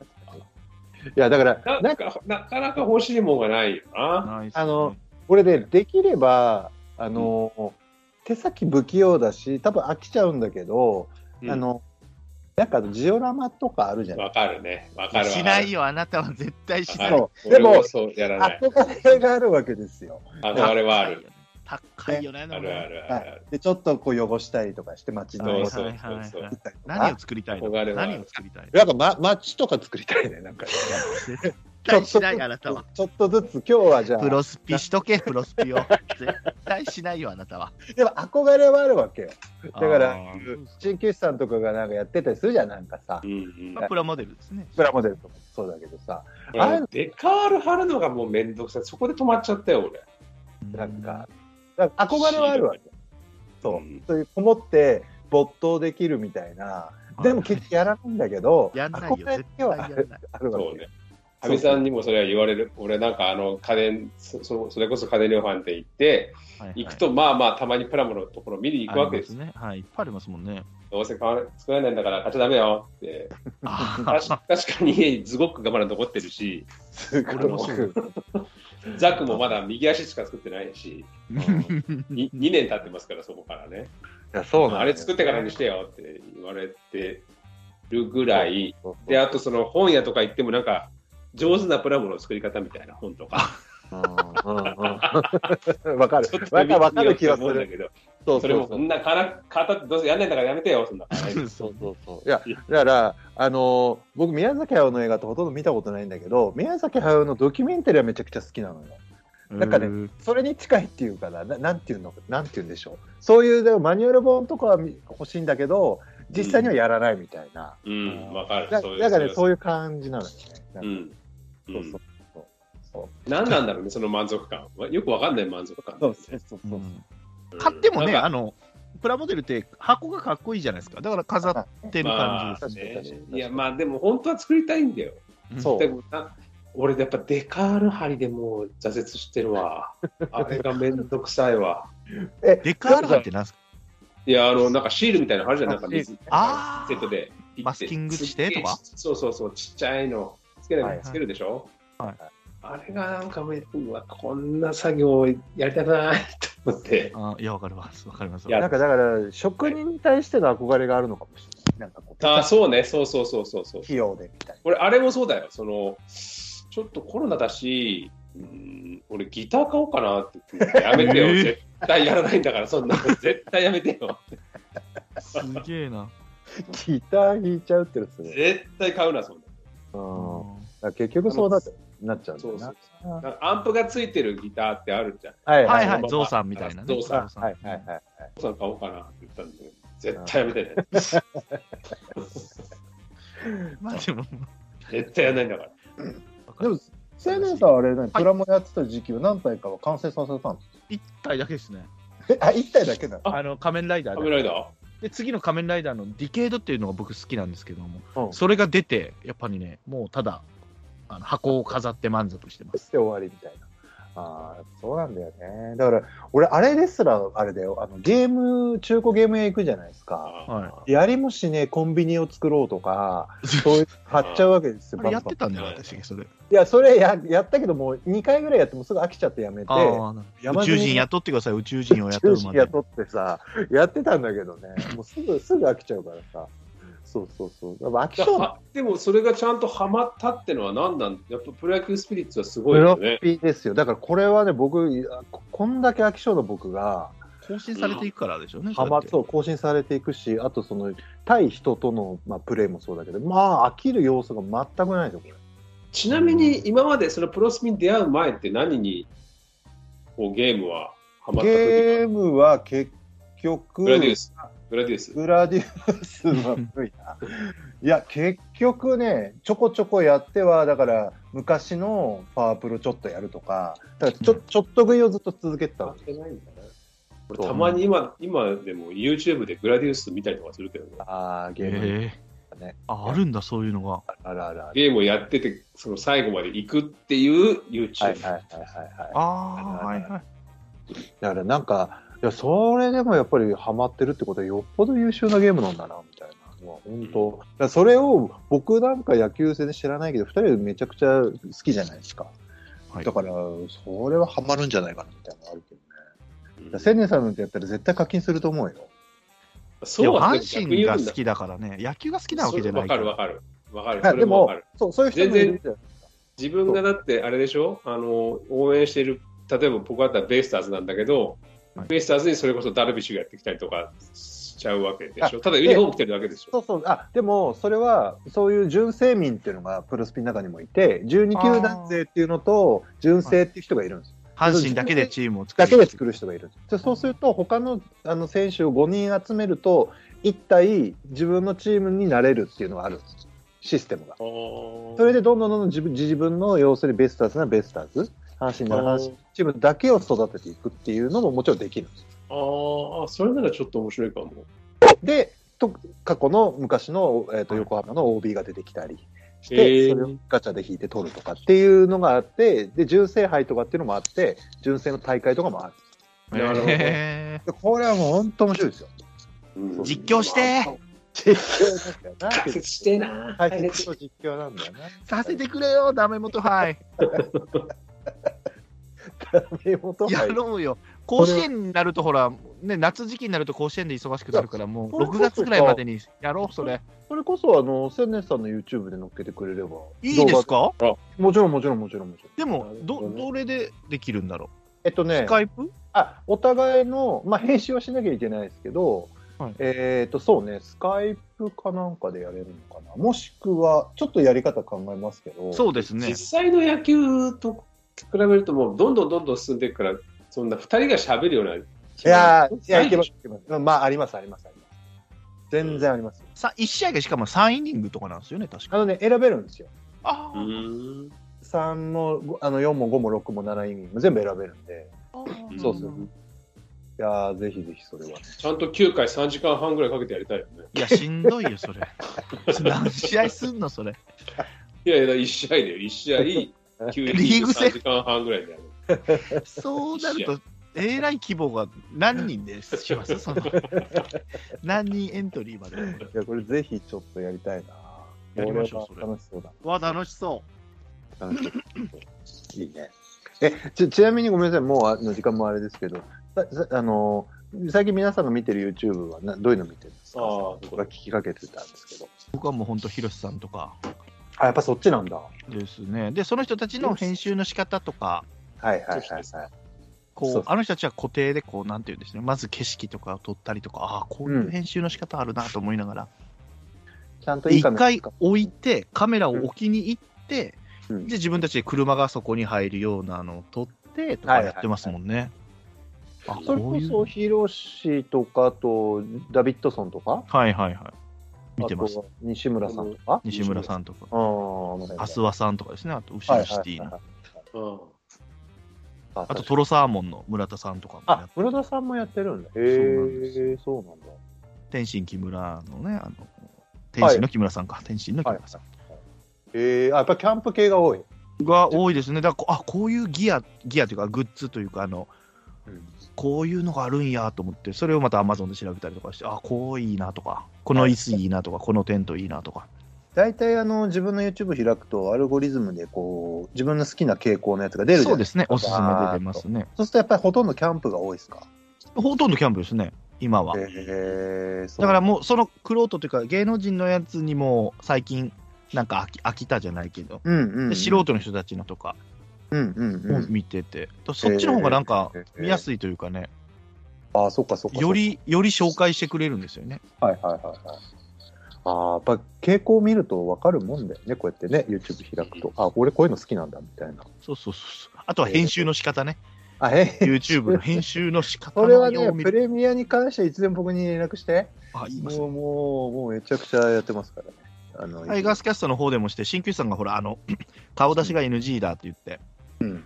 Speaker 3: いや、だから、
Speaker 1: ななんか、なかなか欲しいもんがないよな。
Speaker 4: ナイス
Speaker 3: あの、これでできればあの、手先不器用だし多分飽きちゃうんだけど、
Speaker 1: うん
Speaker 3: あのなんかジオラマとかあるじゃない
Speaker 1: わかるね。わかるわかる。
Speaker 4: しないよ、あなたは絶対しない。
Speaker 3: そう
Speaker 1: で
Speaker 3: でも
Speaker 1: も、そうやらない。
Speaker 3: 憧れがあるわけですよ
Speaker 1: あの、あれはある。。
Speaker 4: 高いよね、あ
Speaker 1: あるあるあるある。
Speaker 3: でちょっとこう汚したりとかして街の
Speaker 1: そう
Speaker 3: 様子
Speaker 1: そう
Speaker 4: はいはいはい
Speaker 1: そうそう
Speaker 3: 見たりとか
Speaker 4: 何を作りたいの
Speaker 1: 憧れはある
Speaker 4: 何を作りたい
Speaker 3: な
Speaker 4: の
Speaker 3: んか、ま、マッチとか作りたいねなんか
Speaker 4: 絶対しない、あなたは。
Speaker 3: ちょっとずつ今日はじゃ
Speaker 4: プ
Speaker 3: あ
Speaker 4: ロスピしとけ、プロスピを。絶対しないよ、あなたは。
Speaker 3: でも憧れはあるわけよ
Speaker 4: だ
Speaker 3: だから鍼灸師さんとかがなんかやってたりするじゃんなんかさ
Speaker 1: うんうん
Speaker 4: まあ、プラモデルですね。
Speaker 3: プラモデルとかもそうだけどさ
Speaker 1: これデカール貼るのがもうめんどくさい。そこで止まっちゃったよ、俺。。
Speaker 3: なんか、だから憧れはあるわけ。そううんそういうこもって没頭できるみたいな。
Speaker 4: うん、
Speaker 3: でも結局やらないんだけど、
Speaker 4: やんないよ
Speaker 3: 憧れだけはあ
Speaker 4: 絶対やん
Speaker 3: る
Speaker 4: ない
Speaker 3: あるわ
Speaker 1: そう
Speaker 3: け
Speaker 1: ね。。かみさんにもそれは言われる。俺なんかあの家電、そそそれこそ家電量販店行って、
Speaker 4: はいはい
Speaker 1: 行くとまあまあたまにプラモのところ見に行くわけです
Speaker 4: ありますね。はい、いっぱいありますもんね。
Speaker 1: どうせ買わ作らないんだから買っちゃダメよって。
Speaker 4: あ
Speaker 1: 確確かに家にズゴックがまだ残ってるし、
Speaker 3: すごい
Speaker 4: 俺もそう
Speaker 1: ザクもまだ右足しか作ってないし、に 2, 年経ってますから、そこからね。
Speaker 6: や、そう
Speaker 1: あ
Speaker 6: なん
Speaker 1: れ作ってからにしてよって言われてるぐらい。
Speaker 3: そうそう
Speaker 1: で、あとその本屋とか行ってもなんか、上手なプラモの作り方みたいな本とか、
Speaker 3: うんうんうんわかる
Speaker 1: ちょっ。と
Speaker 3: わかわかる気
Speaker 1: 気が
Speaker 3: は
Speaker 1: す
Speaker 3: す
Speaker 1: るんだ
Speaker 3: る。
Speaker 1: けど、
Speaker 3: そ
Speaker 1: そ
Speaker 3: うそ
Speaker 1: れも
Speaker 3: う
Speaker 1: そ
Speaker 3: そ
Speaker 1: ん
Speaker 3: う。
Speaker 1: な買わな買ったってどうせやんないんだからやめてよ、そんな。
Speaker 3: そうそうそういやだからあのー僕宮崎駿の映画ってほとんど見たことないんだけど宮崎駿のドキュメンタリーはめちゃくちゃ好きなのよなんかね
Speaker 4: ね、
Speaker 3: それに近いっていうかなななんていうのなんていうんでしょうそういうでもマニュアル本とかはみ欲しいんだけど実際にはやらないみたいな、
Speaker 1: うん、わかる。
Speaker 3: だ
Speaker 1: そういう
Speaker 3: だからねそ
Speaker 1: い
Speaker 3: う
Speaker 1: う。
Speaker 3: いう感じなのよねなんか
Speaker 1: うん。う
Speaker 3: そうそ
Speaker 1: ん
Speaker 3: うそうそう
Speaker 1: 何なんだろうね、その満足感。よくわかんない満足感。
Speaker 3: そうそうそうそう
Speaker 1: うん
Speaker 4: 買ってもね、
Speaker 1: なんか
Speaker 4: あの、プラモデルって箱がかっこいいじゃないですか。だから飾ってる感じですね。
Speaker 1: まあ
Speaker 3: 確かに確か
Speaker 1: ね、
Speaker 3: に
Speaker 1: いや、まあでも本当は作りたいんだよ。
Speaker 3: そう
Speaker 1: でもな、俺やっぱデカール張りでもう挫折してる わ。あれがめんどくさいわ。
Speaker 3: え
Speaker 4: デカールガンってなんですか
Speaker 1: いや、あの、なんかシールみたいなのあるじゃん、なんか水
Speaker 3: シール
Speaker 4: あ
Speaker 1: セット
Speaker 4: ー
Speaker 1: で。
Speaker 4: マスキングしてとか
Speaker 1: そうそうそう、ちっちゃいの。つければつけるでしょ、あれがなんかめうわこんな作業やりたくない と思って
Speaker 4: あいや、わかります。わかります。
Speaker 1: いや
Speaker 3: なんかだから、職人に対しての憧れがあるのかもしれない。なんかこう、
Speaker 1: あそうねそうそうそうそうそう
Speaker 3: 器用でみたい
Speaker 1: 俺あれもそうだよそのちょっとコロナだしうーん俺ギター買おうかなって言ってやめてよ、
Speaker 4: えー
Speaker 1: 絶対やらないんだからそんなの絶対やめてよ
Speaker 4: すげえな。
Speaker 3: な。ギター弾いちゃうってのすごい。
Speaker 1: 絶対買うなそんな
Speaker 3: うん。だから結局そうなっちゃうなっちゃうんだ
Speaker 1: そ
Speaker 3: よ
Speaker 1: う
Speaker 3: な。
Speaker 1: そうそうなんかアンプがついてるギターってあるじゃん
Speaker 3: はい
Speaker 4: はい
Speaker 1: まあ
Speaker 4: は
Speaker 1: ま
Speaker 4: い、
Speaker 1: あ
Speaker 4: ゾウさんみたいなね。
Speaker 1: ゾウさ
Speaker 3: あはいはいはい。
Speaker 1: 父さん買おうかなって言ったんで絶対やめてね
Speaker 4: まあでも、
Speaker 1: 絶対やらないんだから
Speaker 3: でも、青年さんはあれね、プラモやってた時期を何体かは完成させたの
Speaker 4: 一体だけですね。
Speaker 3: え、あ、一体だけなの
Speaker 4: あの、仮面ライ ダ
Speaker 1: カ
Speaker 4: ー
Speaker 1: メ
Speaker 4: で
Speaker 1: ライダー
Speaker 4: で。次の仮面ライダーのディケードっていうのが僕好きなんですけども、
Speaker 3: うん
Speaker 4: それが出て、やっぱりね、もうただ、あの箱を飾って満足してます。
Speaker 3: して終わりみたいな。ああ、そうなんだよね。だから、俺、あれですら、あれだよ、あのゲーム、中古ゲーム屋行くじゃないですか。
Speaker 4: は
Speaker 3: やりもしねえコンビニを作ろうと か、そういう、買っちゃうわけですよ
Speaker 4: あ、れや
Speaker 3: バ
Speaker 4: っ
Speaker 3: ンバン
Speaker 4: てたんだよ、私、それ。
Speaker 3: いや、それややったけど、もう2回ぐらいやってもすぐ飽きちゃってやめて、
Speaker 4: ああ、
Speaker 3: 山
Speaker 4: 宇
Speaker 3: 積み
Speaker 4: 宙人雇ってください、宇宙人を雇
Speaker 3: 中
Speaker 4: うま
Speaker 3: 止
Speaker 4: で。
Speaker 3: 雇ってさ、やってたんだけどね、もうすぐ、すぐ飽きちゃうからさ。そうそうそう。やっぱ飽き
Speaker 1: だ
Speaker 3: 性
Speaker 1: か
Speaker 3: な
Speaker 1: らでもそれがちゃんとハマったってのは何なんやっぱプロ野球スピリッツはすご
Speaker 3: プ
Speaker 1: い
Speaker 3: ロ
Speaker 1: よ
Speaker 3: ッ
Speaker 1: ね。
Speaker 3: ピーですよ。だからこれはね、僕、いやここんだけ飽き性の僕が、
Speaker 4: 更新されていくからでしょうね。
Speaker 3: ハマ
Speaker 4: そう
Speaker 3: そう更新されていくし、あとその、対人との、まあ、プレーもそうだけど、まあ、飽きる要素が全くないですよ、これ。
Speaker 1: ちなみに今までそのプロスピに出会う前って何にこうゲームはハマった時
Speaker 3: ゲー
Speaker 1: ム
Speaker 3: ムは結局、
Speaker 1: プロデュース。プロデュース。
Speaker 3: グラディウスは古い な。いや、結局ね、ちょこちょこやっては、だから、昔のパワープロちょっとやるとか、だからちょ
Speaker 4: うん
Speaker 3: ちょっと食いをずっと続けてた
Speaker 1: ハマ
Speaker 3: わ
Speaker 1: っ
Speaker 3: け
Speaker 1: てないんだな俺たまに今今でも YouTube でグラディウス見たりとかするけどね、
Speaker 3: あーゲ
Speaker 4: だ
Speaker 3: ー
Speaker 4: って
Speaker 3: ム、
Speaker 4: へえ
Speaker 3: ね
Speaker 4: ああるんだ、そういうのが。
Speaker 3: あらあらあら。
Speaker 1: ゲームをやっててその最後まで行くっていう YouTube。
Speaker 3: はいはいはいはいはい。
Speaker 4: ああ、はいはい。
Speaker 3: だからなんか、いや、それでもやっぱりハマってるってことはよっぽど優秀なゲームなんだな、みたいなのは。本当。だからそれを僕なんか野球戦で知らないけど、二人めちゃくちゃ好きじゃないですか。
Speaker 4: はい
Speaker 3: だから、それはハマるんじゃないかな、みたいなのあるけどね。
Speaker 1: うん
Speaker 3: だから千年さんのやったら絶対課金すると思うよ。
Speaker 4: いや
Speaker 1: そうは
Speaker 4: 阪神が好きだからね、野球が好きなわけじゃない
Speaker 1: わ
Speaker 4: か
Speaker 1: からるわかる。わかる。
Speaker 3: は
Speaker 1: そ
Speaker 3: い、で
Speaker 1: れもわ
Speaker 3: も
Speaker 1: かる。、
Speaker 3: そうそういう人もいるじゃん。
Speaker 1: 自分がだってあれでしょあの応援している例えば僕だったらベイスターズなんだけど、
Speaker 4: はい
Speaker 1: ベイスターズにそれこそダルビッシュがやってきたりとかしちゃうわけでしょ
Speaker 3: あ
Speaker 1: ただユニフォーム着てるだけでし
Speaker 3: そ
Speaker 1: ょ
Speaker 3: うそう、あでも、それは、そういう純正民っていうのがプロスピの中にもいて、12球団制っていうのと、純正っていう人がいるんですよ。
Speaker 4: 阪神だけでチームを作
Speaker 3: だ
Speaker 4: る。
Speaker 3: けで作る人がいる。でそうすると、他のあの選手を5人集めると、1体自分のチームになれるっていうのがあるんですシステムが。それでどんどんどんどん自分自分の要するにベスターズならベスターズ、阪神なら阪神チームだけを育てていくっていうのももちろんできるんです。
Speaker 1: あーあそれならちょっと面白いかも
Speaker 3: で、と過去の昔の、えー、と横浜の OB が出てきたりして、
Speaker 1: えー
Speaker 3: それをガチャで引いて取るとかっていうのがあって、で、純正杯とかっていうのもあって、純正の大会とかもある。
Speaker 1: なるほど
Speaker 4: へ
Speaker 3: でこれはもう本当面白いです よ。
Speaker 1: うん
Speaker 4: 実況して
Speaker 3: 実況なん だよな。
Speaker 1: 解説してな
Speaker 3: 解説と実況なんだよな。
Speaker 4: ーさせてくれよ、ダメ元はい。
Speaker 3: ダメ元
Speaker 4: や
Speaker 3: 杯
Speaker 4: ろうよ。甲子園になると、ほら、ね、夏時期になると甲子園で忙しくなるから、もう
Speaker 3: これこそ
Speaker 4: 6月ぐらいまでにやろう、それ。
Speaker 3: それこそ、あの、千年さんの YouTube で載っけてくれれば。
Speaker 4: いいです
Speaker 3: 動
Speaker 4: か
Speaker 3: 画もちろん、もちろん、もちろん、もちろん。
Speaker 4: でも、
Speaker 3: なる
Speaker 4: ど、
Speaker 3: ほどね
Speaker 4: どれでできるんだろ
Speaker 3: えっと
Speaker 4: う。
Speaker 3: ね
Speaker 4: ス、カイプ
Speaker 3: あ、お互いの、まあ、編集はしなきゃいけないですけど、
Speaker 4: はい
Speaker 3: えっと、そうね、スカイプかなんかでやれるのかな。もしくは、ちょっとやり方考えますけど、
Speaker 4: そうですね
Speaker 1: 実。際の野球と比べるともうどんどんどんどん進んでいくからそんな2人がしゃべるようない
Speaker 3: いやー、いや、
Speaker 1: ない
Speaker 3: けます、いけます。まあ、あります、あります、あります。全然あります。
Speaker 4: さ1試合がしかも3イニングとかなんですよね、確
Speaker 3: あ
Speaker 4: か。
Speaker 3: のね、選べるんですよ。
Speaker 4: あ
Speaker 1: うーん
Speaker 3: 3もごあの4も5も6も7イニング全部選べるんで、
Speaker 4: ー
Speaker 3: そうそう。いやーぜひぜひそれはね。
Speaker 1: ちゃんと9回3時間半ぐらいかけてやりたいよね
Speaker 4: いや、しんどいよ、それ。 何試合すんの、それ。
Speaker 1: いやいや、1試合だよ、1試 合、
Speaker 4: リーグ戦
Speaker 1: 3時間半ぐらいでやる。
Speaker 4: そうなると、えらい規模が何人でしますその何人エントリーまで。
Speaker 3: いやこれぜひちょっとやりたいな。
Speaker 4: やりましょう
Speaker 3: これは楽しそうだ。
Speaker 4: わ、楽しそう。
Speaker 3: いいね。えち、ちなみにごめんなさい、もうあの時間もあれですけど、ささあのー最近皆さんが見てる YouTube はなどういうの見てるんですか
Speaker 1: あー
Speaker 3: 僕が聞きかけてたんですけど。
Speaker 4: 僕はもう本当、ヒロシさんとか
Speaker 3: あ、やっぱそっちなんだ。はい
Speaker 4: ですね。で、その人たちの編集の仕方とか、
Speaker 3: はいはいはい。
Speaker 4: こう
Speaker 3: そう
Speaker 4: あの人たちは固定でこう、なんていうんですね、まず景色とかを撮ったりとか、ああ、こういう編集の仕方あるなと思いながら、
Speaker 3: ちゃんと
Speaker 4: で
Speaker 3: いい
Speaker 4: 一、
Speaker 3: カメラ
Speaker 4: 回置いて、カメラを置きに行って、
Speaker 3: うん
Speaker 4: で自分たちで車がそこに入るようなのを撮ってとかやってますもんね。あ
Speaker 3: それ
Speaker 4: こう
Speaker 3: こ
Speaker 4: いう
Speaker 3: そヒロシとかあとダビッドソンとか
Speaker 4: はいはいはい。見てま
Speaker 3: あ
Speaker 4: す
Speaker 3: と。は西村さんとか
Speaker 4: 西村さんとか、
Speaker 3: あー
Speaker 4: アスワさんとかですね、あと、ウシルシティの。
Speaker 3: あ
Speaker 4: あと、トロサーモンの村田さんとかもや
Speaker 3: あ
Speaker 4: っ、
Speaker 3: 室田さんもやってるんだ。へ
Speaker 4: そうなんで
Speaker 3: え、そうなんだ。
Speaker 4: 天心木村のね、あの天心の木村さんか、天心の木村さん、
Speaker 3: へえ、あ、やっぱキャンプ系が多い。
Speaker 4: が多いですね、だからこあこういうギア、ギアというか、グッズというか、あの
Speaker 3: うん
Speaker 4: こういうのがあるんやと思って、それをまた Amazon で調べたりとかして、あこういいなとか、この椅子いいなとか、このテントいいなとか、
Speaker 3: 大体あの自分の YouTube 開くとアルゴリズムでこう自分の好きな傾向のやつが出るじ
Speaker 4: そ
Speaker 3: ゃ
Speaker 4: う
Speaker 3: ない
Speaker 4: ですね、おすすめで出ますね。
Speaker 3: そうするとやっぱりほとんどキャンプが多いですか
Speaker 4: ほとんどキャンプですね、今は。
Speaker 3: へえ、そう
Speaker 4: だからもう、そのクロートというか、芸能人のやつにも最近、なんか飽き飽きたじゃないけど、
Speaker 3: うんうんうん、
Speaker 4: で素人の人たちのとか
Speaker 3: うんうん
Speaker 4: を
Speaker 3: うん
Speaker 4: 見てて、だからそっちの方がなんか見やすいというかね、
Speaker 3: あそっかそっかそっか
Speaker 4: よりより紹介してくれるんですよね。
Speaker 3: はいはいはいはい。ああ、やっぱ傾向を見ると分かるもんだよね、こうやってね、YouTube 開くと、あ俺こういうの好きなんだみたいな。
Speaker 4: そうそうそうそう。あとは編集の仕方ね、
Speaker 3: あ、え
Speaker 4: YouTube の編集の仕 方
Speaker 3: それは
Speaker 4: よ
Speaker 3: ね
Speaker 4: う、見
Speaker 3: プ
Speaker 4: る
Speaker 3: レミアに関してはいつでも僕に連絡して、
Speaker 4: あ言います
Speaker 3: もう、もう、もうめちゃくちゃやってますからね。あの、
Speaker 4: タイガースキャストの方でもして、新旧さんがほら、あの顔出しが NG だって言って、
Speaker 3: うん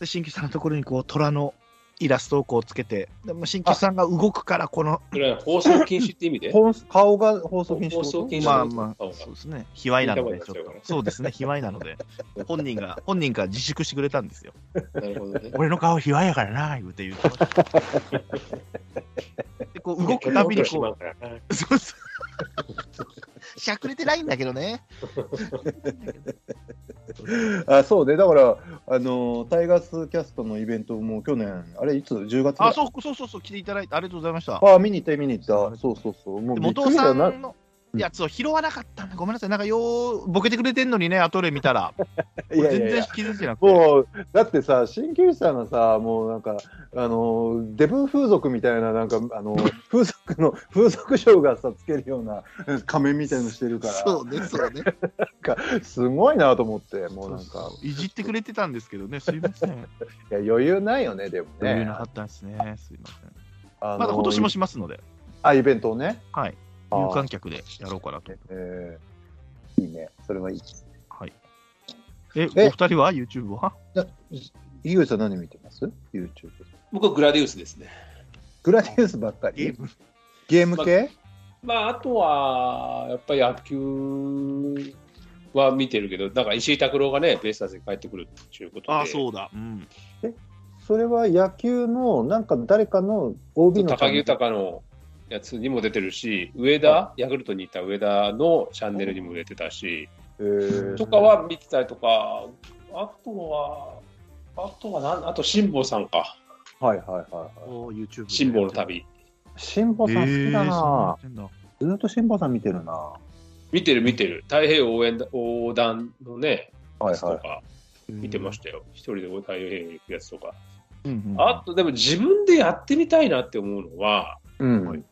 Speaker 4: で新旧さんのところにこう虎のイラストをこうつけて、でも新旧さんが動くから、この、
Speaker 1: それは放送禁止って意味で
Speaker 3: 本顔が放送禁止
Speaker 1: 放送禁止
Speaker 4: ま
Speaker 1: の
Speaker 4: あまあ
Speaker 1: 顔、が
Speaker 4: そうですね、卑猥なので、ちょっ
Speaker 1: 見たこと
Speaker 4: と
Speaker 1: ないで、す
Speaker 4: そうですね、卑猥なので、本人が、本人が自粛してくれたんですよ。
Speaker 1: なるほどね。
Speaker 4: 俺の顔卑猥やからな、言うて言うてました。でこう動くたびにこう、そうそう。 しゃくれてないんだけどね。
Speaker 3: あそうね、だから、あの、タイガースキャストのイベントも去年、あれ、いつ ?10 月ぐらい
Speaker 4: あ、そうそうそうそう、来ていただいてありがとうございました。
Speaker 3: あ見に行った、見に行った。そうそうそう。もう
Speaker 4: で
Speaker 3: びっ
Speaker 4: 元
Speaker 3: く
Speaker 4: 尾
Speaker 3: りだ
Speaker 4: さ
Speaker 3: よ
Speaker 4: ん
Speaker 3: な
Speaker 4: のやつを拾わなかったんだ。ごめんなさい。なんかようボケてくれてんのにね、後で見たら。
Speaker 3: いやいやいや
Speaker 4: 全然気づいてなくて。
Speaker 3: もう、だってさ、鍼灸師さんがさ、もうなんか、あの、デブ風俗みたいな、なんか、あの、風俗の、風俗ショーがさ、つけるような仮面みたいのしてるから、
Speaker 4: そうね、そうね。
Speaker 3: すごいなと思って、もうなんか、
Speaker 4: いじってくれてたんですけどね、すいません。
Speaker 3: いや余裕ないよね、でも
Speaker 4: 余裕
Speaker 3: ね
Speaker 4: な。かったですね、すいません。
Speaker 3: あの
Speaker 4: まだ今年もしますので、
Speaker 3: あ、イベントをね。
Speaker 4: はい。
Speaker 3: あー
Speaker 4: 有観客でやろうかなと。
Speaker 3: えーいいね、それはいい。
Speaker 4: え、お
Speaker 3: え
Speaker 4: 二人は ?YouTube は
Speaker 3: 井口さん何見てます ?YouTube。
Speaker 1: 僕はグラディウスですね。
Speaker 3: グラディウスばっかり
Speaker 4: ゲ
Speaker 3: ゲ
Speaker 4: ー
Speaker 3: ーム系、
Speaker 1: まあ、あとは、やっぱり野球は見てるけど、なんか石井拓郎がね、ベイスターズに帰ってくるっていうことで、
Speaker 4: うだ。うん。
Speaker 3: それは野球の、なんか誰かの OB のチャ
Speaker 1: 高
Speaker 3: ン
Speaker 1: 木
Speaker 3: ネル
Speaker 1: 豊のやつにも出てるし、上田、ヤクルトにいた上田のチャンネルにも出てたし、
Speaker 3: えー
Speaker 1: とかは見てたりとか、あとは、あとはなん、あと辛坊さんか、
Speaker 3: はいはいはいはい。
Speaker 4: YouTube で
Speaker 1: 辛坊の旅。
Speaker 3: 辛坊さん好きだな、
Speaker 4: えーそんのやってんだ
Speaker 3: ずっと辛坊さん見てるなは
Speaker 1: 見てる見てる、太平洋応援だ横断のね、やつとか見てましたよ。一人で太平洋に行くやつとか。
Speaker 4: うんうん
Speaker 1: あと、でも自分でやってみたいなって思うのは、
Speaker 3: うん、
Speaker 4: はい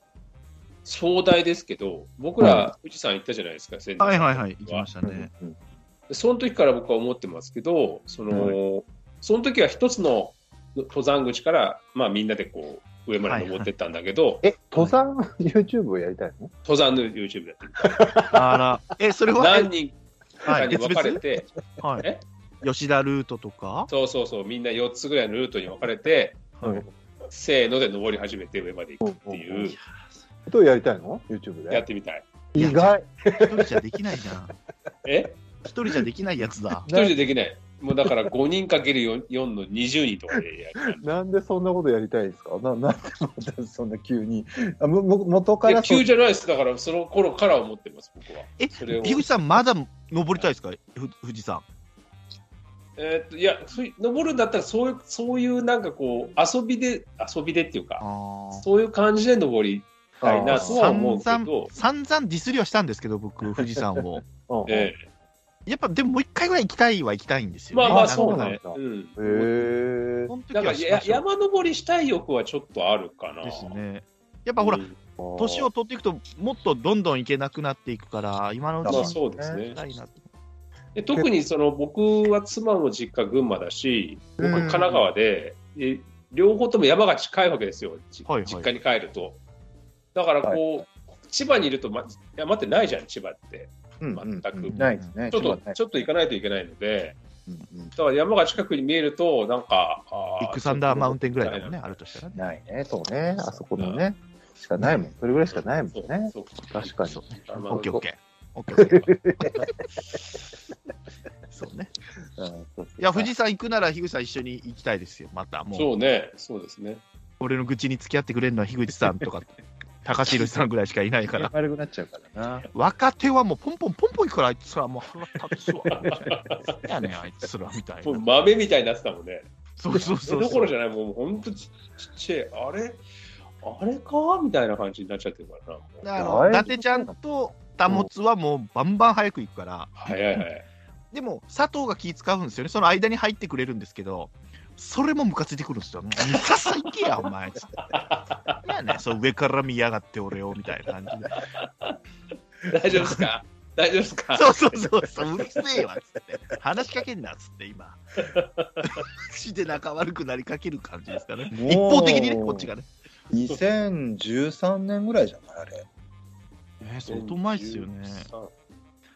Speaker 1: 壮大ですけど、僕ら富士山行ったじゃないですか、先日
Speaker 4: はいはいはい、行きましたね。
Speaker 3: うん
Speaker 1: その時から僕は思ってますけど、その、その時は一つの登山口から、まあみんなでこう、上まで登ってったんだけど、
Speaker 3: え登山 YouTube をやりたいの
Speaker 1: 登山の YouTube だってる。
Speaker 4: あら、え、それは、
Speaker 1: 何人
Speaker 4: は
Speaker 1: か
Speaker 4: い、
Speaker 1: に
Speaker 4: 別
Speaker 1: 分かれ
Speaker 4: 々
Speaker 1: て、
Speaker 4: は
Speaker 1: え
Speaker 4: い。吉田ルートとか、
Speaker 1: そうそうそう、みんな4つぐらいのルートに分かれて、
Speaker 3: はい
Speaker 1: せーので登り始めて上まで行くって
Speaker 3: うんう
Speaker 1: い
Speaker 3: ん
Speaker 1: う、
Speaker 3: ことをやりたいの ?YouTube
Speaker 1: やっ
Speaker 3: で
Speaker 1: てみたい。
Speaker 3: 意外
Speaker 4: 一人じゃできないじゃん。
Speaker 1: え
Speaker 4: 一人じゃできないやつだ。
Speaker 1: 一人でできない。もうだから5人かける4の20人とかでやる。
Speaker 3: なんでそんなことやりたいんですかななんでまたそんな急にあむむ元か
Speaker 1: いや
Speaker 3: ら
Speaker 1: 急
Speaker 3: そ
Speaker 1: じゃないです。だからその頃から思ってます、僕は。
Speaker 4: え、
Speaker 1: それを
Speaker 4: 樋口さん、まだ登りたいですか、ふ富士山。
Speaker 1: えーっといやそうい登るんだったらそういうそういうなんかこう遊びで遊びでっていうか
Speaker 4: あー
Speaker 1: そういう感じで登りたいなとは
Speaker 4: 散
Speaker 1: 思うけ
Speaker 4: 々
Speaker 1: ど、
Speaker 4: 散々ディスりはしたんですけ ど、僕、富士山を。
Speaker 7: うんうん
Speaker 1: え
Speaker 4: やっぱ、でももう一回ぐらい行きたいは行きたいんです
Speaker 1: え
Speaker 4: よね。
Speaker 1: まあまあ
Speaker 4: なんか
Speaker 1: そうね。
Speaker 7: そうなんだ
Speaker 1: うん
Speaker 7: へー
Speaker 4: その時
Speaker 1: だか
Speaker 4: は
Speaker 1: ら
Speaker 4: し
Speaker 1: や
Speaker 4: ましょう
Speaker 1: 山登りしたい欲はちょっとあるかな。
Speaker 4: ですね。やっぱほら
Speaker 1: う、ん
Speaker 4: 年を取っていくと、もっとどんどん行けなくなっていくから、今のうち
Speaker 1: まあ
Speaker 4: に
Speaker 1: そうですね
Speaker 4: 行き。たいなと
Speaker 1: で特にその僕は妻も実家群馬だし僕神奈川で,で、両方とも山が近いわけですよ、じ
Speaker 4: はいはい
Speaker 1: 実家に帰るとだからこう、千葉にいると、ま、山ってないじゃん千葉って
Speaker 3: うんう
Speaker 1: 全
Speaker 3: ん
Speaker 1: く、
Speaker 4: うん
Speaker 1: ち
Speaker 3: ないですね。
Speaker 1: ょっとちょっと行かないといけないのでだから山が近くに見えるとなんかあ
Speaker 4: ビッグサンダーマウンテンぐらいだもんね、あるとしたらね。
Speaker 7: ないね、そうね、あそこのね、しかないもん、それぐらいしかないもんね。
Speaker 1: そうそう
Speaker 7: 確かに。
Speaker 4: そうね。
Speaker 1: あ
Speaker 4: オ
Speaker 1: の
Speaker 4: ッケーオッケー。オッケーオッケー。そうね。いや、富士山行くなら、樋口さん一緒に行きたいですよ、また。もう、
Speaker 1: そうねそうですね
Speaker 4: 俺の愚痴に付き合ってくれるのは樋口さんとか、高橋宏さんぐらいしかいないか、
Speaker 7: から悪くなっちゃうからな。
Speaker 4: 若手はもうポンポンポンポン行くから、あいつらもう腹立つわ。 何やねん、あいつらみたい
Speaker 1: もう
Speaker 4: な。
Speaker 1: 豆みたいになってたもんね
Speaker 4: そうそうそう
Speaker 1: どこ
Speaker 4: そ
Speaker 1: ろ
Speaker 4: う。
Speaker 1: じゃないもう本当ちちっちゃいあれあれかみたいな感じになっちゃってるからな
Speaker 4: あの伊達ちゃんとタモツはもうバンバン早く行くから、
Speaker 1: はいはいはい
Speaker 4: でも佐藤が気使うんですよね、その間に入ってくれるんですけど、それもムカついてくるんですよ、ムカついてや、お前つって。いやねん、そう上から見やがって俺をみたいな感じ で、
Speaker 1: 大丈夫です か大丈夫ですか
Speaker 4: そうそうそうそう、うるせえわっつって、話しかけんなっつって、今、口で仲悪くなりかける感じですかね、一方的にね、こっちがね。
Speaker 3: 2013年ぐらいじゃないあれ。
Speaker 4: えー、相当前っすよね。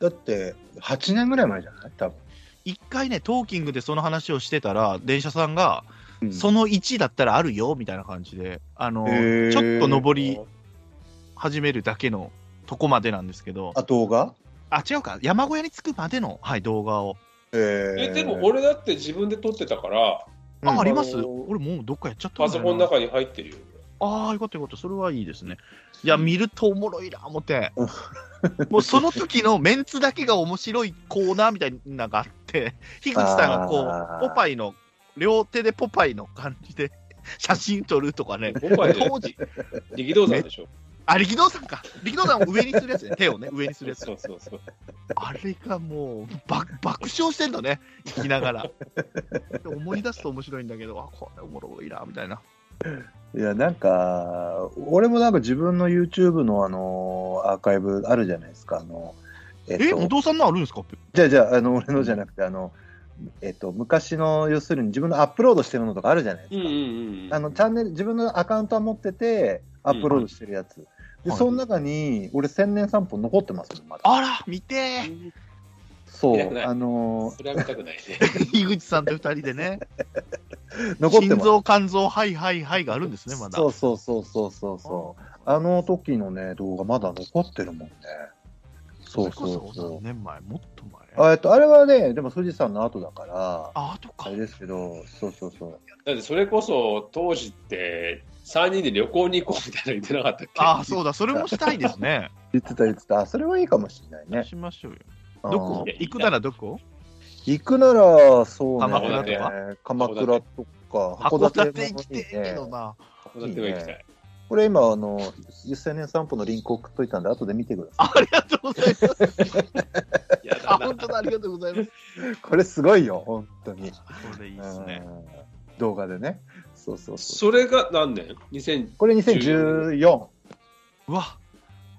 Speaker 3: だって、8年ぐらい前じゃない多分。
Speaker 4: 一回ね、トーキングでその話をしてたら、電車さんが、
Speaker 3: うん
Speaker 4: その1だったらあるよみたいな感じで、あの
Speaker 3: へー
Speaker 4: ちょっと登り始めるだけのとこまでなんですけど、
Speaker 3: あ、動画
Speaker 4: あ違うか、山小屋に着くまでの、はい、動画を。
Speaker 3: え
Speaker 1: えでも俺だって自分で撮ってたから
Speaker 4: あ、
Speaker 3: うん
Speaker 4: あります
Speaker 1: あの
Speaker 4: 俺もうどっかやっちゃった
Speaker 1: パ
Speaker 4: んだ
Speaker 1: ソ
Speaker 4: よ
Speaker 1: コンの
Speaker 4: な
Speaker 1: 中に入ってるよ
Speaker 4: ああ、よかったよかった、それはいいですね。いや、見るとおもろいな、思って。もうその時のメンツだけが面白いコーナーみたいなのがあって、樋口さんが
Speaker 7: あ
Speaker 4: こう、
Speaker 7: ー
Speaker 4: ポパイの、両手でポパイの感じで写真撮るとかね、
Speaker 1: 今回で
Speaker 4: 当時、
Speaker 1: 力道山でしょ
Speaker 4: あ、力道山か。力道山を上にするやつね。手をね、上にするやつ。
Speaker 1: そうそうそう
Speaker 4: あれがもう、ば爆笑してんのね。聞きながら。で思い出すと面白いんだけど、あ、これおもろいな、みたいな。
Speaker 3: いや、なんか、俺もなんか自分の YouTube のあの、アーカイブあるじゃないですか。あの、え
Speaker 4: え、お父さんのあるんですか
Speaker 3: じゃあじゃあ、あの、俺のじゃなくて、あの、えっと、昔の、要するに自分のアップロードしてるのとかあるじゃないです
Speaker 1: うん
Speaker 3: か。
Speaker 1: うんうん
Speaker 3: あの、チャンネル、自分のアカウントは持ってて、アップロードしてるやつ。で、
Speaker 4: はい
Speaker 3: その中に、俺、千年散歩残ってますもん、まだ。
Speaker 4: あら、見てー。
Speaker 3: そ
Speaker 1: 見たく
Speaker 3: う、
Speaker 1: ない
Speaker 3: あの
Speaker 1: それは見たくないね
Speaker 4: 井口さんと二人でね、
Speaker 3: ー、残って
Speaker 4: 心
Speaker 3: ます。
Speaker 4: 臓、肝臓、はいはいはいがあるんですね、まだ。
Speaker 3: そうそうそうそうそうそう。あの時のね、動画まだ残ってるもんね。そう
Speaker 4: れこ
Speaker 3: そうそう
Speaker 4: 何。年前、もっと前。あ
Speaker 3: あえっと、あれはね、でも富士山の後だから、
Speaker 4: あとか
Speaker 3: あれ。ですけど、そうそうそう。
Speaker 1: だってそれこそ当時って3人で旅行に行こうみたいなの言ってなかったっけ
Speaker 4: ああ、そうだ、それもしたいですね。
Speaker 3: 言ってた言ってた、あそれはいいかもしれないね。
Speaker 4: しましょう
Speaker 3: うん
Speaker 4: よ。どこ
Speaker 1: いや
Speaker 4: 行くならどこ
Speaker 3: 行くなら、そうね、
Speaker 4: 鎌
Speaker 1: 倉と
Speaker 4: か
Speaker 3: 鎌倉とか、
Speaker 4: 函館行きてえけど
Speaker 3: ね。
Speaker 4: な。
Speaker 1: 函館は行きたい
Speaker 3: これ今、あの、千年散歩のリンク送っといたんで、後で見てくださ
Speaker 4: ありがとうござ います。
Speaker 1: やだ
Speaker 4: あ、
Speaker 1: な
Speaker 4: 本当だ、ありがとうございます。
Speaker 3: い。 これすごいよ、本当に。
Speaker 4: これいいですね。
Speaker 3: うん動画でね。そうそうそう。
Speaker 1: それが何年 ?2000
Speaker 3: これ2014。
Speaker 4: うわ、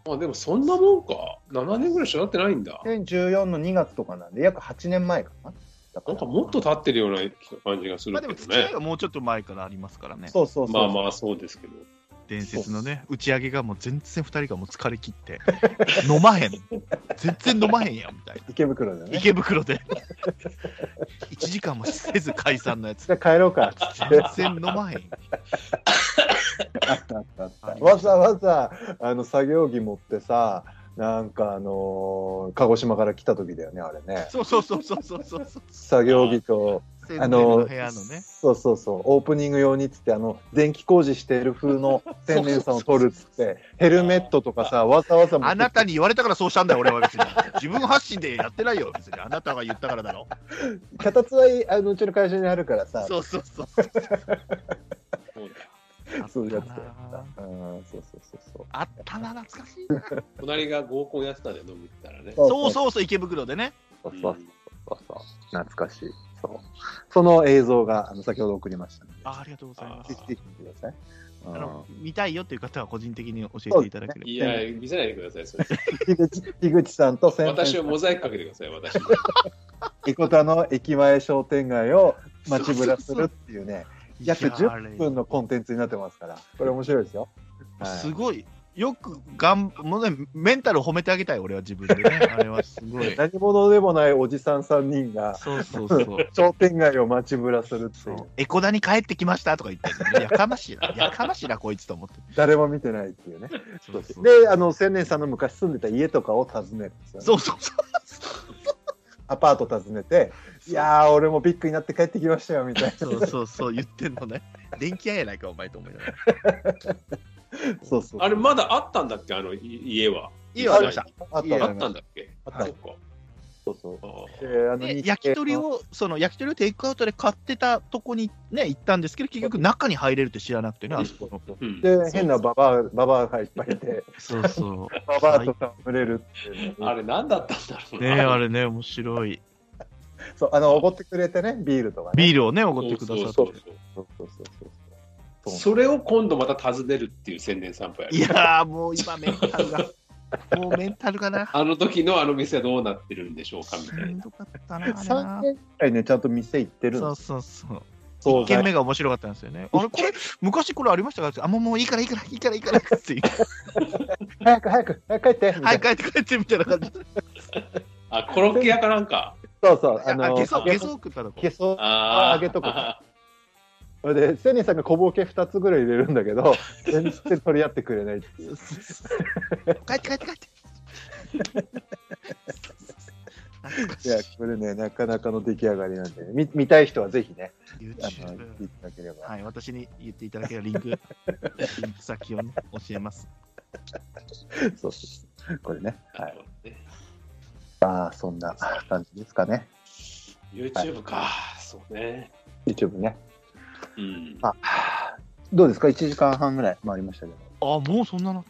Speaker 1: あでもそんなもんか7年ぐらいしかなってないんだ
Speaker 3: 2014の2月とかなんで、約8年前かな。だか
Speaker 1: なんか
Speaker 3: ら
Speaker 1: もっと経ってるような感じがす
Speaker 4: ま
Speaker 1: る
Speaker 4: あ
Speaker 1: け
Speaker 4: で
Speaker 1: ど
Speaker 4: も、付き合
Speaker 1: ね
Speaker 4: いはもうちょっと前からありますからね。
Speaker 3: そうそうそう。
Speaker 1: まあまあそうですけど
Speaker 4: 伝説のね、打ち上げがもう全然二人がもう疲れ切って、 飲まへん。全然飲まへんやん、みたいな。
Speaker 3: 池袋でね。
Speaker 4: 池袋で1時間もせず解散のやつ
Speaker 7: じゃあ帰ろうか。
Speaker 4: 全然飲まへん
Speaker 3: あったあったあった。わざわざ、あの、作業着持ってさ、なんかあのー鹿児島から来た時だよね、あれね。
Speaker 4: そうそうそうそうそうそう
Speaker 3: 作業着と
Speaker 4: セン
Speaker 3: あ
Speaker 4: ネルの
Speaker 3: の
Speaker 4: 部屋のね。
Speaker 3: そうそうそうオープニング用にっつってあの電気工事してる風 の天然さんを取るっつってヘルメットとかさわざわざ持ってきて
Speaker 4: あなたに言われたからそうしたんだよ、俺は別に。自分発信でやってないよ、別に。あなたが言ったからだろ。
Speaker 3: 脚立はいあのうちの会社にあるからさ
Speaker 4: そうそうそう。
Speaker 1: そうだ
Speaker 3: そういう
Speaker 4: あ
Speaker 3: やつだ
Speaker 4: ったな
Speaker 3: ったうんそうそうそうそう
Speaker 4: あったな、懐かしいな。
Speaker 1: 隣が合コンやってたんだよ、飲みに行ったらね。
Speaker 4: そうそうそう、池袋でね。
Speaker 3: そうそうそうそう懐かしいそうその映像があの先ほど送りましたので
Speaker 4: あありがとうございま
Speaker 3: ぜ
Speaker 4: す
Speaker 3: ひ。ぜひ見てください
Speaker 4: あ
Speaker 3: うん
Speaker 4: の見たいよっていう方は個人的に教えていただければ。
Speaker 1: いや、見せないでください、それ。
Speaker 3: 樋口樋口さんと先
Speaker 1: 私を
Speaker 3: 生
Speaker 1: モザイクかけてください、私。
Speaker 3: 生田の駅前商店街を街ぶらするっていうね約10分のコンテンツになってますからこれ面白いですよ、はい
Speaker 4: すごい。よくがんもうね、メンタル褒めてあげたい、俺は自分で ね。あれはすごい。
Speaker 3: 何者でもないおじさん3人が
Speaker 4: そうそうそう。
Speaker 3: 商店街を街ぶらするって
Speaker 4: そ
Speaker 3: いう
Speaker 4: うエコダに帰ってきましたとか言ってるのねやかましいな、やかましいな、こいつと思って。
Speaker 3: 誰も見てないっていうね
Speaker 4: そうそう
Speaker 3: であの千年さんの昔住んでた家とかを訪ねるんですよ、ね、
Speaker 4: そうそうそう
Speaker 3: アパート訪ねて「いやー俺もビッグになって帰ってきましたよ」みたいな
Speaker 4: そうそうそう言ってんのね。電気屋やないか、お前と思いながら。
Speaker 3: そうそう
Speaker 1: あれ、まだあったんだっけ、あのい家は。
Speaker 4: 家はありました。
Speaker 3: あった
Speaker 4: いや
Speaker 1: あ
Speaker 3: あっ
Speaker 1: った
Speaker 3: た
Speaker 1: んだっけあ
Speaker 3: あ
Speaker 1: っ
Speaker 3: ったた
Speaker 1: のか。
Speaker 3: そうそう
Speaker 1: あー
Speaker 3: であの
Speaker 4: で
Speaker 3: 日
Speaker 4: 焼き鳥
Speaker 3: 系の
Speaker 4: を、その焼き鳥をテイクアウトで買ってたとこにね、行ったんですけど、結局中に入れるって知らなくてね、あそこの。
Speaker 1: うん
Speaker 3: で変なババアババアがいっぱいいて
Speaker 4: そうそう。
Speaker 3: ババアとさ群れるっていうの
Speaker 1: あれ、何だったんだろう
Speaker 4: ねあれね、面白い。
Speaker 3: そうあのおごってくれてねビールとかね
Speaker 4: ビールをね、おごってくださって。
Speaker 1: そうそうそう
Speaker 3: そうそうそうそ
Speaker 1: そ
Speaker 3: う
Speaker 1: うそれを今度また訪ねるっていう宣伝散歩やる
Speaker 4: いやー、もう今メンタルが、もうメンタルがな。
Speaker 1: あの時のあの店はどうなってるんでしょうかみ
Speaker 4: した
Speaker 1: い
Speaker 4: ん
Speaker 1: な。
Speaker 4: どかったな、あれ
Speaker 3: 3
Speaker 4: な。
Speaker 3: 軒くらいねちゃんと店行ってる
Speaker 4: そ
Speaker 3: ん
Speaker 4: う
Speaker 3: です
Speaker 4: そうそう。
Speaker 3: そう
Speaker 4: 一軒目が面白かったんですよね。あれ、これ、昔これありましたかってあ、もうもういいからいいからいいからいいからって言って
Speaker 3: 早く早く早く帰ってみたいな
Speaker 4: はい、帰って帰ってみたいな感じで。
Speaker 1: あ、コロッケ屋かなんか。
Speaker 3: そうそう
Speaker 4: あ
Speaker 3: あの
Speaker 4: ゲソ、ゲソ食ったとこ。
Speaker 3: ゲソ
Speaker 1: あー
Speaker 3: あげとこ う
Speaker 1: あ
Speaker 3: それで千年さんが小ボケ2つぐらい入れるんだけ ど全然取り合ってくれないっていう
Speaker 4: 帰って帰って帰って。懐かし
Speaker 3: い
Speaker 4: い
Speaker 3: やこれねなかなかの出来上がりなんで、ね、見見たい人はぜひねあの
Speaker 4: YouTube
Speaker 3: 見ていただければ、
Speaker 4: はい、私に言っていただけるリ ンク、リンク先をね、教えます。
Speaker 3: そうそうこれね
Speaker 1: ー
Speaker 3: はい
Speaker 1: ね
Speaker 3: まあそんな感じですかね
Speaker 1: YouTube か。そうね。
Speaker 3: YouTube ね
Speaker 1: うん
Speaker 3: あどうですか1時間半ぐらい回りましたけど
Speaker 4: あ、もうそんななって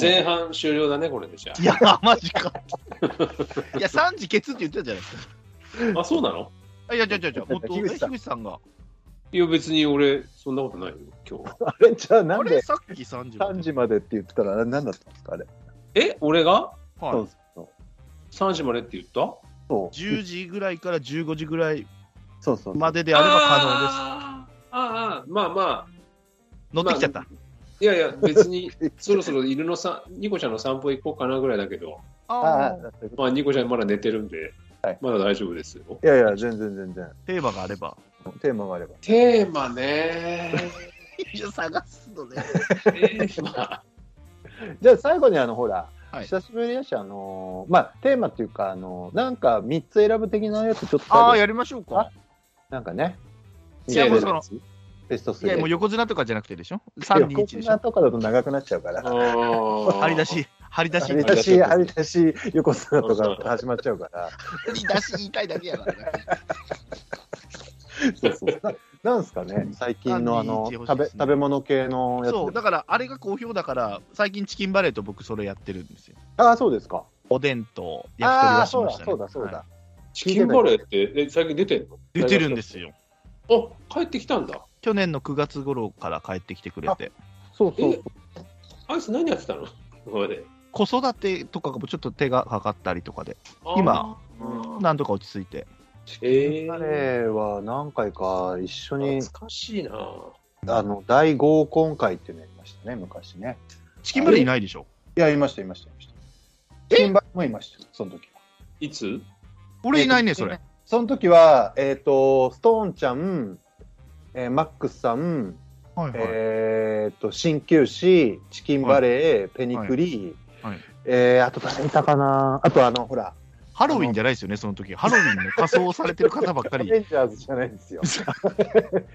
Speaker 1: 前半終了だね、これでじゃ
Speaker 4: いや、マジ か。いや、3時ケツって言ってたじゃないですか。
Speaker 1: あ。あ、そうなの
Speaker 4: あいや、じゃあじゃあじゃあもっと、え
Speaker 3: 樋口さん
Speaker 4: 樋口さんが。
Speaker 1: いや、別に俺、そんなことないよ、今日は。
Speaker 3: あれじゃあな
Speaker 4: あ
Speaker 3: ん
Speaker 4: れ、
Speaker 3: で
Speaker 4: さっき3時ま
Speaker 3: 3
Speaker 4: で。
Speaker 3: 時までって言ってたらあれ何だったんですかあれ
Speaker 1: え、俺が
Speaker 4: はい
Speaker 3: そうそう
Speaker 1: ?3 時までって言った
Speaker 3: そう
Speaker 4: 10時ぐらいから15時ぐらい
Speaker 3: そうそう
Speaker 4: までであれば可能です。
Speaker 1: あーあー、まあまあ。
Speaker 4: 乗ってきちゃった。
Speaker 1: いやいや、別 に、そろそろ犬のさ、ニコちゃんの散歩行こうかなぐらいだけど、
Speaker 3: ああ
Speaker 4: ああ、
Speaker 3: そういうこと
Speaker 1: まあ、ニコちゃんまだ寝てるんで、
Speaker 3: はい
Speaker 1: まだ大丈夫ですよ。
Speaker 3: いやいや全然全然
Speaker 4: テーマがあれば。
Speaker 3: テーマがあれば
Speaker 1: テーマね
Speaker 4: いや、探すのね。
Speaker 1: ー。テーマ。
Speaker 3: じゃあ最後にあのほら、
Speaker 4: はい
Speaker 3: 久しぶりだしあのーまあテーマっていうかあのーなんか3つ選ぶ的なやつちょっと最後
Speaker 4: ああ、やりましょうか。
Speaker 3: なんかね
Speaker 4: いやもうその
Speaker 3: ベスト3
Speaker 4: いや、もう横綱とかじゃなくてでしょ ?3、2、1でしょ
Speaker 3: とかだと長くなっちゃうから
Speaker 1: 張
Speaker 4: 張り出。し、張り出し、
Speaker 3: 張り
Speaker 4: 張り
Speaker 3: 出
Speaker 4: 出
Speaker 3: し
Speaker 4: し、
Speaker 3: 張り出し横綱とかだと始まっちゃうから
Speaker 4: 言いたいだけやからね。
Speaker 3: そうそうななんすかね最近のあの
Speaker 4: 321
Speaker 3: 食べ食べ物系のやつ
Speaker 4: そう、だからあれが好評だから、最近チキンバレーと僕それやってるんですよ。
Speaker 3: ああそうですか
Speaker 4: おでんと焼き鳥
Speaker 3: ああ
Speaker 4: 出
Speaker 3: ー
Speaker 4: し
Speaker 3: そう
Speaker 4: ま
Speaker 3: だ
Speaker 4: したね。
Speaker 3: そうだそうだ
Speaker 4: は
Speaker 1: チキンバレーって、え最近出てんの
Speaker 4: い出てるんですよ。
Speaker 1: あ、帰ってきたんだ。
Speaker 4: 去年の9月頃から帰ってきてくれて、
Speaker 3: そうそう
Speaker 1: あいつ何やってたの今まで。
Speaker 4: 子育てとかもちょっと手がかかったりとかで、
Speaker 1: あー
Speaker 4: 今、
Speaker 1: うん
Speaker 4: なんとか落ち着いて。
Speaker 1: え
Speaker 3: あ
Speaker 1: ー、
Speaker 3: れは何回か一緒に
Speaker 1: 懐かしいな
Speaker 3: あの大合コン会っていうのやりましたね昔ね
Speaker 4: チキンバレーいないでしょ
Speaker 3: いやいましたいましたいましたチキンバレーもいましたその時はい
Speaker 1: つ
Speaker 4: 俺いないね、それ。
Speaker 3: その時は、えっ、と、ストーンちゃん、えーマックスさん、
Speaker 4: はいはい。
Speaker 3: えっ、と、鍼灸師、チキンバレー、ペニクリ、
Speaker 4: はいはい
Speaker 3: えーあと誰いたかなあとあの、ほら、
Speaker 4: ハロウィンじゃないですよね、その時ハロウィンの仮装されてる方ばっか
Speaker 3: ア
Speaker 4: り。
Speaker 3: ベンジャーズじゃないんですよ。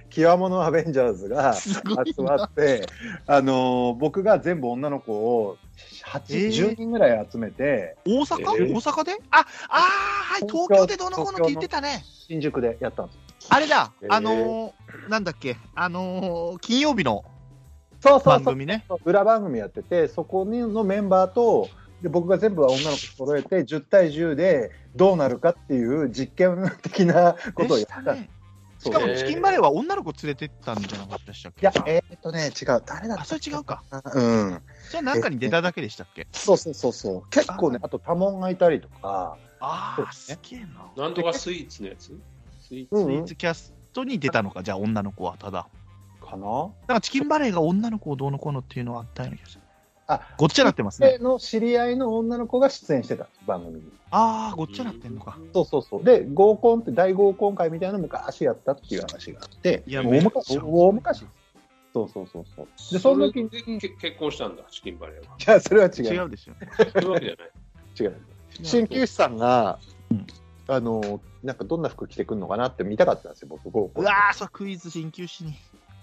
Speaker 3: 極物アベンジャーズが集
Speaker 4: すごい
Speaker 3: まって、あのー僕が全部女の子を8、
Speaker 4: えー
Speaker 3: 10人ぐらい集めて、
Speaker 4: 大阪、
Speaker 1: えー
Speaker 4: 大阪でああーはい、東京でどうのこうのって言ってたね。
Speaker 3: 新宿でやったんですよ。
Speaker 4: あれだ
Speaker 1: え、ー
Speaker 4: あのー、なんだっけ、あのー、金曜日の
Speaker 3: そうそう
Speaker 4: 番
Speaker 3: そう。
Speaker 4: 組ね。
Speaker 3: 裏番組やってて、そこのメンバーと、で僕が全部女の子揃えて10対10でどうなるかっていう実験的なことを
Speaker 4: で
Speaker 3: やっ
Speaker 4: した
Speaker 3: ん
Speaker 4: た
Speaker 3: です
Speaker 4: ね。
Speaker 3: そ
Speaker 4: し
Speaker 3: う
Speaker 4: かもチキンバレーは女の子連れてったんじゃなかったでしたっけ
Speaker 3: いや、えーっとね、違う、誰だっ
Speaker 4: あ、それ違うか。
Speaker 3: たかなうん。
Speaker 4: じゃあなんかに出ただけでしたっけ
Speaker 3: そうそうそうそう。結構ね、あと多門がいたりとか、
Speaker 4: ああ、
Speaker 3: そ
Speaker 4: すげえな。
Speaker 1: なんとかスイーツのやつスイーツ
Speaker 4: スイーツキャストに出たのか、じゃあ女の子はただ。
Speaker 3: かな
Speaker 4: なんかチキンバレーが女の子をどうのこうのっていうのはあったような気がする。
Speaker 3: あ
Speaker 4: ごっちゃなってます
Speaker 3: で
Speaker 4: ね。
Speaker 3: の知り合いの女の子が出演してた番組に。
Speaker 4: ああ、ごっちゃなってんのか。。
Speaker 3: そうそうそう。で、合コンって大合コン会みたいなの昔やったっていう話があって、
Speaker 4: いや
Speaker 3: もう
Speaker 4: め
Speaker 3: 大
Speaker 4: っち
Speaker 3: 昔。
Speaker 4: ゃ
Speaker 3: 大昔そうそうそうそう。で、その時に、
Speaker 1: に結婚したんだ、チキンバレー は。
Speaker 3: じゃあそれは違
Speaker 4: 違
Speaker 3: う。
Speaker 4: うでしょ。
Speaker 1: そういうわけじゃない。
Speaker 3: 違う。鍼灸師さんが、あの、なんかどんな服着てくるのかなって見たかったんですよ、僕、合コ
Speaker 4: う
Speaker 3: ン。
Speaker 4: わあ、そう、クイズ鍼灸師に。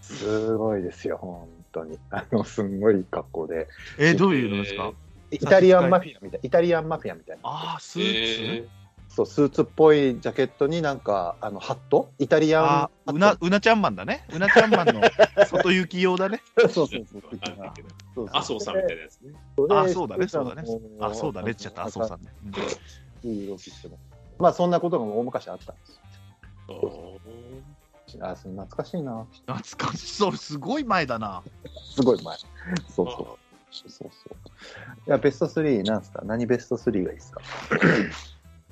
Speaker 3: すごいですよ、本当に。あの、すんごい格好で。
Speaker 4: えーどういうのですか、
Speaker 3: イタリアンマフィアみたい、イタリアンマフィアみたいな。
Speaker 4: ああ、スー
Speaker 1: え
Speaker 4: ツ、
Speaker 3: そう、スーツっぽいジャケットになんか、あの、ハットイタリアンハ
Speaker 4: あ
Speaker 3: ッ
Speaker 4: あ、
Speaker 3: ト
Speaker 4: うな、うなちゃんマンだね。うなちゃんマン の外行き用だね。
Speaker 3: そう
Speaker 1: ー
Speaker 3: そうそうそう。
Speaker 1: わかんないけど
Speaker 3: そうそう
Speaker 1: 麻生さんみたいなやつね。
Speaker 4: あそうだね、そうだね。
Speaker 3: の
Speaker 4: あそうだねって言っちゃった、あそうさんね。うん
Speaker 3: いい色着てもまあ、そんなことが大昔あったんです
Speaker 1: あー
Speaker 3: よ。あ、その懐かしいな。
Speaker 4: 懐かしそう、すごい前だな。
Speaker 3: すごい前。 そうそう。
Speaker 1: あ
Speaker 3: そうそうそう。いや、ベスト3なんですか何ベスト3がいいですか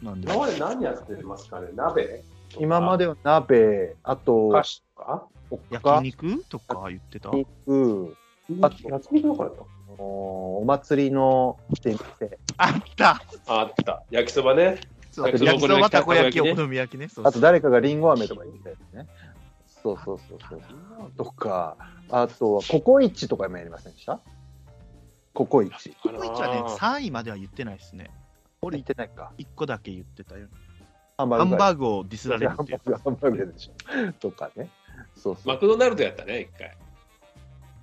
Speaker 4: なんで
Speaker 1: 今まで何やってますかね鍋
Speaker 3: 今までは鍋、あ
Speaker 1: お
Speaker 3: と
Speaker 1: 菓、子とか
Speaker 4: 焼肉とか言ってた。
Speaker 3: 肉、
Speaker 1: あ、焼肉どこだった
Speaker 3: おお祭りの出店、
Speaker 4: あった
Speaker 1: ああった。焼きそばね。
Speaker 4: そう
Speaker 1: 焼きそば
Speaker 4: 焼きそば、た
Speaker 1: た
Speaker 4: こ
Speaker 1: こ
Speaker 4: 焼
Speaker 1: 焼
Speaker 4: き、
Speaker 1: き
Speaker 4: お好み焼きね。そうそう
Speaker 3: あと誰かがリンゴ飴とか言ってたやつね。そうそうそうそう。とか、あとはココイチとかもやりませんでしたココイチ。
Speaker 4: ココイチはね、3位までは言ってないですね。
Speaker 3: 俺言ってないか。
Speaker 4: 1個だけ言ってたよ。
Speaker 3: ハンバ
Speaker 4: ハ
Speaker 3: ー
Speaker 4: ン
Speaker 3: グ。
Speaker 4: バーグをディスられる
Speaker 3: ハン
Speaker 4: ってい
Speaker 3: バ
Speaker 4: う
Speaker 3: ー。グ、ハンバーグでしょ。とかね。そうそう
Speaker 1: マ。クドナルドやったね、一回。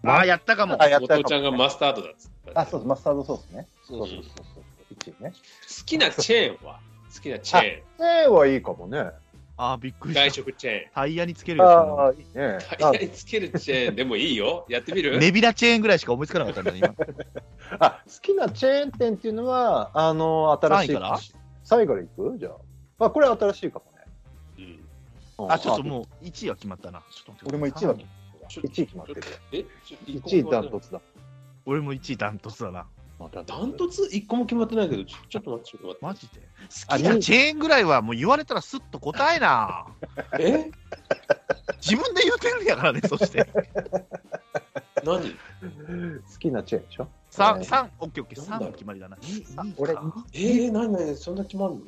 Speaker 4: ああ、やったかも。
Speaker 3: あ、やっ
Speaker 1: お
Speaker 3: た
Speaker 1: 父
Speaker 3: か
Speaker 1: ちゃんがマスタードだっつった
Speaker 3: あ、そうそう、マスタードソースね。そうそうそうそう。一位ね。
Speaker 1: 好きなチェーンは好きなチェーン。
Speaker 3: A はいいかもね。
Speaker 4: ああ、びっくり
Speaker 1: 外
Speaker 4: した。
Speaker 1: 食チェーン。
Speaker 4: タイヤにつけるやつだな
Speaker 3: ああ、いいね。
Speaker 1: タイヤにつけるチェーン でもいいよ。やってみる
Speaker 4: ネビラチェーンぐらいしか思いつかなかったんだね、今。
Speaker 3: あ、好きなチェーン店っていうのは、あの、新しい。
Speaker 4: 3位から
Speaker 3: 3位から行くじゃあ。あ、これ新しいかもね。
Speaker 1: うん
Speaker 3: うん
Speaker 4: あ、ちょっともう1位は決まったな。ちょっと待って
Speaker 3: 俺も1位は決
Speaker 1: ちょ
Speaker 3: 1位決まってる。
Speaker 1: え
Speaker 3: 1位ダント。ツだ。
Speaker 4: 俺も1位ダントツだな。
Speaker 1: ダントツ一個も決まってないけど、ちょちょっと待って、ちょっと
Speaker 4: マ
Speaker 1: 待
Speaker 4: ジで
Speaker 3: あ
Speaker 4: 好き
Speaker 3: に
Speaker 4: なチェーンぐらいはもう言われたらスッと答え な。
Speaker 1: って。え
Speaker 4: 自分で言ってるんやからね、そして。
Speaker 1: 何
Speaker 3: 好きなチェーンでしょ
Speaker 4: 三
Speaker 3: ね
Speaker 4: 三オッケーオッケー、
Speaker 1: なんだ
Speaker 4: 三
Speaker 1: ろう
Speaker 4: は決まりだな。二
Speaker 3: あ
Speaker 4: 二か
Speaker 3: 俺
Speaker 1: えー、何何そんな決まるの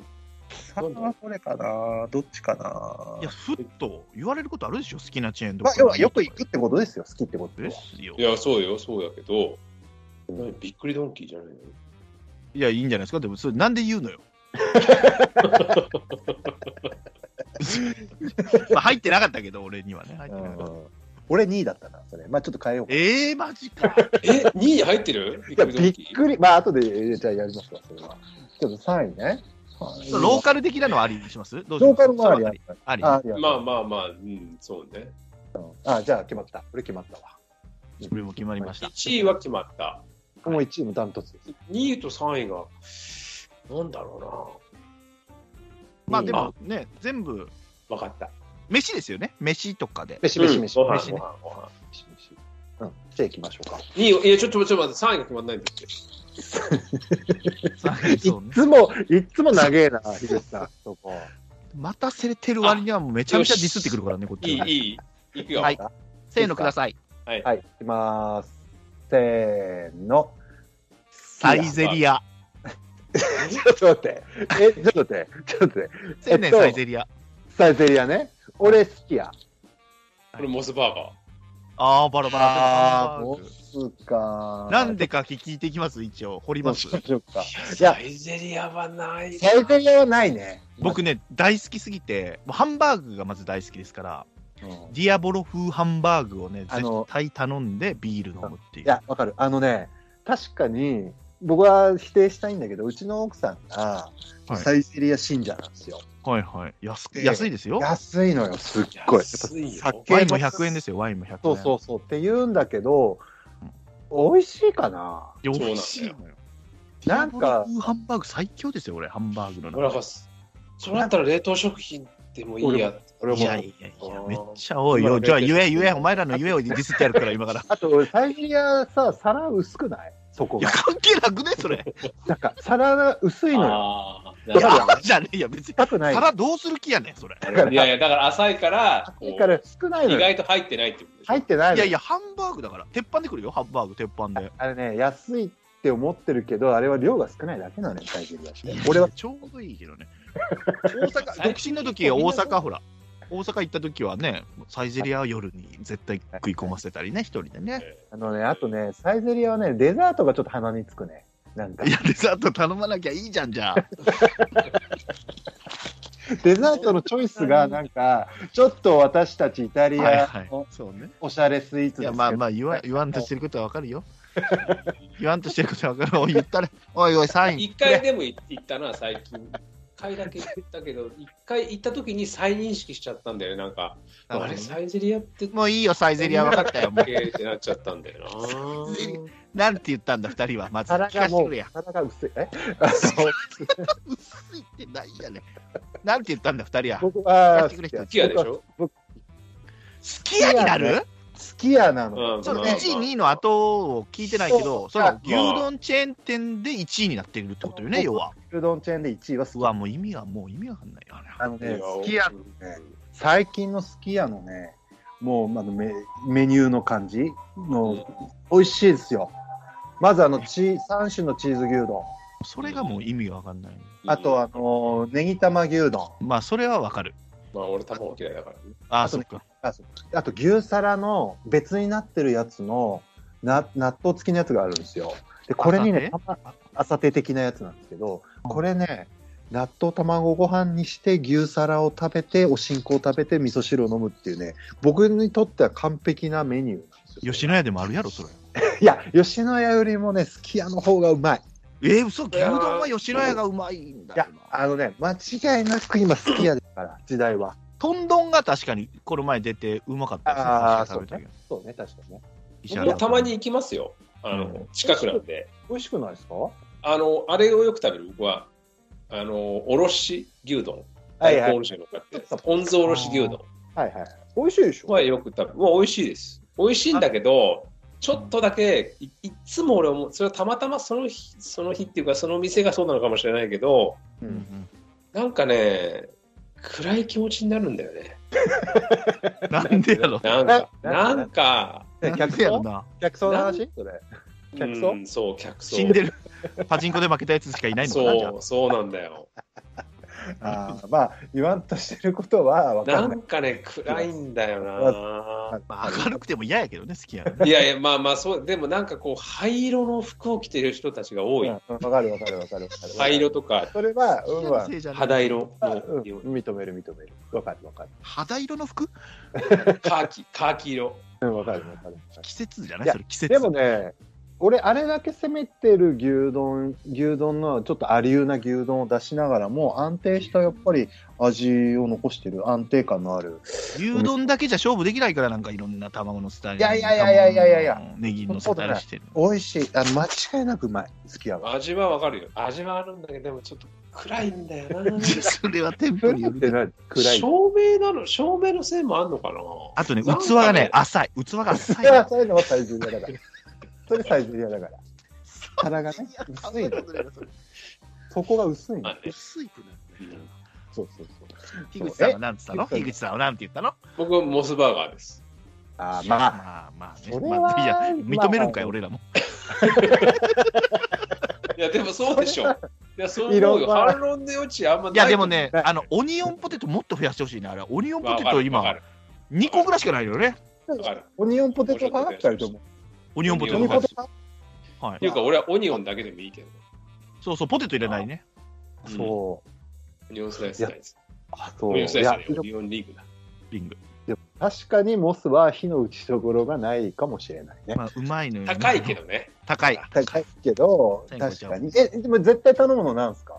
Speaker 8: 3はどれかなどっちかない
Speaker 4: や、ふっと言われることあるでしょ、好きなチェーンと
Speaker 3: ま
Speaker 4: か
Speaker 3: あ、。要はよく行くってことですよ、好きってこと
Speaker 4: で
Speaker 3: は。
Speaker 4: すよ。
Speaker 1: いや、そうよ、そうやけど、何びっくりドンキーじゃないの
Speaker 4: いや、いいんじゃないですか、でも、それなんで言うのよ。まあ入ってなかったけど、俺にはね。入ってなかった
Speaker 3: うん俺2位だったな、それ。まあちょっと変えようか。
Speaker 4: ええー、マジか。
Speaker 1: え、2位に入ってるびっ
Speaker 3: いや
Speaker 1: くりド
Speaker 3: び
Speaker 1: ン
Speaker 3: っ
Speaker 1: キー
Speaker 3: くり。まあ後で、じゃあやりますわ、それは。ちょっと3位ね。
Speaker 4: ローカル的なのはありにしますどうし
Speaker 3: ロー
Speaker 4: ます
Speaker 3: カルもありや。
Speaker 4: あり。
Speaker 3: あ、
Speaker 1: まあまあまあ、うん、そうね。
Speaker 3: あ。あ、じゃあ決まった。俺決まったわ。
Speaker 4: 俺も決まりました。
Speaker 1: 1位は決まった。
Speaker 3: もう1位もダントツです。
Speaker 1: 2位と3位が、なんだろ
Speaker 4: まあでもね、全部、
Speaker 1: うな。わかった。
Speaker 4: 飯ですよね。飯とかで。
Speaker 3: 飯飯飯。
Speaker 1: うんご飯、
Speaker 3: 飯
Speaker 1: ご飯、
Speaker 3: ね。
Speaker 1: ご飯。
Speaker 3: 飯飯うん。じゃあ行きましょうか。
Speaker 1: 2位、いや、ちょっと、ちょっと待って、3位が決まんないんだって。
Speaker 4: 三位そう
Speaker 3: い
Speaker 4: ね
Speaker 3: っ。つも、いっつも長えな、ひでさん。そこ。
Speaker 4: またせれてる割にはもうめちゃめちゃディスってくるからね、こっ
Speaker 1: い、
Speaker 4: ちはい
Speaker 1: いい。いくよ。
Speaker 4: はいせーのください。
Speaker 3: はい、行きます。せーの。
Speaker 4: サイゼリア。
Speaker 3: ちょっと待って。え、ちょっと待って。ちょっと待って。
Speaker 4: 千年サイゼリア。
Speaker 3: サイゼリアね。俺好きや。
Speaker 1: これモスバーガー。
Speaker 4: ああ、バラバラ。
Speaker 9: ああ、
Speaker 4: バラバ
Speaker 9: ボ
Speaker 4: ラ
Speaker 9: スか。
Speaker 4: なんでか聞いていきます、一応。掘ります。
Speaker 9: どうしようか。いや
Speaker 1: サ、イゼリアはない
Speaker 9: サイゼリアはないね。
Speaker 4: 僕ね、大好きすぎて、もうハンバーグがまず大好きですから、
Speaker 9: うん
Speaker 4: ディアボロ風ハンバーグをね、
Speaker 9: あ
Speaker 4: 絶
Speaker 9: の
Speaker 4: 対頼んでビール飲むってい。
Speaker 9: いうや、わかる。あのね、確かに、僕は否定したいんだけど、うちの奥さんが、
Speaker 4: はい
Speaker 9: サイゼリア信者なんですよ。
Speaker 4: はいはい。安く
Speaker 9: ええ
Speaker 4: 安いですよ。
Speaker 9: 安いのよ、すっごい。
Speaker 1: 安いよ。
Speaker 9: 酒
Speaker 4: ワインも100円ですよ、ワインも100円。
Speaker 3: そうそうそうって言うんだけど、美味しいかな
Speaker 4: よ
Speaker 1: そうなんだよ
Speaker 3: なんか
Speaker 4: ディアボロ風ハンバーグ最強ですよ、俺、ハンバーグの
Speaker 1: 俺なん
Speaker 4: 中
Speaker 1: か、それだったら冷凍食品でもいいや。
Speaker 3: 俺
Speaker 4: い
Speaker 3: も
Speaker 4: やいやいや、めっちゃ
Speaker 1: あ
Speaker 4: 多い
Speaker 1: ー
Speaker 4: よ。じゃあ、言え、
Speaker 1: 今
Speaker 4: 言え、お前らの言えをディスってやるから、今から。
Speaker 3: あと俺サイゼリアさ皿薄くないそこ
Speaker 4: いや、
Speaker 3: が
Speaker 4: 関係なくね、それ。
Speaker 3: なんか皿が薄いのよ
Speaker 1: ああ、
Speaker 4: い
Speaker 1: なるほ
Speaker 4: や、じゃねえや、別に。
Speaker 3: 硬くない
Speaker 4: 皿どうする気やねん、それ。
Speaker 1: どいやいや、だから浅いから、こ
Speaker 3: だか
Speaker 1: う
Speaker 3: ら少ないの
Speaker 1: 意
Speaker 3: よ
Speaker 1: 外と入ってないってことでしょ
Speaker 3: 入ってない
Speaker 4: い
Speaker 3: の
Speaker 4: や
Speaker 3: よ
Speaker 4: いや、ハンバーグだから。鉄板で来るよ、ハンバーグ、鉄板で。
Speaker 3: あれね安いって思ってるけどあれは量が少ないだけなのよサイゼリアって
Speaker 4: 俺
Speaker 3: 俺
Speaker 4: は
Speaker 3: は
Speaker 4: ちょうどいいけどね。大阪、独身の時は大阪、ほら。大阪行った時はね、サイゼリアは夜に絶対食い込ませたりね、一人でね。
Speaker 3: あのねあとねサイゼリアはねデザートがちょっと鼻につくねなんか
Speaker 4: いや、デザート頼まなきゃいいじゃん、じゃあ。
Speaker 3: デザートのチョイスがなんかちょっと私たちイタリ
Speaker 4: はい
Speaker 3: ア
Speaker 4: はい
Speaker 3: の。
Speaker 4: そうね。
Speaker 3: おしゃれスイーツで
Speaker 4: い
Speaker 3: す
Speaker 4: や、
Speaker 3: けど
Speaker 4: まあまあ言わ、言わんとしてることはわかるよ。言わんとしてることはわかる。おい、言ったら、おいおい、サイン。
Speaker 1: 一回でも行ったな、最近。一回だけ行ったけど、一回行った時に再認識しちゃったんだよね、なんか。
Speaker 4: なるほ
Speaker 1: あ
Speaker 4: どね
Speaker 1: れ、サイゼリアって。
Speaker 4: もういいよ、サイゼリア分かったよ。もう
Speaker 1: えーってなっちゃったん だよ
Speaker 4: なんて言ったんだ、二人は。まず、
Speaker 3: 皿
Speaker 4: 聞か
Speaker 3: が
Speaker 4: せて
Speaker 3: も
Speaker 4: く
Speaker 3: う
Speaker 4: れや。
Speaker 3: 皿が薄い えあの
Speaker 4: 薄いってないやね。なんて言ったんだ、二人は。
Speaker 3: 僕は
Speaker 4: 聞かせてくれ人
Speaker 1: 好きやでしょ
Speaker 4: 好き家になる
Speaker 3: 好きやなの、
Speaker 1: うん
Speaker 4: その
Speaker 1: まあ
Speaker 4: 1位、2位の後を聞いてないけど、
Speaker 3: そ
Speaker 4: そ
Speaker 3: う
Speaker 4: の牛丼チェーン店で1位になっているってことよね、要は。
Speaker 3: 牛丼チェーンで1位は好
Speaker 4: う
Speaker 3: き
Speaker 4: わ、もう意味が、もう意味わかんないよね。
Speaker 3: あのね
Speaker 1: 好
Speaker 3: 好
Speaker 1: き
Speaker 3: き
Speaker 1: や
Speaker 3: や
Speaker 1: の
Speaker 3: の
Speaker 1: ね
Speaker 3: ね最近のすき家のねもうあのメメニューの感じの美味しいですよまずあのチ3種のチーズ牛丼
Speaker 4: それがもう意味がわかんない。
Speaker 3: あとあのネギ玉牛丼
Speaker 4: まあ、それはわかる。
Speaker 1: まあ俺卵嫌いだからね
Speaker 3: あ
Speaker 4: あ、
Speaker 3: と
Speaker 4: そっ
Speaker 3: ね
Speaker 4: か。
Speaker 3: あそうあと牛皿の別になってるやつのな納豆付きのやつがあるんですよでこれにね
Speaker 4: 朝
Speaker 3: たま朝手的なやつなんですけどこれね納豆卵ご飯にして牛皿を食べておしんこを食べて味噌汁を飲むっていうね僕にとっては完璧なメニューなんですよ
Speaker 4: 吉野家でもあるやろ、それ。
Speaker 3: いや吉野家よりもねすき家の方がうまい
Speaker 4: えー、嘘、牛丼は吉野家がうまいんだ
Speaker 3: いや
Speaker 4: よな。
Speaker 3: あのね間違いなく今すき家ですから時代は
Speaker 4: 豚丼が確かに、この前出てうまかったですね
Speaker 3: あー
Speaker 4: 確かに食べたけど
Speaker 3: そうね確かにね
Speaker 4: 石
Speaker 1: 俺
Speaker 4: 原
Speaker 1: たまに行きますよあの近くなんで
Speaker 3: 美味しくないですか
Speaker 1: あのあれをよく食べる僕はあのおろし牛丼
Speaker 3: はい
Speaker 1: 大
Speaker 3: は
Speaker 1: 根お
Speaker 3: い
Speaker 1: ろしのかってポン酢おろし牛丼
Speaker 3: はいはい美味しいでしょ
Speaker 1: はよく食べるもう美味しいです美味しいんだけどちょっとだけいいつも俺もそれはたまたまその日その日っていうかその店がそうなのかもしれないけど
Speaker 3: う
Speaker 4: うんうんん
Speaker 1: なんかね暗い気持ちになるんだよね
Speaker 4: なんでやろ。
Speaker 1: なんか、
Speaker 3: な
Speaker 1: なんか、
Speaker 3: え
Speaker 4: なん
Speaker 3: 客
Speaker 4: でやろ
Speaker 3: 層
Speaker 4: な。
Speaker 3: 客層の話それ客層
Speaker 1: うんそう、客層。
Speaker 4: 死んでる。パチンコで負けたやつしかいないのかな、じゃあ
Speaker 1: そう、そうなんだよ。
Speaker 3: あーまあ言わんとしてることは分か
Speaker 1: なん
Speaker 3: ない
Speaker 1: んかね、暗いんだよな。
Speaker 4: まあ、明るくても嫌やけどね、好きやね。
Speaker 1: いやいや、まあまあ、そう、でもなんかこう、灰色の服を着てる人たちが多い。
Speaker 3: うん分かる分かる分かる分かる
Speaker 1: 灰色とか、
Speaker 3: それは
Speaker 4: 好
Speaker 3: う
Speaker 4: き
Speaker 3: ん
Speaker 4: や
Speaker 3: は
Speaker 4: のせいじゃない
Speaker 1: 肌色
Speaker 3: う
Speaker 1: の
Speaker 3: ん、認める認める分かる分かる
Speaker 4: 肌色の服
Speaker 1: カーキ、カーキ色。
Speaker 3: うん分かる分かる分か
Speaker 4: 季節じゃない
Speaker 3: いや
Speaker 4: それ季節。
Speaker 3: るでもね俺あれだけ攻めてる牛丼牛丼のちょっとありうな牛丼を出しながらも安定したやっぱり味を残してる安定感のある
Speaker 4: 牛丼だけじゃ勝負できないから、なんかいろんな卵のせたり。
Speaker 3: いやいやいやいやいやいやいや
Speaker 4: 卵のネギのせたりしてる。
Speaker 3: 美味しいあの間違いなくうまい好きやわ
Speaker 1: 味はわかるよ。味はあるんだけど、でもちょっと暗いんだよな。
Speaker 4: それは店舗によ る。
Speaker 3: 暗い
Speaker 1: 照明なの照明のせいもあんのかな
Speaker 4: あとね、
Speaker 1: なんか
Speaker 4: 器がね、浅い。器が 浅
Speaker 3: い
Speaker 4: いの。
Speaker 3: や、そういうのはサイゼリアだから。それサイゼリアだから。皿がね、薄いの。そこが薄
Speaker 1: ま
Speaker 3: いの
Speaker 1: あ。ね
Speaker 4: 薄いくなるね
Speaker 3: そうそうそう。
Speaker 4: 樋口さんは何つったの
Speaker 3: え
Speaker 4: 樋口さんは何て言ったの
Speaker 1: 僕はモスバーガーです。
Speaker 3: あー
Speaker 4: ま
Speaker 3: まあ、
Speaker 4: あまあね。
Speaker 3: それは
Speaker 4: まあいや、認めるんかい、
Speaker 3: まあ
Speaker 4: 俺らも。
Speaker 1: いや、でもそうでしょ。いや、そう
Speaker 3: い
Speaker 1: 思
Speaker 3: ろ
Speaker 1: うよ。
Speaker 3: んな
Speaker 1: 反論の余地あんまないと思
Speaker 4: い
Speaker 1: う。
Speaker 4: や、でもね、あの、オニオンポテトもっと増やしてほしいね。あれ、オニオンポテト今、
Speaker 1: わかる
Speaker 4: 2個ぐらいしかないよね。
Speaker 1: ある。
Speaker 3: オニオンポテト派
Speaker 1: 面白
Speaker 3: 2
Speaker 1: い
Speaker 3: 人とも。
Speaker 4: オニオンポテ
Speaker 3: オ
Speaker 4: ト
Speaker 3: ニオンポ
Speaker 4: 派
Speaker 3: テト
Speaker 4: です。は
Speaker 1: ってい。
Speaker 4: いう
Speaker 1: か、俺はオニオンだけでもいいけど。
Speaker 4: そうそう、ポテト入れないね。
Speaker 1: うん
Speaker 3: そう。
Speaker 1: オニオンスライス大好き。
Speaker 3: あ
Speaker 1: オ
Speaker 3: そう。
Speaker 1: ニ
Speaker 3: い
Speaker 1: オンスライス
Speaker 3: や
Speaker 1: じゃないオニオンリングだ。
Speaker 4: リング。
Speaker 3: でも確かにモスは火の打ちどころがないかもしれないね。
Speaker 4: まあ、うまいのよね。
Speaker 1: 高いけどね。
Speaker 4: 高い。
Speaker 3: 高いけど、
Speaker 4: 千五
Speaker 3: 確
Speaker 4: ちゃん
Speaker 3: かに。え、でも絶対頼むのなんすか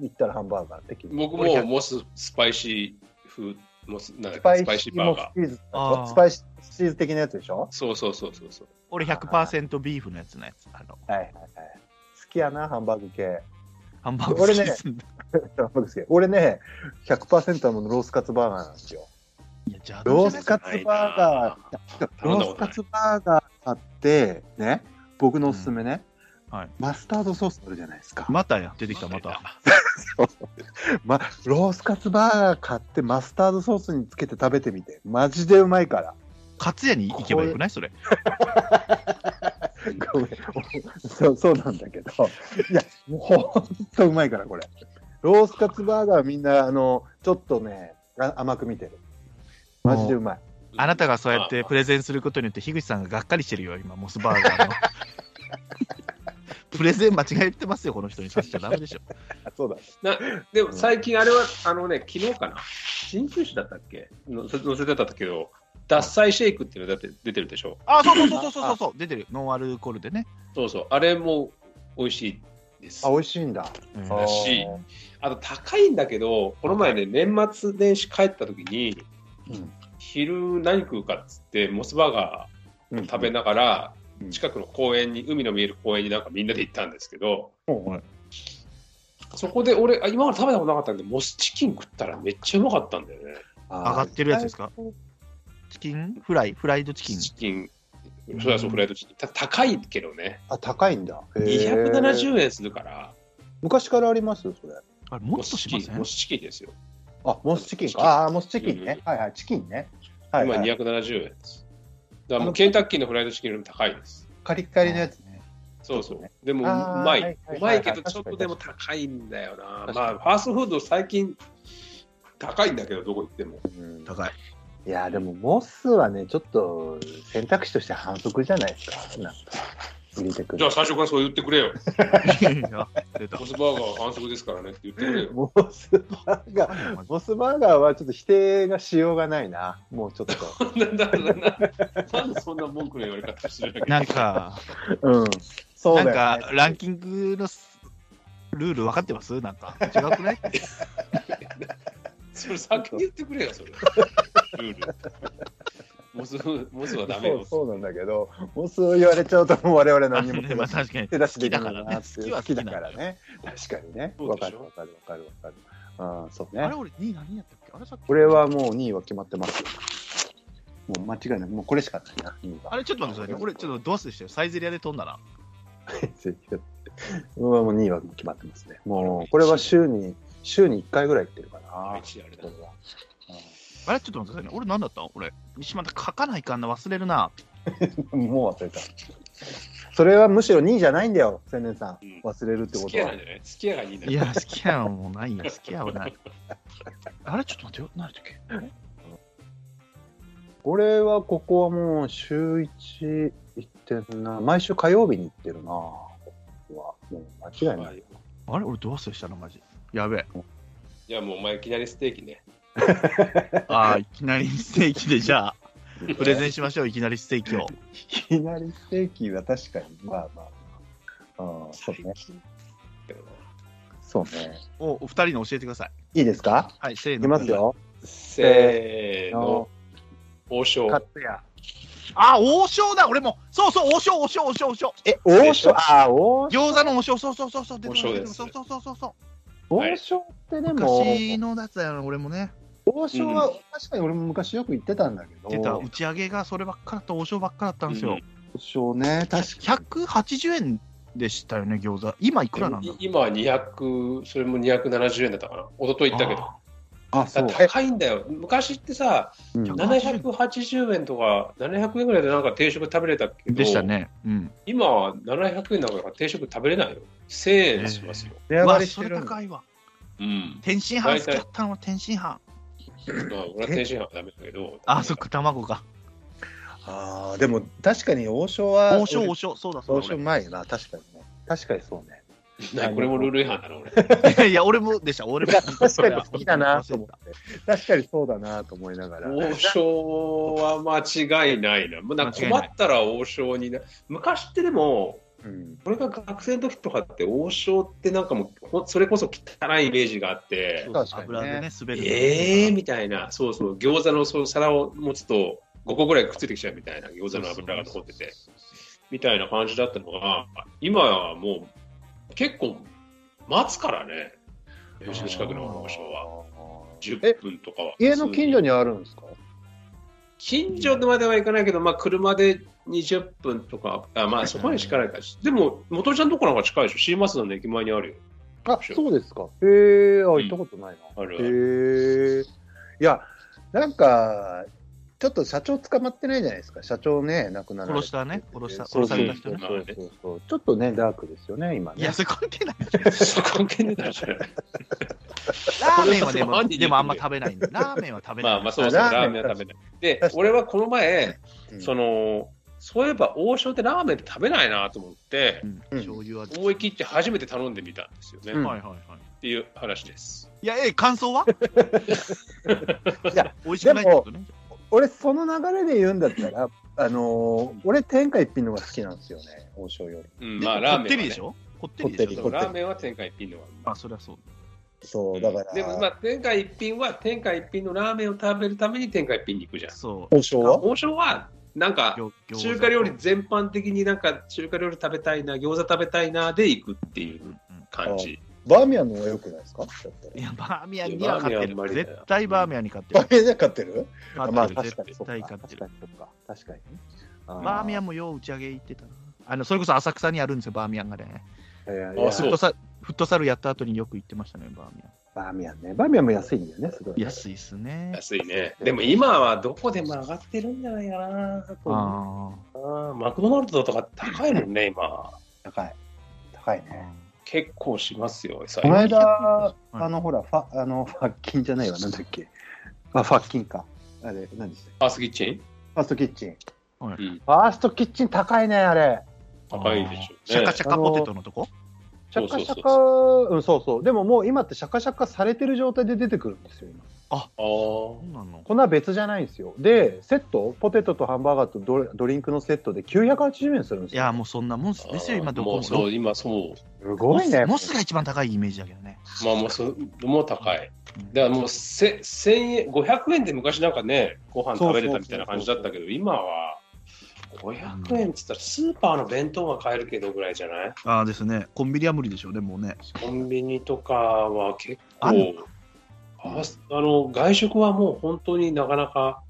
Speaker 3: 行ったらハンバーガー的に。
Speaker 1: 僕もモススパイシー風、モスなんだ
Speaker 3: ス
Speaker 1: っ
Speaker 3: パ
Speaker 1: けス
Speaker 3: イ
Speaker 1: パイ
Speaker 3: シ
Speaker 1: シ
Speaker 3: ー
Speaker 1: ーバー
Speaker 3: モ
Speaker 1: ガー。
Speaker 3: スチーズ
Speaker 4: あー
Speaker 3: スパイシーチーズ的なやつでしょ
Speaker 1: そうそうそうそうそう。
Speaker 4: 俺100%ビーフのやつのやつ。あの、
Speaker 3: はいはいはい。好きやな、ハンバーグ系。
Speaker 4: ハンバーグ好きですんだ。
Speaker 3: ハンバーグ好き。俺ね、100%のロースカツバーガーなんですよ。
Speaker 4: いや、じゃあ、
Speaker 3: ロースカツバーガー、
Speaker 1: 頼
Speaker 3: ロ
Speaker 1: んだ
Speaker 3: ー
Speaker 1: ことな
Speaker 3: スカ
Speaker 1: い
Speaker 3: ツバーガー買って、ね、僕のおすすめね、
Speaker 4: うんはい
Speaker 3: マスタードソースあるじゃないですか。
Speaker 4: またや、出てきた、また。
Speaker 3: ま、ロースカツバーガー買ってマスタードソースにつけて食べてみて。マジでうまいから。
Speaker 4: カツ屋に行けばよくないそれ。
Speaker 3: ごめん。そうそうなんだけど。いや、もうほんとうまいから、これ。ロースカツバーガーみんな、あの、ちょっとね、あ甘く見てる。マジでうまい。
Speaker 4: あなたがそうやってプ
Speaker 1: レ
Speaker 4: レゼンすることによって、樋口さんががっかりしてるよ、今、モスバーガーの。 プレゼン間違えてますよ、この人にさせちゃダメでしょ。
Speaker 3: あそうだ。
Speaker 1: でも最近あれは、あのね、昨日かな。鍼灸師だったっけの載せてたけど、脱菜シェイクっていうのだって出てるでしょ。
Speaker 4: あ、そうそうそうそうそうそう、出てる。ノンアルコールでね。
Speaker 1: そうそう。あれも美味しいです
Speaker 3: あ、。美味しいんだ。
Speaker 4: うん
Speaker 1: だし、あと高いんだけど、この前ね、年末年始帰った時に、昼何食うかっつって、モスバーガー食べながら、近くの公園に、海の見える公園になんかみんなで行ったんですけど、そこで俺、あ今まで食べたことなかったんで、モスチキン食ったらめっちゃうまかったんだよね。
Speaker 3: 上
Speaker 4: 上がってるやつですかチキンフライフライドチキン。
Speaker 1: チキン、それはそうフライドチキン。た高いけどね、
Speaker 3: あ、高いんだ。へー
Speaker 1: 270円するから、
Speaker 3: 昔からありますそれ。
Speaker 4: あれ、も
Speaker 1: モ
Speaker 4: っと
Speaker 1: ス
Speaker 4: し
Speaker 1: チ
Speaker 4: ま
Speaker 1: キ
Speaker 4: せ
Speaker 1: ン、
Speaker 4: ん
Speaker 1: モスチキンですよ。
Speaker 3: あ、モスチキン
Speaker 1: チキン
Speaker 3: か。あー、モスチキンね。
Speaker 1: う
Speaker 3: はいはい、チキンね。はい、
Speaker 1: 今
Speaker 3: はい。
Speaker 1: 270円です。だからもうケンタッキーのフライドチキンよりも高いです。
Speaker 3: カリッカリのやつね。
Speaker 1: そうそう。でも、う
Speaker 3: あー
Speaker 1: ま
Speaker 3: はい
Speaker 1: い。
Speaker 3: はいう
Speaker 1: まいけ
Speaker 3: は
Speaker 1: ど、
Speaker 3: いはい
Speaker 1: ちょっとでも高いんだよな。
Speaker 3: 確
Speaker 1: ま
Speaker 3: か
Speaker 1: あ、ファーストフード最近、高いんだけど、どこ行っても。
Speaker 3: うん
Speaker 4: 高い。
Speaker 3: いやーでもモスはねちょっと選択肢として反則じゃないですかなんか入れてく
Speaker 1: じゃ
Speaker 3: る
Speaker 1: あ、最初からそう言ってくれよ。
Speaker 4: あ 出た
Speaker 1: モスバーガーは反則ですからねって言ってくれよ。
Speaker 3: モスバーガーモスバーガーはちょっと否定がしようがないなもうちょっと
Speaker 1: なんだなんだなんでそんな文句の言われ方してるんだっけ
Speaker 4: なんか、
Speaker 3: うんそう
Speaker 4: な
Speaker 3: だよ、
Speaker 4: ん
Speaker 3: ね、
Speaker 4: か、ランキングのすルール分かってますなんか、違うくない
Speaker 1: それ先に言ってくれよ、それ。ルール。モス、モスはダメ
Speaker 3: そう
Speaker 1: よ。
Speaker 3: そうなんだけどモスを言われちゃうともう我々何も
Speaker 4: まあ確かに。
Speaker 3: 手出しできない
Speaker 4: 好きだから
Speaker 3: な
Speaker 4: ね
Speaker 3: って
Speaker 4: 好
Speaker 3: い
Speaker 4: き
Speaker 3: う
Speaker 4: は
Speaker 3: 好
Speaker 4: 好き
Speaker 3: き
Speaker 4: な
Speaker 3: だか
Speaker 4: んだよ
Speaker 3: らね確かにね
Speaker 1: そう
Speaker 3: わ
Speaker 1: で
Speaker 3: か
Speaker 1: し
Speaker 3: る
Speaker 1: ょ
Speaker 3: わかるわかるわかるあーそう
Speaker 4: あれ、
Speaker 3: ね
Speaker 4: 俺2位何やったっけあれさっき。
Speaker 3: これ。はもう2位は決まってますよもう間違いないもうこれしかないな2位は
Speaker 4: あれ、ちょっと待ってくださいね。俺、ちょっとドアスでしたよ。サイゼリアで飛んだな。
Speaker 3: うわもう2位は決まってますね。もう、これは週に、週に1回ぐらい行ってるかな。
Speaker 1: 一位あれだ
Speaker 3: これは
Speaker 4: あれ、ちょっと待ってくださいね。俺何だった俺、西村書かないかんな。忘れるな。
Speaker 3: うんもう忘れた。 それはむしろ2位じゃないんだよ、千年さん
Speaker 1: うん。
Speaker 3: 忘れるって
Speaker 1: 好
Speaker 3: こ
Speaker 1: き
Speaker 3: と
Speaker 1: や
Speaker 3: は
Speaker 1: なん。じゃない好きやがいいな。
Speaker 4: いや、好きやはもうないや。好きやはない。あれ、ちょっと待ってよ。何だっけ
Speaker 3: これは、ここはもう週1行ってんな。毎週火曜日に行ってるな。ここは。もう間違いない。
Speaker 1: い
Speaker 4: あれ、俺ドアスでしたな、マジ。やべえ。
Speaker 1: や、もうお前いきなりステーキね。
Speaker 4: ああ、いきなりステー キで、じゃあ、プレゼンしましょう。いきなりステーキを。
Speaker 3: いきなりステーキは確かに、まあまあ。あーそうね。
Speaker 1: けどな
Speaker 3: そうね。
Speaker 4: お、お二人に教えてください。
Speaker 3: いいですか
Speaker 4: はい、せ
Speaker 3: い
Speaker 4: ーの。
Speaker 3: きます。よ。
Speaker 1: せー
Speaker 3: の
Speaker 1: の、王将。
Speaker 3: カツヤ。
Speaker 4: あ、王将だ、俺も。そうそう、王将、王将、王将、王将。
Speaker 3: え、王将ああ、王将。
Speaker 4: 餃子の王将、そうそうそうそう、出てこない
Speaker 1: 王将
Speaker 4: 出てこ
Speaker 1: です
Speaker 4: ないそうそうそうそう。
Speaker 3: 王将ってでも、
Speaker 4: 昔のやつだよね、俺もね。
Speaker 3: 王将は、確かに俺も昔よく行ってたんだけど、
Speaker 4: 出た打ち上げがそればっかだった、王将ばっかだったんですよ。
Speaker 3: 王将ね、確かに。
Speaker 4: 180円でしたよね、餃子。今いくらなんだ
Speaker 1: い今は200、それも270円だったかな。一昨日行ったけど。
Speaker 3: あ、そう。
Speaker 1: だから高いんだよ。昔ってさ、
Speaker 3: うん
Speaker 1: 780円とか、700円ぐらいでなんか定食食べれたけど、
Speaker 4: でしたね。うん。
Speaker 1: 今は700円だから定食食べれないよ。1000円しますよ。
Speaker 3: 値
Speaker 4: う
Speaker 3: 上が
Speaker 4: わ、
Speaker 3: りして
Speaker 4: それ
Speaker 3: るんだ
Speaker 4: 高いわ。
Speaker 1: うん。
Speaker 4: 天津飯好きだったの、天津飯。
Speaker 1: まあ、俺は天津飯はダメだけど。
Speaker 4: あ、そっか、卵か。
Speaker 3: ああ、でも確かに王将は、
Speaker 4: 王将、王将、そうだ、そう
Speaker 3: 王
Speaker 4: だ
Speaker 3: 将うまいよな、確かにね。確かにそうね。
Speaker 1: ないこれもルール違反だな、 俺。
Speaker 4: 俺。いや、俺もでした、俺も。
Speaker 3: 確かに好きだなと思って。確かにそうだなと思いながら。
Speaker 1: 王将は間違いないな。もうなんか
Speaker 4: 間違いな
Speaker 1: 困
Speaker 4: い
Speaker 1: ったら王将にな。昔ってでも、
Speaker 3: うん。
Speaker 1: 俺が学生の時とかって王将ってなんかもうほそれこそ汚いイメージがあって、
Speaker 3: 確かに
Speaker 4: 油でね、滑る。
Speaker 1: ええー、みたいな、そうそう、餃子のその皿を持つと5個ぐらいくっついてきちゃうみたいな、餃子の油が残ってて、みたいな感じだったのが、今はもう結構待つからね、吉野近くの王将は。10分とかは。
Speaker 7: 家の近所にあるんですか
Speaker 1: 近所までは行かないけど、まあ、車で20分とか、あまあ、そこまでしかないから、でも、元ちゃんのとこなんか近いでしょ、シーマスの駅前にあるよ。
Speaker 7: あ
Speaker 1: そう
Speaker 7: そうですか。へえ、あ
Speaker 1: ん
Speaker 7: 行ったことないな。
Speaker 1: あるある
Speaker 3: へえ。いや、なんか、ちょっと社長捕まってないじゃないですか。社長ね、亡くなられて
Speaker 4: 殺したね殺した
Speaker 3: そうそう
Speaker 1: 殺された人ね
Speaker 3: そうそうそうちょっとね、ダークですよね、今
Speaker 4: い
Speaker 3: ね
Speaker 4: や、。それ関係ない。
Speaker 1: そう関係ないじゃない。
Speaker 4: ラーメンはで
Speaker 1: それは
Speaker 4: も、
Speaker 1: 犯人
Speaker 4: でもあんま食べないんで。ラーメンは食べない。
Speaker 1: まあまあ、そうそう、
Speaker 3: あ
Speaker 1: ラ
Speaker 3: ラ
Speaker 1: ー
Speaker 3: ー
Speaker 1: メ
Speaker 3: メ
Speaker 1: ン
Speaker 3: ン
Speaker 1: は食べない。で
Speaker 3: 確、かに
Speaker 1: 俺はこの前、
Speaker 3: うん
Speaker 1: その、そういえば王将ってラーメンって食べないなと思って
Speaker 4: う、ん醤油は。
Speaker 1: 思い切って初めて頼んでみたんですよね、
Speaker 3: うん
Speaker 1: っ
Speaker 4: はいはいはい。
Speaker 1: ていう話です。
Speaker 4: いや、ええ、感想はい
Speaker 3: や、
Speaker 4: 美味しくないってことね。
Speaker 3: 俺、その流れで言うんだったら、 あのー俺、天下一品の方が好きなんですよね、王将より。
Speaker 1: うん、
Speaker 4: で
Speaker 1: まあ、
Speaker 4: も
Speaker 1: ラー
Speaker 4: こ
Speaker 1: メンは、ね。
Speaker 4: ってりでしょこってりでし
Speaker 3: こ
Speaker 4: ょ
Speaker 1: そ
Speaker 3: ってり
Speaker 1: うラーメンは天下一品の方がうまい
Speaker 4: まあ、そりゃそう。
Speaker 3: そう、だから、
Speaker 1: でも、まあ、天下一品は天下一品のラーメンを食べるために天下一品に行くじゃん。
Speaker 4: そう。
Speaker 3: 王将は
Speaker 1: 王将はなんか
Speaker 4: 餃餃子
Speaker 1: 中華料理全般的になんか中華料理食べたいな餃子食べたいなで行くっていううん
Speaker 4: うん
Speaker 1: 感じ
Speaker 3: バーミヤンの方が良くないですかだったら
Speaker 4: いや、バーミヤンには勝っ
Speaker 1: い
Speaker 4: て
Speaker 1: やバーミヤンあんまり
Speaker 4: る。
Speaker 1: だよ
Speaker 4: 絶対バーミヤンに勝って
Speaker 3: バー
Speaker 4: る。
Speaker 3: ミヤンじゃ勝ってるまあ、
Speaker 4: 勝ってる。
Speaker 3: 確かにそうか。
Speaker 4: 絶対勝
Speaker 3: 確
Speaker 4: ってる
Speaker 3: か。にそうか。確かにね。
Speaker 4: バーミヤ
Speaker 3: ン
Speaker 4: ンもよう打ち上げ行ってたな。あのそれこそ浅草にあるんですよ、バーミヤンがね。
Speaker 1: あ
Speaker 4: フ
Speaker 1: そう
Speaker 4: ットサフットサルやった後によく行ってましたね、バーミヤ
Speaker 3: バーミヤンね。バーミヤンも安いんだよね、すごい
Speaker 4: ン。
Speaker 3: ね。
Speaker 4: 安いっすね。
Speaker 1: 安いねでも今はどこでも上がってるんじゃないかなと思
Speaker 4: あ
Speaker 1: うなマクドナルドとか高いもんね今
Speaker 3: 高い。高い
Speaker 4: あ
Speaker 3: ね。。
Speaker 1: 結構しますよ最
Speaker 3: この
Speaker 1: 近
Speaker 3: 間、あの、ほら、ファ、あの、ファッキンじゃないわ、なんだっけ。あ、ファッキンか。あれ、何でした
Speaker 1: ファ
Speaker 3: っけ
Speaker 1: ーストキッチン
Speaker 3: ファーストキッチン。
Speaker 7: ファーストキッチン高いね、あれ。
Speaker 1: 高いでしょうね
Speaker 4: シャカシャカポテトのとこ
Speaker 7: シャカシ
Speaker 1: そ
Speaker 7: ャ
Speaker 1: うそう
Speaker 7: カ、うん、そうそう。でももう今ってシャカシャカされてる状態で出てくるんですよ、今。
Speaker 1: あー
Speaker 4: そうなの
Speaker 7: 粉は別じゃないんですよ。で、セット、ポテトとハンバーガーとドドリンクのセットで980円するんです
Speaker 4: い
Speaker 7: よ。
Speaker 4: や、もうそんなもんすですよ、今どこ
Speaker 1: もうそう今そ
Speaker 7: すごいね。
Speaker 4: モスが一番高いイメージだけどね。
Speaker 1: うまあもうそもう高い
Speaker 4: うん
Speaker 1: だからもうせ1000円、500円で昔なんかね、ご飯食べれたみたいな感じだったけど、今は500円って言ったらスーパーの弁当が買えるけどぐらいじゃない
Speaker 4: ああですね、コンビニは無理でしょうね、もうね。
Speaker 1: コンビニとかは結
Speaker 4: あん
Speaker 1: 構、ああの外食はもう本当になかなか、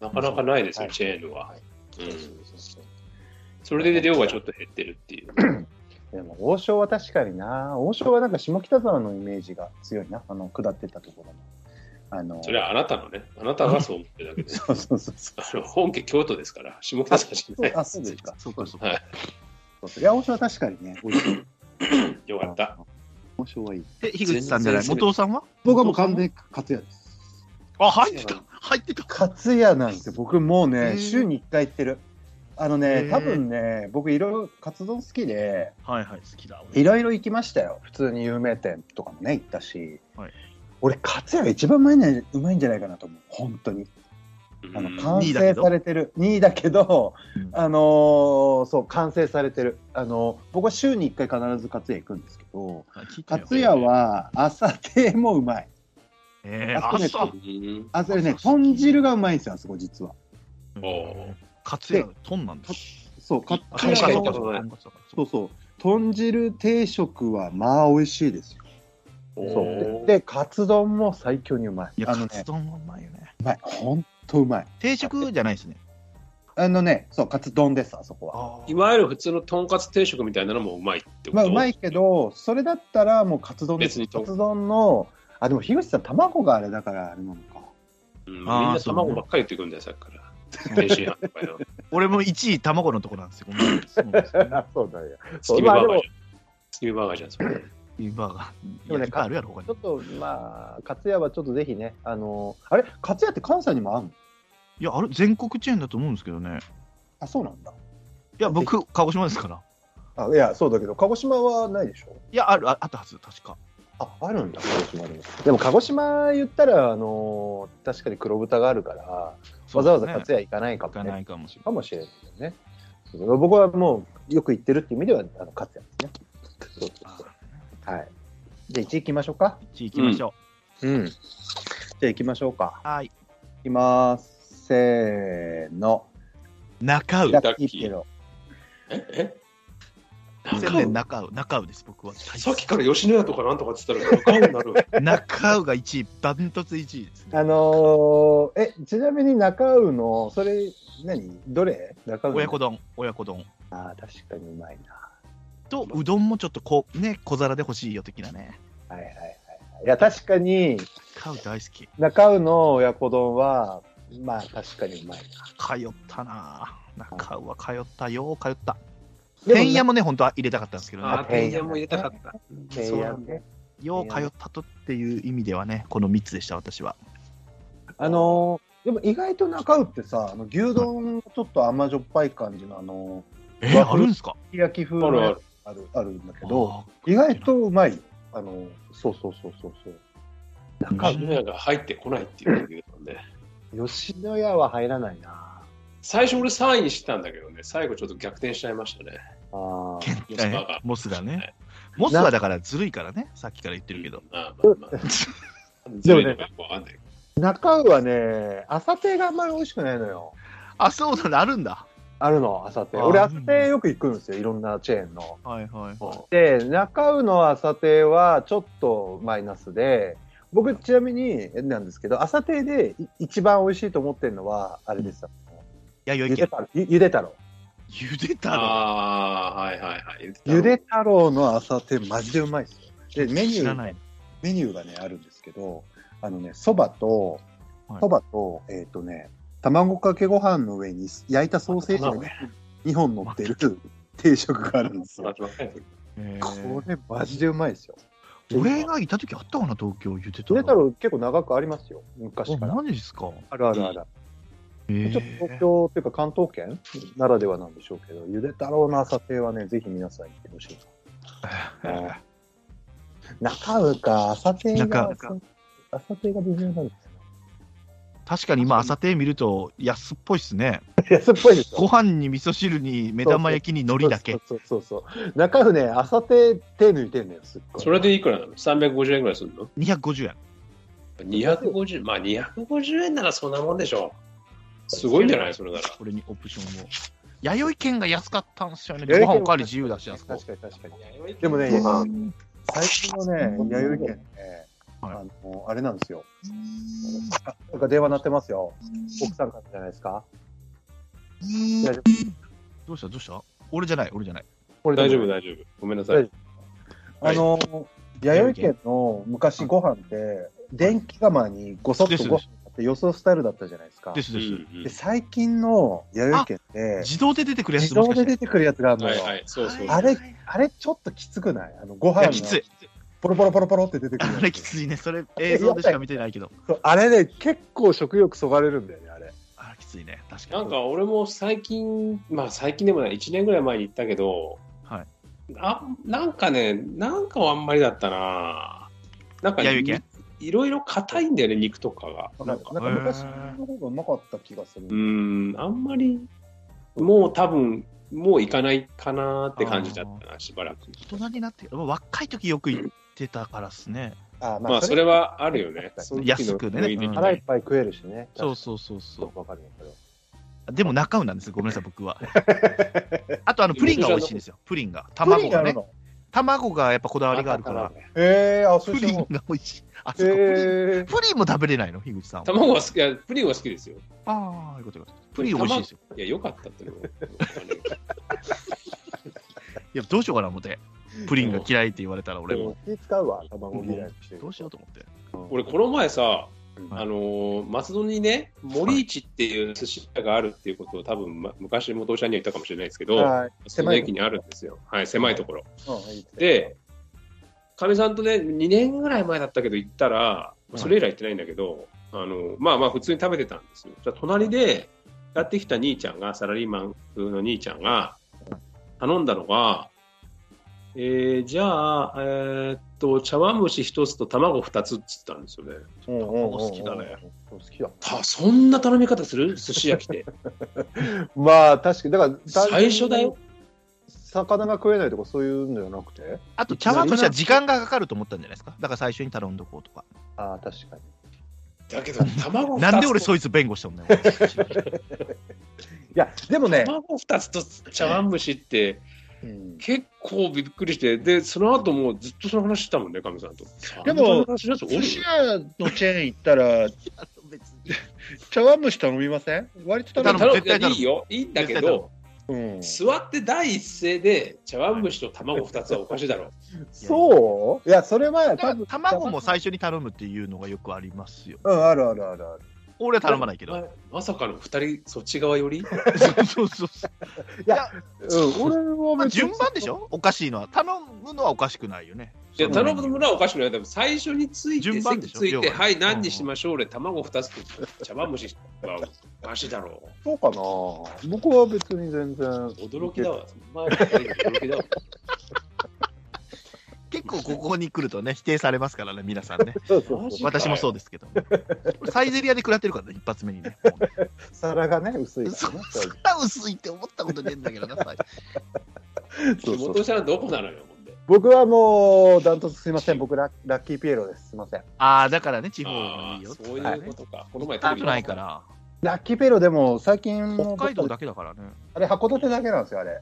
Speaker 1: なかなかないですよ、チェーンは。うんそれで量がちょっと減ってるっていう。
Speaker 3: でも、王将は確かにな。王将はなんか下北沢のイメージが強いな。あの、下ってったところの。あの、
Speaker 1: それはあなたのね、あなたがそう思ってるだけで、
Speaker 3: そうそうそうそ
Speaker 1: あの本家京都ですから、下北沢じゃな
Speaker 3: う。
Speaker 1: い。
Speaker 3: あ、そうですか。
Speaker 4: そうか、そう
Speaker 1: は
Speaker 4: か
Speaker 1: い。
Speaker 3: そうそういや、王将は確かにね、美味しい。
Speaker 1: よかった。
Speaker 3: 王将はいい。
Speaker 4: え、樋口さんじゃない、
Speaker 1: 全然
Speaker 4: 元尾さんは
Speaker 10: 僕はもう完全に勝也です。
Speaker 4: あ、入ってた、入ってた。
Speaker 3: カツヤなんて僕もう
Speaker 4: へー
Speaker 3: ね、週に1回行ってる。あの
Speaker 4: へ
Speaker 3: ね、
Speaker 4: ー
Speaker 3: 多分ね、僕いろいろカツ丼好きで、
Speaker 4: はいはい、好きだ。俺
Speaker 3: いろいろ行きましたよ。普通に有名店とかもね、行ったし。
Speaker 4: はい
Speaker 3: 俺、カツヤが一番うまい,、ね、うまいんじゃないかなと思う。本当に。あ
Speaker 1: うん
Speaker 3: の、完
Speaker 4: 二位だけ
Speaker 3: 成
Speaker 4: ど
Speaker 3: されてる。2位だけど、
Speaker 4: うん
Speaker 3: あのーそう、完成されてる。あのー僕は週に1回必ずカツヤ行くんですけど、
Speaker 4: あ聞いた
Speaker 3: カ
Speaker 4: よ
Speaker 3: ツヤは朝亭もうまい。
Speaker 4: えー、
Speaker 3: あそこね
Speaker 4: 朝。
Speaker 1: うん
Speaker 3: あ、それね、豚汁がうまいんですよ、あそこ実は。
Speaker 1: おー
Speaker 4: カツヤ、トンなんだ。
Speaker 3: そう、カ
Speaker 4: あ
Speaker 3: ツヤ
Speaker 1: カツ
Speaker 3: が
Speaker 1: ヤ行ったことない
Speaker 4: トンカツだから
Speaker 3: そうそう。豚汁定食はまあ美味しいですよ。そう。で、カツ丼も最強にうまい。
Speaker 4: いや、
Speaker 3: あの
Speaker 4: カツ
Speaker 3: ね、
Speaker 4: 丼はうまいよね。
Speaker 3: うまい。ほんとうまい。
Speaker 4: 定食じゃないですね。
Speaker 3: あのね、そう、カツ丼です、あそこは。
Speaker 1: いわゆる普通のとんかつ定食みたいなのもうまいってこと
Speaker 3: まあうまいけど、それだったらもうカツ丼です。
Speaker 1: 別にと
Speaker 3: カツ丼の、あ、でも樋口さん、卵があれだからあれなのか。
Speaker 1: うんみん
Speaker 4: あー
Speaker 1: な卵ばっかり言ってくるんだよ、さっきから。天津飯とかよ。
Speaker 4: 俺も1位、卵のとこなんですよ。ごめんなさいそうなんですよね
Speaker 7: あそうだよ。
Speaker 1: 月見バーガーじゃん。月見バーガーじゃん、それ。
Speaker 4: ビーバーガー。
Speaker 7: でもね
Speaker 4: いっぱいあるやろ、他
Speaker 7: ちょ
Speaker 4: に
Speaker 7: っ。と、まあ、かつやはちょっとぜひね、あのあれ、
Speaker 3: カツ屋って関西にもあんの
Speaker 4: いや、あれ、全国チェーンだと思うんですけどね。
Speaker 3: あ、そうなんだ。
Speaker 4: いや、僕、鹿児島ですから。
Speaker 3: あいや、そうだけど、鹿児島はないでしょ
Speaker 4: いや、ある、ああったはず、確か。
Speaker 3: あ、あるんだ、鹿児島でも。でも、鹿児島言ったら、あのー確かに黒豚があるから、わざわざ
Speaker 4: 勝
Speaker 3: 勝谷行かないか
Speaker 4: 行
Speaker 3: も
Speaker 4: かな
Speaker 3: ね。
Speaker 4: いかもしれない。
Speaker 3: かもしれないよね。僕はもう、よく行ってるっていう意味では、あの勝谷ですね。そうそうそうはい。じゃあ、1行きましょうか。
Speaker 4: 地域行きましょ
Speaker 3: うん。じゃあ、行きましょうか。
Speaker 4: う。はい。
Speaker 3: 行きます。せーの。
Speaker 4: 中
Speaker 3: ラ
Speaker 4: 尾。
Speaker 3: ッキーピエロ。
Speaker 1: え
Speaker 4: 千年中尾、中尾です、僕は。
Speaker 1: えさっきから吉野家とかなんとかって言ったら、顔になる。
Speaker 4: 中尾が1位、ダントツ1位ですね。
Speaker 3: あのー、え、ちなみに中尾の、それ、何どれ中尾の
Speaker 4: 親子丼、親子丼。
Speaker 3: ああ、確かにうまいな。
Speaker 4: と、うどんもちょっとこう、ね、小皿で欲しいよ的なね。
Speaker 3: はいはいはいはい。いや、確かに、
Speaker 4: 中尾大好き。
Speaker 3: 中尾の親子丼は、まあ、確かにうまい
Speaker 4: 通ったなぁ中尾は通ったよ、通った。
Speaker 3: な。
Speaker 4: 天野もね、本当は入れたかったんですけど
Speaker 1: あ
Speaker 4: ね
Speaker 1: あ、。店員も入れたかった。
Speaker 3: でもね。平野ね
Speaker 4: よう通ったとっていう意味ではね、この3つでした、私は。
Speaker 3: あのー、でも意外と中尾ってさ、あの牛丼のちょっと甘じょっぱい感じの、あの
Speaker 4: え
Speaker 3: うわ
Speaker 4: あるんですか
Speaker 3: ー、すき焼き風の
Speaker 1: あるあ
Speaker 3: や
Speaker 1: る
Speaker 3: つある、あるんだけど、
Speaker 4: あー
Speaker 3: 意外とうまい。あのー、そうそうそうそうそう。
Speaker 4: 中
Speaker 1: 吉野家が入ってこないって言ってるけどね。
Speaker 3: 吉野家は入らないな。
Speaker 1: 最初俺3位にしてたんだけどね、最後ちょっと逆転しちゃいましたね。
Speaker 3: あー
Speaker 4: 健太
Speaker 1: モスバー
Speaker 4: ね
Speaker 1: ガーは
Speaker 4: モスだね
Speaker 1: い。
Speaker 4: モスはだからずるいからね、さっきから言ってるけど。
Speaker 1: まあまあ まあ。ずるいのかよくわかんないけど。
Speaker 3: 中尾はね、朝亭があんまり美味しくないのよ。
Speaker 4: あ、そうなんだ、あるんだ。
Speaker 3: あるの、朝亭。
Speaker 4: あ
Speaker 3: 俺、
Speaker 4: ある
Speaker 3: 朝
Speaker 4: んだ
Speaker 3: 亭よく行くんですよ、いろんなチェーンの。
Speaker 4: はいはいは
Speaker 3: で、中尾の朝亭はちょっとマイナスで、僕、ちなみになんですけど、朝亭でい一番美味しいと思ってるのは、あれですよ、
Speaker 4: い。や、よ
Speaker 3: ゆ
Speaker 4: い
Speaker 3: で
Speaker 4: け。
Speaker 3: 太郎ゆゆで太郎。
Speaker 4: ゆでたの。
Speaker 1: ああ、はいはいはい。
Speaker 3: ゆで太郎の朝亭、マジでうまいですよ。で、メニ
Speaker 4: 知
Speaker 3: ュ
Speaker 4: ら
Speaker 3: ー、
Speaker 4: ない。
Speaker 3: メニューがね、あるんですけど、あのね、そばと
Speaker 4: はい、
Speaker 3: そばと、えっ、とね、卵かけご飯の上に焼いたソーセージがね2本乗ってる定食があるんですよ。
Speaker 4: え
Speaker 3: こ
Speaker 4: ー
Speaker 3: れマジでうまいですよ。
Speaker 4: 俺がいた時あったかな、東京、ゆで
Speaker 3: ゆ
Speaker 4: たの。
Speaker 3: で太郎結構長くありますよ、昔か
Speaker 4: あ
Speaker 3: ら。
Speaker 4: マジですか。
Speaker 3: あるあるある。
Speaker 4: え
Speaker 3: ちょっと東京っていうか関東圏ならではなんでしょうけど、ゆで太郎の朝亭はね、ぜひ皆さん行ってほしい。 中尾か、朝亭が
Speaker 4: 中尾、
Speaker 3: 朝亭が微妙なんで
Speaker 4: 確かに今、朝亭見ると安っぽいっすね。
Speaker 3: すよ。安っぽいです
Speaker 4: ご
Speaker 3: よ。
Speaker 4: 飯に味噌汁に目玉焼きに海苔だけ。
Speaker 3: そうそうそうそう。中尾ね、朝亭手抜いてんのよ、すっごい。
Speaker 1: それでいくらなの ?350 円ぐらいするの
Speaker 4: 250円。
Speaker 1: 250まあ250円ならそんなもんでしょう。すごいんじゃないそれなら。
Speaker 4: これにオプションを。弥生県が安かったんですよね。ご
Speaker 3: 弥生県
Speaker 4: 飯おかわり自由だし、あそこ
Speaker 3: 確。かに確かに。でもね、最近のね、弥生県ね、
Speaker 4: は
Speaker 3: あの、あれなんですよ。あなんか電話鳴ってますよ。奥さんからじゃないですか。大丈夫
Speaker 4: どうしたどうした俺じゃない、俺じゃない。
Speaker 3: これで
Speaker 1: 大丈夫
Speaker 3: も
Speaker 1: 大丈夫。ごめんなさい。
Speaker 3: あの、弥生県の昔ご飯って、電気釜にごそっとご飯って予想スタイルだったじゃないですか。
Speaker 4: です
Speaker 1: うん
Speaker 4: です。
Speaker 1: うん
Speaker 3: で最近の弥生県って、
Speaker 4: 自動で出てくるやつ
Speaker 3: 自動で出
Speaker 4: て
Speaker 3: てくるやつがあるの
Speaker 1: はい
Speaker 3: よ。
Speaker 1: はい、そうそう。
Speaker 3: あれ、あれちょっときつくないあの、ご
Speaker 4: い
Speaker 3: 飯
Speaker 4: や、
Speaker 3: の
Speaker 4: きつい。
Speaker 3: ポロポロポロポロって出てくる
Speaker 4: あ
Speaker 3: やつ
Speaker 4: れきついね。それ映像でしか見てないけど。
Speaker 3: そうあれね、結構食欲そがれるんだよね、あれ。
Speaker 4: あれきついね。確か
Speaker 1: な
Speaker 4: に。
Speaker 1: んか俺も最近、まあ最近でもない、1年ぐらい前に行ったけど、
Speaker 4: はい
Speaker 1: あなんかね、なんかはあんまりだったな。なんか
Speaker 4: いやいけん
Speaker 1: いろいろ硬いんだよね、肉とかが。
Speaker 3: なんか昔の方がうまかった気がする。
Speaker 1: うーん、あんまり、もう多分、もう行かないかなって感じだったな、しばらく。
Speaker 4: 大人になって、若い時よく行ってたからっすね。
Speaker 3: あ
Speaker 1: まあそれはあるよね。その時の
Speaker 4: 安くね
Speaker 1: 思い出
Speaker 4: うん
Speaker 3: 腹いっぱい食えるしね。
Speaker 4: そうそうそうそ
Speaker 3: わかるよこれは
Speaker 4: う。でも中尾なんですよ。ごめんなさい、僕は。あと、あの、プリンが美味しいんですよ。プリンが。
Speaker 3: プリ
Speaker 4: 卵
Speaker 3: ンがあ
Speaker 4: が
Speaker 3: る
Speaker 4: ね。
Speaker 3: の
Speaker 4: 卵がやっぱこだわりがあるから。
Speaker 3: えー、あ、そ
Speaker 4: プ
Speaker 3: うして
Speaker 4: リ
Speaker 3: も
Speaker 4: ン。が美味しい。あそこプリン
Speaker 3: えー、
Speaker 4: プリンも食べれないの樋口さん は。
Speaker 1: 卵は好き、いや、プリンは好きですよ。
Speaker 4: ああ、いうことよかったプリン美味しいですよ。
Speaker 1: いや、よかったってのは。
Speaker 4: いや、どうしようかな、思って。プリンが嫌いって言われたら俺
Speaker 3: で
Speaker 4: も
Speaker 3: も。気使うわ、卵嫌いにしてる。
Speaker 4: どうしようと思って。
Speaker 1: 俺、この前さ、
Speaker 4: はい
Speaker 1: あのー松戸にね、森市っていう寿司屋があるっていうことを、多分ま昔、元社には言ったかもしれないですけど、
Speaker 3: はい。
Speaker 1: 松戸の駅にあるんですよ、はい、狭いところ。
Speaker 3: うんいいすね
Speaker 1: で、かみさんとね、2年ぐらい前だったけど、行ったら、それ以来行ってないんだけど、あのまあまあ普通に食べてたんですよ。じゃあ隣でやってきた兄ちゃんが、サラリーマン風の兄ちゃんが、頼んだのが、えー、じゃあ、えーっと、茶碗蒸し一つと卵二つっつったんですよね。
Speaker 3: 卵
Speaker 4: 好きだね。
Speaker 3: 好きだ。
Speaker 1: たそんな頼み方する寿司焼きって。
Speaker 3: まあ確かに、だから
Speaker 1: 最初だよ。
Speaker 3: 魚が食えないとかそういうんじゃなくて
Speaker 4: あと、茶碗蒸しは時間がかかると思ったんじゃないですか。だから最初に頼んどこうとか。
Speaker 3: ああ、確かに。
Speaker 1: だけど、卵二つと。
Speaker 4: なんで俺、そいつ弁護したんだ よ。
Speaker 3: いや、でもね、
Speaker 1: 卵二つと茶碗蒸しって、
Speaker 3: うん
Speaker 1: 結構びっくりして、で、その後もうずっとその話してたもんね、かみさんと。
Speaker 11: でも
Speaker 1: あの話のやつ
Speaker 11: 寿司屋のチェーン行ったら、茶碗蒸し頼みません割と
Speaker 1: 頼
Speaker 11: 頼
Speaker 1: む
Speaker 11: む。
Speaker 4: 頼
Speaker 1: 頼
Speaker 4: む絶対
Speaker 1: むいや
Speaker 4: 頼む
Speaker 1: いいよ、いいんだけ
Speaker 4: 絶対頼
Speaker 1: ど、座って第一声で茶碗蒸しと卵二つはおかしいだろう。
Speaker 3: そういや、それは多分
Speaker 4: 卵も最初に頼むっていうのがよくありますよ。
Speaker 3: うん、あるあるあるある。
Speaker 4: 俺は 頼まな いけど。
Speaker 1: ままさかの二人、そっち側より
Speaker 4: そうそうそう。
Speaker 3: うん、俺は
Speaker 4: まあ、
Speaker 3: 別に
Speaker 4: 順番でし ょおかしいのは。頼むのはおかしくないよね。
Speaker 1: いや、頼むのはおかしくない。でも最初について、
Speaker 4: 順番で
Speaker 1: 席
Speaker 4: しょ
Speaker 1: つい
Speaker 4: 要
Speaker 1: て、
Speaker 4: は
Speaker 1: はい、何にしましょう俺、卵二つと茶碗蒸しは おかしいだろ
Speaker 3: そうかな僕は別に全然
Speaker 1: う。。驚きだわ。お前ら二人驚きだわ。
Speaker 4: 結構ここに来るとね、否定されますからね、皆さんね。
Speaker 3: そう そうそう。
Speaker 4: 私もそうですけど。俺サイゼリアで食らってるからね、一発目にね。
Speaker 3: 皿がね、薄いか
Speaker 4: そ
Speaker 3: らね。そう
Speaker 4: そら薄いって思ったことねえんだけどな、最初
Speaker 3: そうそう
Speaker 1: 元さんどこなのよ、ほんで。
Speaker 3: 僕はもう、ダントツすいません。僕ラ、ラッキーピエロです。すいません。
Speaker 4: ああ、だからね、地方が
Speaker 1: あ
Speaker 4: いい
Speaker 1: あ
Speaker 4: よ。
Speaker 1: そう
Speaker 4: は
Speaker 1: いう
Speaker 4: い
Speaker 1: ことか。この前
Speaker 4: 行ったことないから。
Speaker 3: ラッキーピエロでも、最近の
Speaker 4: 北海道だけだからね。
Speaker 3: あれ、函館だけなんですよ、あれ。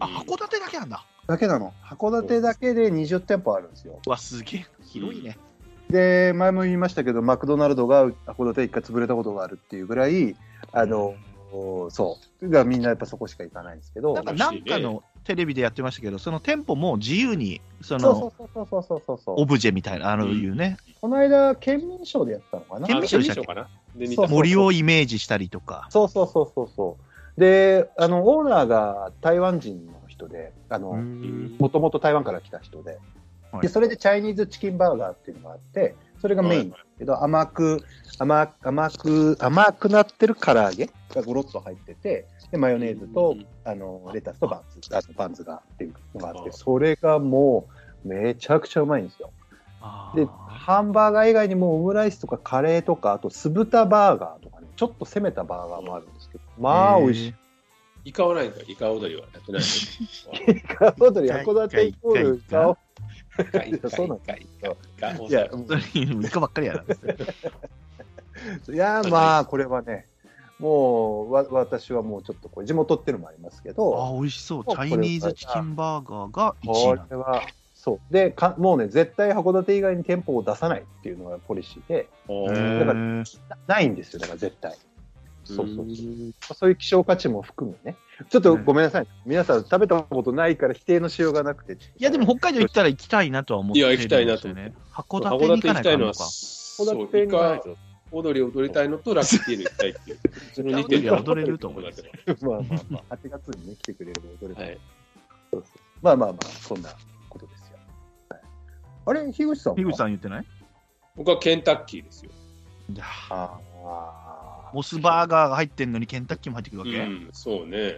Speaker 4: あ、函館だけなんだ。
Speaker 3: だけなの。函館だけで20店舗あるんですよ。
Speaker 4: わ、すげえ。広いね。
Speaker 3: で、前も言いましたけど、マクドナルドが函館一回潰れたことがあるっていうぐらい、あの、そう。だからみんなやっぱそこしか行かないんですけど。
Speaker 4: なんか、なんかのテレビでやってましたけど、その店舗も自由に、
Speaker 3: そ
Speaker 4: その、
Speaker 3: うそうそうそうそうそうそう
Speaker 4: オ。ブジェみたいな、あのいうね、
Speaker 3: この間、県民賞でやったのかな
Speaker 4: 県民賞でしたっけ
Speaker 1: かなで見
Speaker 3: そう
Speaker 1: た
Speaker 3: そう
Speaker 4: 森をイメージしたりとか。
Speaker 3: そうそうそうそうそう。で、あの、オーナーが台湾人の人で、あの、もともと台湾から来た人で、
Speaker 4: はい
Speaker 3: で、それでチャイニーズチキンバーガーっていうのがあって、それがメインだけど、甘く、甘く、甘く、甘くなってる唐揚げがゴロッと入ってて、で、マヨネーズと、あの、レタスとバンズ、あとバンズがっていうのがあって、それがもう、めちゃくちゃうまいんですよ。
Speaker 4: あ
Speaker 3: で、ハンバーガー以外にもオムライスとかカレーとか、あと酢豚バーガーとかね、ちょっと攻めたバーガーもあるんですけど、まあ美味しい。
Speaker 1: イカはないんだ。イカ踊りはやってない
Speaker 3: カードリー、函館イコール歌
Speaker 1: の。
Speaker 3: を、
Speaker 1: イカ、イ
Speaker 3: そうなん
Speaker 1: カ、イカ、イカ。
Speaker 3: いや、
Speaker 4: それイカばっかりやな。
Speaker 3: いや、まあ、これはね、もう、わ私はもうちょっとこれ、地元っていうのもありますけ
Speaker 4: あ
Speaker 3: ど、
Speaker 4: ー、美味しそう。チャイニーズチキンバーガーが1
Speaker 3: こ
Speaker 4: 位なん
Speaker 3: れ
Speaker 4: だ。
Speaker 3: は、そう。でか、もうね、絶対函館以外に店舗を出さないっていうのがポリシーで、
Speaker 1: うん
Speaker 3: だからなないんですよ、だから絶対。そうそうそうそういう希少価値も含むね。ちょっとごめんなさい、皆さん食べたことないから否定のしようがなくて。い
Speaker 4: いや、でも北海道行ったら行きたいなとは思ってるんですよね
Speaker 1: いや行きたいな
Speaker 4: 函
Speaker 1: 函
Speaker 4: 館に行
Speaker 1: 館行
Speaker 4: かな
Speaker 1: き
Speaker 4: いか
Speaker 1: た
Speaker 4: ない
Speaker 1: の
Speaker 4: の
Speaker 1: は、
Speaker 4: か。
Speaker 1: そう、イカ踊り踊りたいのとラッキーピエロ行きたい っていう。その2点で
Speaker 4: 踊れると思います
Speaker 3: まあまあまあ、8月にね、来てくれる踊れたら、
Speaker 1: はい
Speaker 3: まあまあまあ、そんなことですよ。はい、あれ、樋口さんは
Speaker 4: 樋口さん言ってない
Speaker 1: 僕はケンタッキーですよ。
Speaker 3: ああ
Speaker 4: モスバーガーが入ってんのにケンタッキーも入ってくるわ
Speaker 1: う
Speaker 4: け、
Speaker 1: ん、そうね。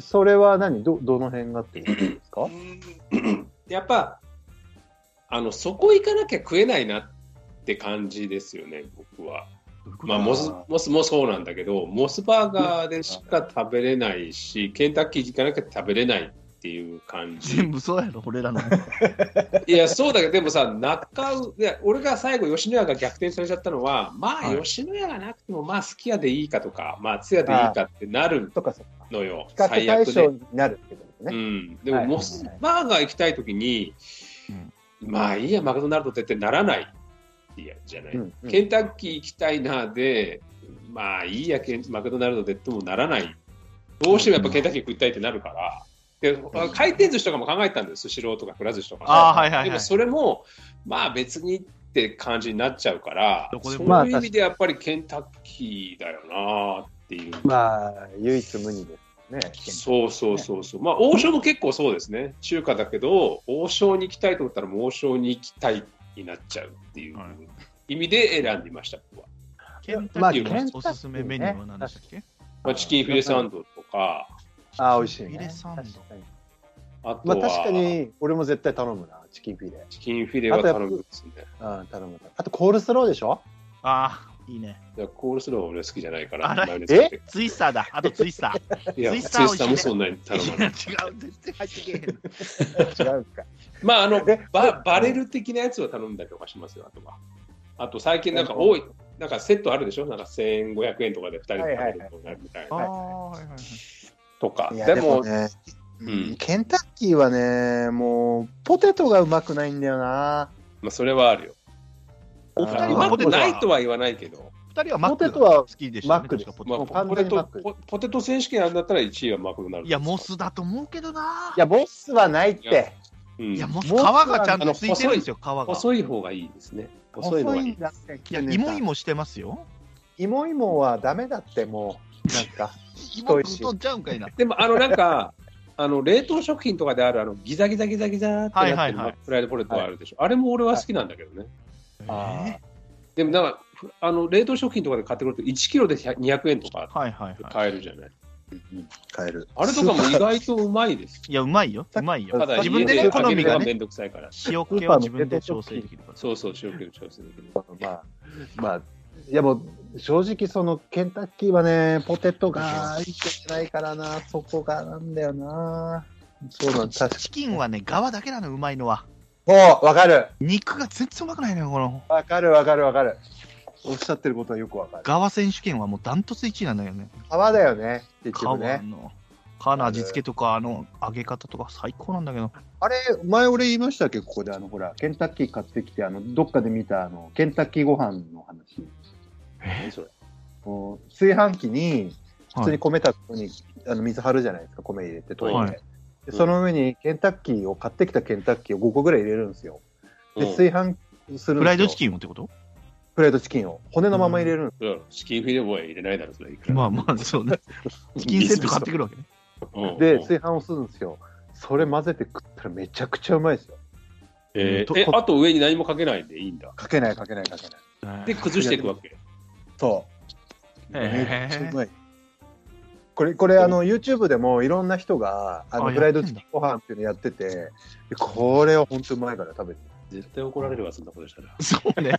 Speaker 3: それは何どどの辺がっていうことですか
Speaker 1: やっぱ、あの、そこ行かなきゃ食えないなって感じですよね、僕は。まあ、モスモスもそうなんだけど、モスバーガーでしか食べれないし、ケンタッキー行かなきゃ食べれないっていう感じ。
Speaker 4: 全部そうやろ、俺 らの。
Speaker 1: いや、そうだけど、でもさ、中う、いや俺が最後、吉野家が逆転されちゃったのは、まあ、吉野家がなくても、まあ、すき家でいいかとか、まあ、つやでいいかってなる
Speaker 3: とかそっか。
Speaker 1: のよ、
Speaker 3: 比較
Speaker 1: 最
Speaker 3: 対
Speaker 1: 悪
Speaker 3: 象
Speaker 1: で。
Speaker 3: になるってこと
Speaker 1: う
Speaker 3: ね。
Speaker 1: ん、でも、
Speaker 3: はい
Speaker 1: モスバーガー行きたいときに、まあいいや、マクドナルドってってならないいやじゃない、
Speaker 3: うんうん
Speaker 1: ケンタッキー行きたいなで、まあいいや、ケンマクドナルドでってもならない。どうしてもやっぱケンタッキー食いたいってなるから。で回転寿司とかも考えたんです、スシローとかくら寿司とか。
Speaker 4: ああ、はいはい
Speaker 1: で
Speaker 4: は
Speaker 1: も
Speaker 4: い。
Speaker 1: それも、まあ別にって感じになっちゃうから
Speaker 4: ど、こで
Speaker 1: そ
Speaker 4: も
Speaker 1: ういう意味でやっぱりケンタッキーだよなっていう。
Speaker 3: まあ、唯一無二ですね。
Speaker 1: そうそうそうそう、まあ王将も結構そうですね、中華だけど、王将に行きたいと思ったら、もう王将に行きたいになっちゃうっていう、
Speaker 4: はい
Speaker 1: 意味で選んでました、僕は。
Speaker 4: ケンタッキーのおすすめメニューは何でしたっけ
Speaker 1: まあ、チキンフィレサンドとか、
Speaker 7: ああ、美味しいね。
Speaker 4: フィレサンド
Speaker 7: 確かに
Speaker 1: あと
Speaker 7: ま
Speaker 1: は、
Speaker 7: あ確かに、俺も絶対頼むな、チキンフィレ。
Speaker 1: チキンフィレは頼むですね。
Speaker 7: うん、頼む。あと、コールスローでしょ
Speaker 4: ああ、いいね。
Speaker 1: いやコールスローは俺は好きじゃないから、
Speaker 4: あら
Speaker 1: マヨネーズかけて
Speaker 4: ツイスターだ。あとツイスター。
Speaker 1: いや、
Speaker 4: ツ
Speaker 1: ツ
Speaker 4: イ
Speaker 1: イ
Speaker 4: スター
Speaker 1: スターもそんなに頼ま
Speaker 4: い
Speaker 1: な
Speaker 4: や違
Speaker 1: い。
Speaker 4: う、全然入ってけえへ
Speaker 7: 違
Speaker 4: ん。
Speaker 7: うんか。
Speaker 1: まあ、あの、ババレル的なやつを頼んだりとかしますよ、あとは。あと、最近なんか多い、なんかセットあるでしょなんか1500円とかで2人で食べるとなるみたい
Speaker 4: あ
Speaker 1: な。
Speaker 4: あ、はいはいはい。
Speaker 1: とか。
Speaker 7: い
Speaker 1: で
Speaker 7: や
Speaker 1: も、
Speaker 7: でもね、
Speaker 1: うん
Speaker 7: ケンタッキーはね、もう、ポテトがうまくないんだよな。
Speaker 1: まあ、それはあるよ。
Speaker 4: お
Speaker 7: あー
Speaker 1: う
Speaker 4: 二人は
Speaker 1: ま
Speaker 4: ポ
Speaker 1: く
Speaker 4: テト
Speaker 1: ないとは言わないけど、
Speaker 4: 二人はマック
Speaker 7: ポテトは
Speaker 4: 好きでしたよ
Speaker 7: マ
Speaker 4: ね。
Speaker 7: ックです
Speaker 4: 確かポテ
Speaker 1: まあ、
Speaker 4: ト
Speaker 7: もう完
Speaker 1: ポ
Speaker 7: 全
Speaker 1: テ
Speaker 7: にマッ
Speaker 1: ト
Speaker 7: ク
Speaker 1: ポポテト選手権あるんだったら1位はマクドナルド。
Speaker 4: いや、モスだと思うけどない
Speaker 7: や、ボスはないって。
Speaker 1: うん
Speaker 4: いや、もう皮
Speaker 7: モスは
Speaker 4: がちゃんとついてるんですよ、皮が。
Speaker 1: 細い方がいいですね。細いの
Speaker 10: 遅
Speaker 1: がい
Speaker 10: いん
Speaker 1: い。
Speaker 10: だって、
Speaker 4: いや、いもいもしてますよ。
Speaker 7: イモイモはダメだって、もう。なんか、
Speaker 4: いも
Speaker 7: 太い
Speaker 4: 食
Speaker 7: し
Speaker 4: うとっちゃうんかいな。
Speaker 1: でも、あの、なんか、 あの冷凍食品とかであるあのギザギザギザギザってなってる、
Speaker 4: はいはいはい
Speaker 1: フライドポテトはあるでしょ、あれも俺は好きなんだけどね、
Speaker 7: あー
Speaker 4: え
Speaker 1: でもなんかふあの冷凍食品とかで買ってくると1キロで100 200円とか
Speaker 4: ーはいはい
Speaker 1: で
Speaker 4: はい。
Speaker 1: 買えるじゃない、
Speaker 3: 買える。
Speaker 1: あれとかも意外とうまい です
Speaker 4: いや、うまいよ。うまいよ
Speaker 1: た。だ
Speaker 4: 自分で
Speaker 1: 家
Speaker 4: ね、好
Speaker 1: 揚げ
Speaker 4: み
Speaker 1: るの
Speaker 4: が
Speaker 1: は
Speaker 4: ね、
Speaker 1: めんどくさいから
Speaker 4: 塩気を自分で調整できるから。
Speaker 1: そうそう塩気を調整できる
Speaker 7: まあ、まあ、いやもう、正直、その、ケンタッキーはね、ポテトがいけてないからな、そこがなんだよな。そうなん、確か
Speaker 4: チキンはね、皮だけなの、うまいのは。
Speaker 7: に。おうわかる。
Speaker 4: 肉が全然うまくないのよ、この。
Speaker 7: わかるわかるわかる。おっしゃってることはよくわかる。
Speaker 4: 側選手権はもうダントツ1位なのよね。
Speaker 7: 皮だよね、結
Speaker 4: 皮
Speaker 7: 局ね。
Speaker 4: の。皮の味付けとか、あの、揚げ方とか最高なんだけど。
Speaker 3: あれ、前俺言いましたっけ、ここで、あの、ほら、ケンタッキー買ってきて、あの、どっかで見た、あの、ケンタッキーご飯の話。
Speaker 1: 何それ
Speaker 3: こう炊飯器に、普通
Speaker 4: は
Speaker 3: に
Speaker 4: い
Speaker 3: 米炊くのに、あの、水張るじゃないですか、米入れて、溶いて。
Speaker 4: はい
Speaker 3: でその上に、ケンタッキーを、買ってきたケンタッキーを5個ぐらい入れるんですよ。で、炊飯するんですよ
Speaker 4: フライドチキンをってこと
Speaker 3: フライドチキンを。骨のまま入れるんです
Speaker 1: うんうんチキンフィレオは入れないだろそれいくら、
Speaker 4: まあまあ、そうね。チキンセット買ってくるわけね。
Speaker 1: うん
Speaker 3: で、
Speaker 1: うん
Speaker 3: 炊飯をするんですよ。それ混ぜて食ったらめちゃくちゃうまいですよ。
Speaker 1: え
Speaker 4: と
Speaker 1: ーえあと上に何もかけないでいいんだ
Speaker 3: かけないかけないかけない。
Speaker 1: で崩していくわけ
Speaker 3: そう。め
Speaker 4: へ
Speaker 3: っちゃう
Speaker 4: ー
Speaker 3: まい。これ、これ、あの、YouTube でもいろんな人が、あ
Speaker 4: あ
Speaker 3: の、
Speaker 4: やってんだ
Speaker 3: フライドチキンご飯っていうのやってて、でこれは本当うまいから食べて。
Speaker 1: 絶対怒られるわそんなことしたら、
Speaker 4: そうね。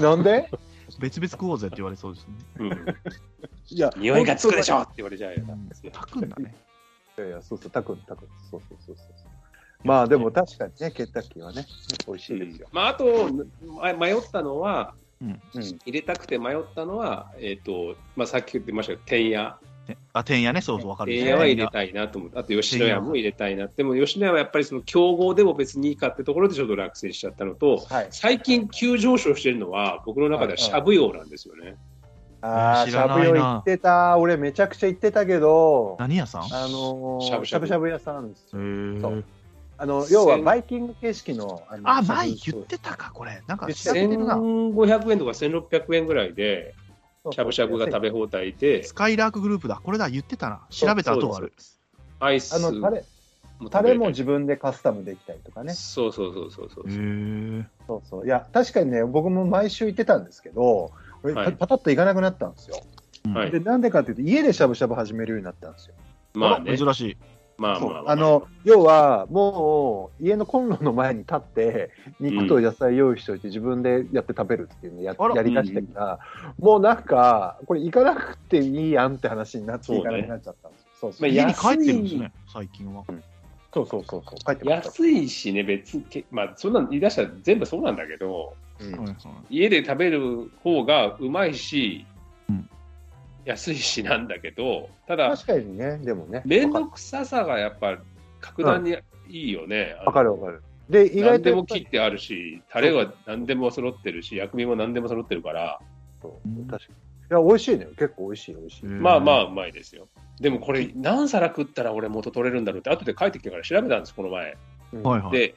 Speaker 7: なんで
Speaker 4: 別々食おうぜって言われそうですね。
Speaker 1: うん、
Speaker 3: いや、
Speaker 1: 匂いがつくでしょって言われちゃうよ
Speaker 4: うん炊くんだね。
Speaker 3: いやいや、そうそう、たくん、たくん。そうそうそうそう。まあ、でも確かにね、ケンタッキーはね、美味しいですよ。
Speaker 1: まあ、あと、ま迷ったのは、
Speaker 4: うん
Speaker 3: うん
Speaker 1: 入れたくて迷ったのは、えっ、と、まあ、さっき言ってましたけど、天野。
Speaker 4: ねあ、てんやね、そうそう、わかる。
Speaker 1: 天野は入れたいなと思って、あと吉野
Speaker 4: てん
Speaker 1: 家
Speaker 4: や
Speaker 1: も入れたいな。でも、吉野家はやっぱりその競合でも別にいいかってところでちょっと落選しちゃったのと、
Speaker 7: はい。
Speaker 1: 最近急上昇してるのは、僕の中ではしゃぶ用なんですよね。
Speaker 7: ああ、
Speaker 4: 知
Speaker 7: し
Speaker 4: ら
Speaker 7: ゃ
Speaker 4: ないな
Speaker 7: ぶよ行ってた。俺めちゃくちゃ行ってたけど、あ
Speaker 4: 何屋さんへ
Speaker 7: のー
Speaker 1: しゃぶし
Speaker 7: し
Speaker 1: ゃ
Speaker 7: ゃ
Speaker 1: ぶ
Speaker 7: ぶしゃぶ屋さんですよ。
Speaker 4: ー
Speaker 7: あの、要はバイキング形式の。の
Speaker 4: あ、前
Speaker 7: しゃぶ
Speaker 4: 言ってたか、これ。なんか、
Speaker 7: 言って
Speaker 4: 調
Speaker 7: た
Speaker 4: べてるな。
Speaker 1: 1500円とか1600円ぐらいで、しゃぶしゃぶが食べ放題で
Speaker 4: ス、カイラークグループだ。これだ、言ってたな。調べた後はある。
Speaker 1: アイス
Speaker 7: あの、タレ、
Speaker 1: も
Speaker 7: タレも
Speaker 1: 食
Speaker 7: 自分でカスタムできたりとか
Speaker 1: べ
Speaker 7: ね。
Speaker 1: そうそうそうそうそう。
Speaker 4: へー
Speaker 7: そうそう。いや、確かにね、僕も毎週行ってたんですけど、俺
Speaker 1: はい
Speaker 7: パパタッと行かなくなったんですよ。
Speaker 1: はい
Speaker 7: で、なんでかっていうと、家でしゃぶしゃぶ始めるようになったんですよ。
Speaker 1: まあ
Speaker 4: あ
Speaker 1: ね、
Speaker 4: 珍しい。
Speaker 1: まあ
Speaker 7: そ
Speaker 1: まあ
Speaker 7: う
Speaker 1: まあ。
Speaker 7: あの、要は、もう、家のコンロの前に立って、肉と野菜用意しておいて、自分でやって食べるっていうのをや
Speaker 4: あら
Speaker 7: やりだしてから、もうなんか、これ行かなくていいやんって話になって、
Speaker 1: そうね
Speaker 7: 行かなくなっちゃったんですよ。そうそう
Speaker 1: まあ
Speaker 4: 家
Speaker 1: や
Speaker 4: に帰ってるんですね、最近は。
Speaker 7: そうそうそうそう。帰ってました。
Speaker 1: 安いしね、別にけ、まあ、そんなん言い出したら全部そうなんだけど、
Speaker 4: はいはい
Speaker 1: 家で食べる方がうまいし、
Speaker 4: うん
Speaker 1: 安いしなんだけど、ただ、
Speaker 7: 確かにね、でもね。
Speaker 1: 面倒くささがやっぱ格段にいいよね。
Speaker 7: わかるわかる。で、意
Speaker 1: 意外
Speaker 7: 外
Speaker 1: 何
Speaker 7: と
Speaker 1: で
Speaker 7: や
Speaker 1: も
Speaker 7: っぱ
Speaker 1: 切
Speaker 7: り、
Speaker 1: ってあるし、タレは何でも揃ってるし、薬味も何でも揃ってるから、
Speaker 7: そう確かに。いや、美味しいね。結構美味しい、美味しい。
Speaker 1: まあま
Speaker 4: あ。
Speaker 1: あうまいですよ。でもこれ、何皿食ったら俺元取れるんだろうって、後で帰ってきてから調べたんです、この前。
Speaker 4: はいはい。
Speaker 1: で、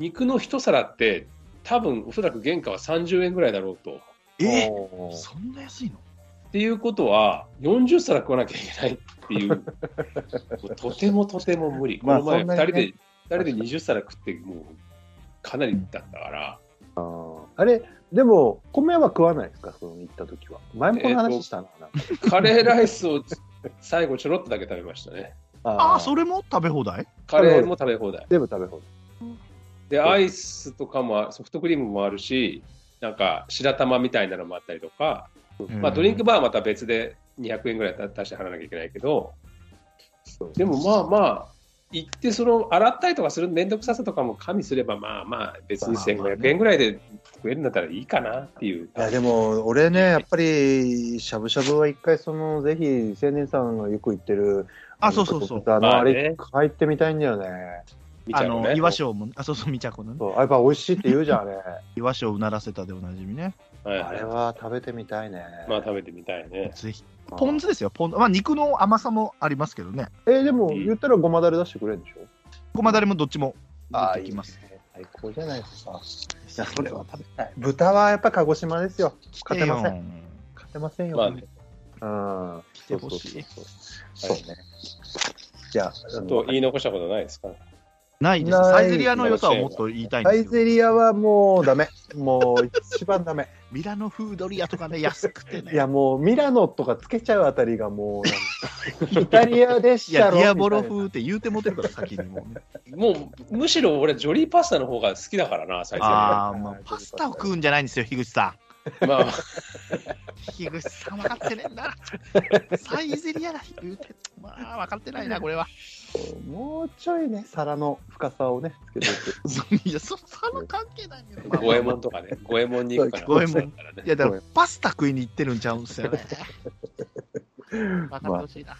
Speaker 1: 肉の一皿って、多分おそらく原価は30円ぐらいだろうと。
Speaker 4: え
Speaker 7: おー
Speaker 4: そんな安いの
Speaker 1: っていうことは、40皿食わなきゃいけないっ ていう、もうとてもとても無理。こ
Speaker 7: まあ
Speaker 1: の前、
Speaker 7: そん
Speaker 1: 2
Speaker 7: なにね
Speaker 1: 人で、二人で20皿食って、もうかなりだったから、
Speaker 3: あれ、でも、米は食わないですか、その行った時は。前もこの話したな。
Speaker 1: カレーライスを最後ちょろっとだけ食べましたね。
Speaker 4: ああ、それも食べ放題
Speaker 1: カレーも食べ放題。
Speaker 3: 全部食べ放題。
Speaker 1: で、アイスとかもソフトクリームもあるし、なんか白玉みたいなのもあったりとか、まあ、ドリンクバーはまた別で200円ぐらい足して払わなきゃいけないけど、でもまあまあ、行ってその洗ったりとかする面倒くささとかも加味すればまあまあ別に1500円ぐらいで食えるんだったらいいかなっていう。
Speaker 3: いやでも俺ねやっぱりしゃぶしゃぶは一回そのぜひ青年さんがよく行ってる
Speaker 4: あそうそうそう
Speaker 3: あの
Speaker 1: ま
Speaker 3: あ
Speaker 1: あね
Speaker 3: れ入ってみたいんだよね。
Speaker 1: 見ち
Speaker 4: あ
Speaker 1: ゃう
Speaker 4: の、
Speaker 1: ね。
Speaker 4: 岩礁も、あ、そうそう、みちゃこのね。
Speaker 3: そうあやっぱ美味しいって言うじゃん あれ。
Speaker 4: 岩礁うならせたでおなじみね。
Speaker 1: はい
Speaker 3: あれは食べてみたいね。
Speaker 1: まあ食べてみたいね。
Speaker 4: ぜひ。ポン酢ですよ、ポンまあ、肉の甘さもありますけどね。
Speaker 3: えでも言ったらごまだれ出してくれるんでしょ。
Speaker 4: ごまだれもどっちも出てきます。
Speaker 3: ね。最高じゃないですか。
Speaker 4: いや、それは食べたい。
Speaker 3: 豚はやっぱ鹿児島ですよ。
Speaker 4: 来
Speaker 3: 勝
Speaker 4: て
Speaker 3: て
Speaker 4: よ
Speaker 3: ません。勝てませんよ。
Speaker 1: まあね。
Speaker 3: うん。
Speaker 4: 来てほしい。
Speaker 3: そうね。じゃあ、あの
Speaker 1: と言い残したことないですか
Speaker 4: ないです。
Speaker 3: ない
Speaker 4: サイゼリアの良さをもっと言いたいん
Speaker 3: サ
Speaker 4: で
Speaker 3: イ
Speaker 4: すよ。
Speaker 3: ゼリアはもうダメ。もう一番 ダメ。
Speaker 4: ミラノフードリアとかね、安くてね。
Speaker 3: いやもうミラノとかつけちゃうあたりがもう なんか、イタリアでし
Speaker 4: い
Speaker 3: た
Speaker 4: や、
Speaker 3: ろ
Speaker 4: ディアボロ
Speaker 3: み
Speaker 4: 風って言うてもてるから、先にもうね。
Speaker 1: もうむしろ俺ジョリーパスタの方が好きだからな、最初。まあ
Speaker 4: ああ、まあ、パスタを食うんじゃないんですよ、樋口さん。樋口さん分かってねえんだな。サイゼリアだ、言うて。まあ、分かってないな、こ れは。
Speaker 3: たいなもうちょいね、皿の深さをね、つけておく
Speaker 4: いや、そ、その関係ないけど。まあまあ
Speaker 1: 五右衛門とかね。五右衛門に 行くから。
Speaker 4: 五右衛門
Speaker 1: から
Speaker 4: い
Speaker 1: ね。
Speaker 4: や、だから、パスタ食いに行ってるんちゃうんすよ ね。分かってほしいな。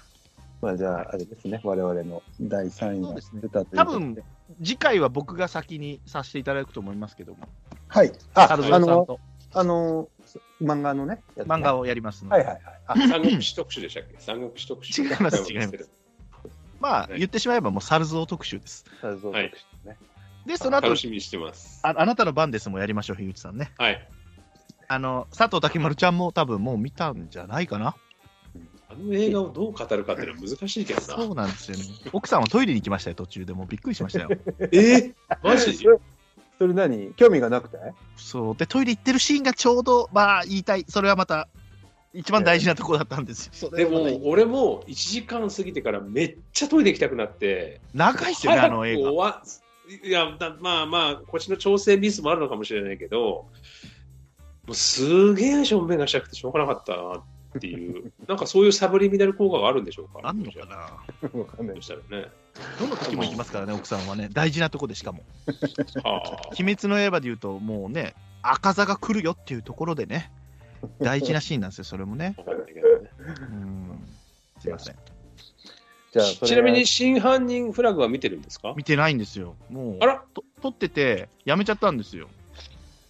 Speaker 12: まあじゃあ、あれですね、我々の第3位
Speaker 4: そう
Speaker 12: が
Speaker 4: ですね
Speaker 12: 出たということで
Speaker 4: 多分、次回は僕が先にさせていただくと思いますけども、
Speaker 12: はい。
Speaker 4: サ
Speaker 3: あ
Speaker 4: ルゾ
Speaker 3: あ
Speaker 4: さん
Speaker 3: の、
Speaker 4: と
Speaker 3: あの、漫画のね、やつね
Speaker 4: 漫画をやりますので、
Speaker 3: はいはいはい。あ
Speaker 1: 三国志特集でしたっけ三国志特集。
Speaker 4: 違います違いますまあ、言ってしまえばもうサルゾー特集です。
Speaker 3: 画像特集ね。
Speaker 4: で、その後
Speaker 1: 楽、しみにしてます。
Speaker 4: ああなたの番ですもやりましょう、樋口さんね。
Speaker 1: はい。
Speaker 4: あの、佐藤健丸ちゃんも多分もう見たんじゃないかな。
Speaker 1: あの映画をどう語るかっていうのは難しいけどな。
Speaker 4: そうなんで すよね。奥さんはトイレに行きましたよ、途中でもうびっくりしましたよ。
Speaker 1: えマジ
Speaker 3: それ何興味がなくて
Speaker 4: そう。で、トイレ行ってるシーンがちょうど、まあ、言いたい。それはまた、一番大事なとこだったん ですよ。それ
Speaker 1: で
Speaker 4: はまた言い
Speaker 1: も、俺も1時間過ぎてからめっちゃトイレ行きたくなって、
Speaker 4: 長いっすよね、あの映
Speaker 1: 早く
Speaker 4: 画。
Speaker 1: 終わいやだまあまあ、こっちの調整ミスもあるのかもしれないけど、もうすげえしょんべんがしたくてしょうがなかったなっていう、 なんかそういうサブリミナル効果があるんでしょうか。
Speaker 4: あんのかな
Speaker 3: わかんない
Speaker 1: どうしたらね。
Speaker 4: どの時も行きますからね、奥さんはね。大事なとこでしかも。
Speaker 1: あー
Speaker 4: 鬼滅の刃で言うと、もうね、赤座が来るよっていうところ でね、大事なシーンなんですよ、それもね。
Speaker 1: わかんないけどね
Speaker 4: うん。すいません。
Speaker 3: じゃあそれが
Speaker 1: ちなみに、真犯人フラグは見てるんですか
Speaker 4: 見てないんですよ。もう、
Speaker 1: あら
Speaker 4: と撮ってて、やめちゃったんですよ。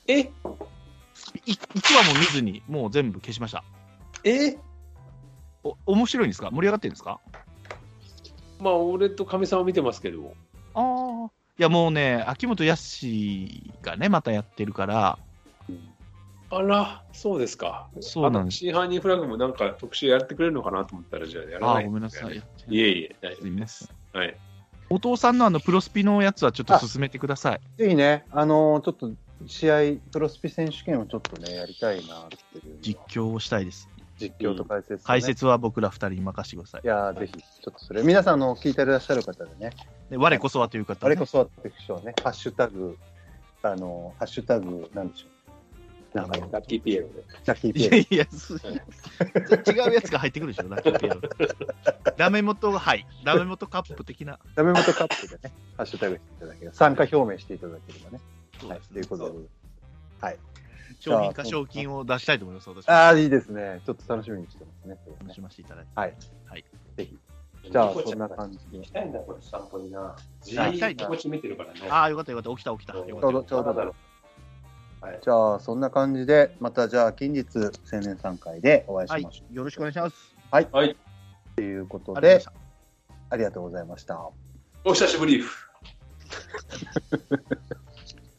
Speaker 1: え
Speaker 4: い1話も見ずに、もう全部消しました。
Speaker 1: え
Speaker 4: お面白いんですか盛り上がってるんですか
Speaker 1: まあ、俺とかみさんを見てますけど、
Speaker 4: ああ。いやもうね、秋元康がね、またやってるから、
Speaker 1: あら、そうですか。
Speaker 4: そうなんです。
Speaker 1: 真犯人フラグもなんか特集やってくれるのかなと思ったら、じゃあやら
Speaker 4: あ
Speaker 1: な
Speaker 4: あ、
Speaker 1: い。
Speaker 4: ごめんなさい。
Speaker 1: いえいえ、大丈
Speaker 4: すいません
Speaker 1: 夫。はい。
Speaker 4: お父さんのあのプロスピのやつはちょっと進めてください。
Speaker 3: ぜひね、あのーちょっと試合、プロスピ選手権をちょっとね、やりたいなっていう
Speaker 4: 実況をしたいです。
Speaker 3: 実況と解説、ね
Speaker 4: 解説は僕ら二人に任せてください
Speaker 3: い。やーぜひ、ちょっとそれ、皆さんあの聞いてらっしゃる方でね、
Speaker 4: で我こそはという方、
Speaker 3: あれこ
Speaker 4: ね、
Speaker 3: そあって人はね、ハッシュタグ、あのーハッシュタグ、なんでしょう、なんか、
Speaker 1: ラッキーピエロで。
Speaker 3: ジャッキー
Speaker 4: い
Speaker 3: ピエ
Speaker 4: や
Speaker 3: ロ
Speaker 4: いや、す違うやつが入ってくるでしょ、ラッキーピエロダメ元が、はい、ダメ元カップ的な。
Speaker 3: ダメ元カップでね、ハッシュタグしていただければ、参加表明していただければね。はい、ということで、
Speaker 4: 商品化賞金を出したいと思います、私は。
Speaker 3: ああ、いいですね、ちょっと楽しみにしてますね、それはね
Speaker 4: 楽しませていただいて。
Speaker 3: はい、
Speaker 4: はい、
Speaker 3: ぜひ、じゃあ、そんな感じで。
Speaker 1: 行きたいんだ、これ、散歩にな。じ
Speaker 4: 行きたい
Speaker 1: こっち見てるからね。
Speaker 4: ああ、よかったよかった、起きた起きた。よ
Speaker 3: ち
Speaker 4: か
Speaker 3: ょ
Speaker 4: っ
Speaker 3: うどちょうどだろ
Speaker 1: はい
Speaker 3: じゃあそんな感じでまたじゃあ近日青年3会でお会い
Speaker 4: た。はい
Speaker 3: しましょ、
Speaker 4: よろしくお願いします。
Speaker 3: うということ
Speaker 4: ありがとうござ
Speaker 3: で
Speaker 4: いました。
Speaker 3: ありがとうございました。
Speaker 1: お久しぶり。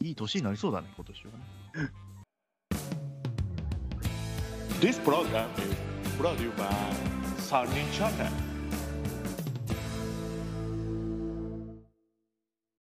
Speaker 4: いい年になりそうだね、今年はね。
Speaker 2: This program is brought to you by Sunny Channel.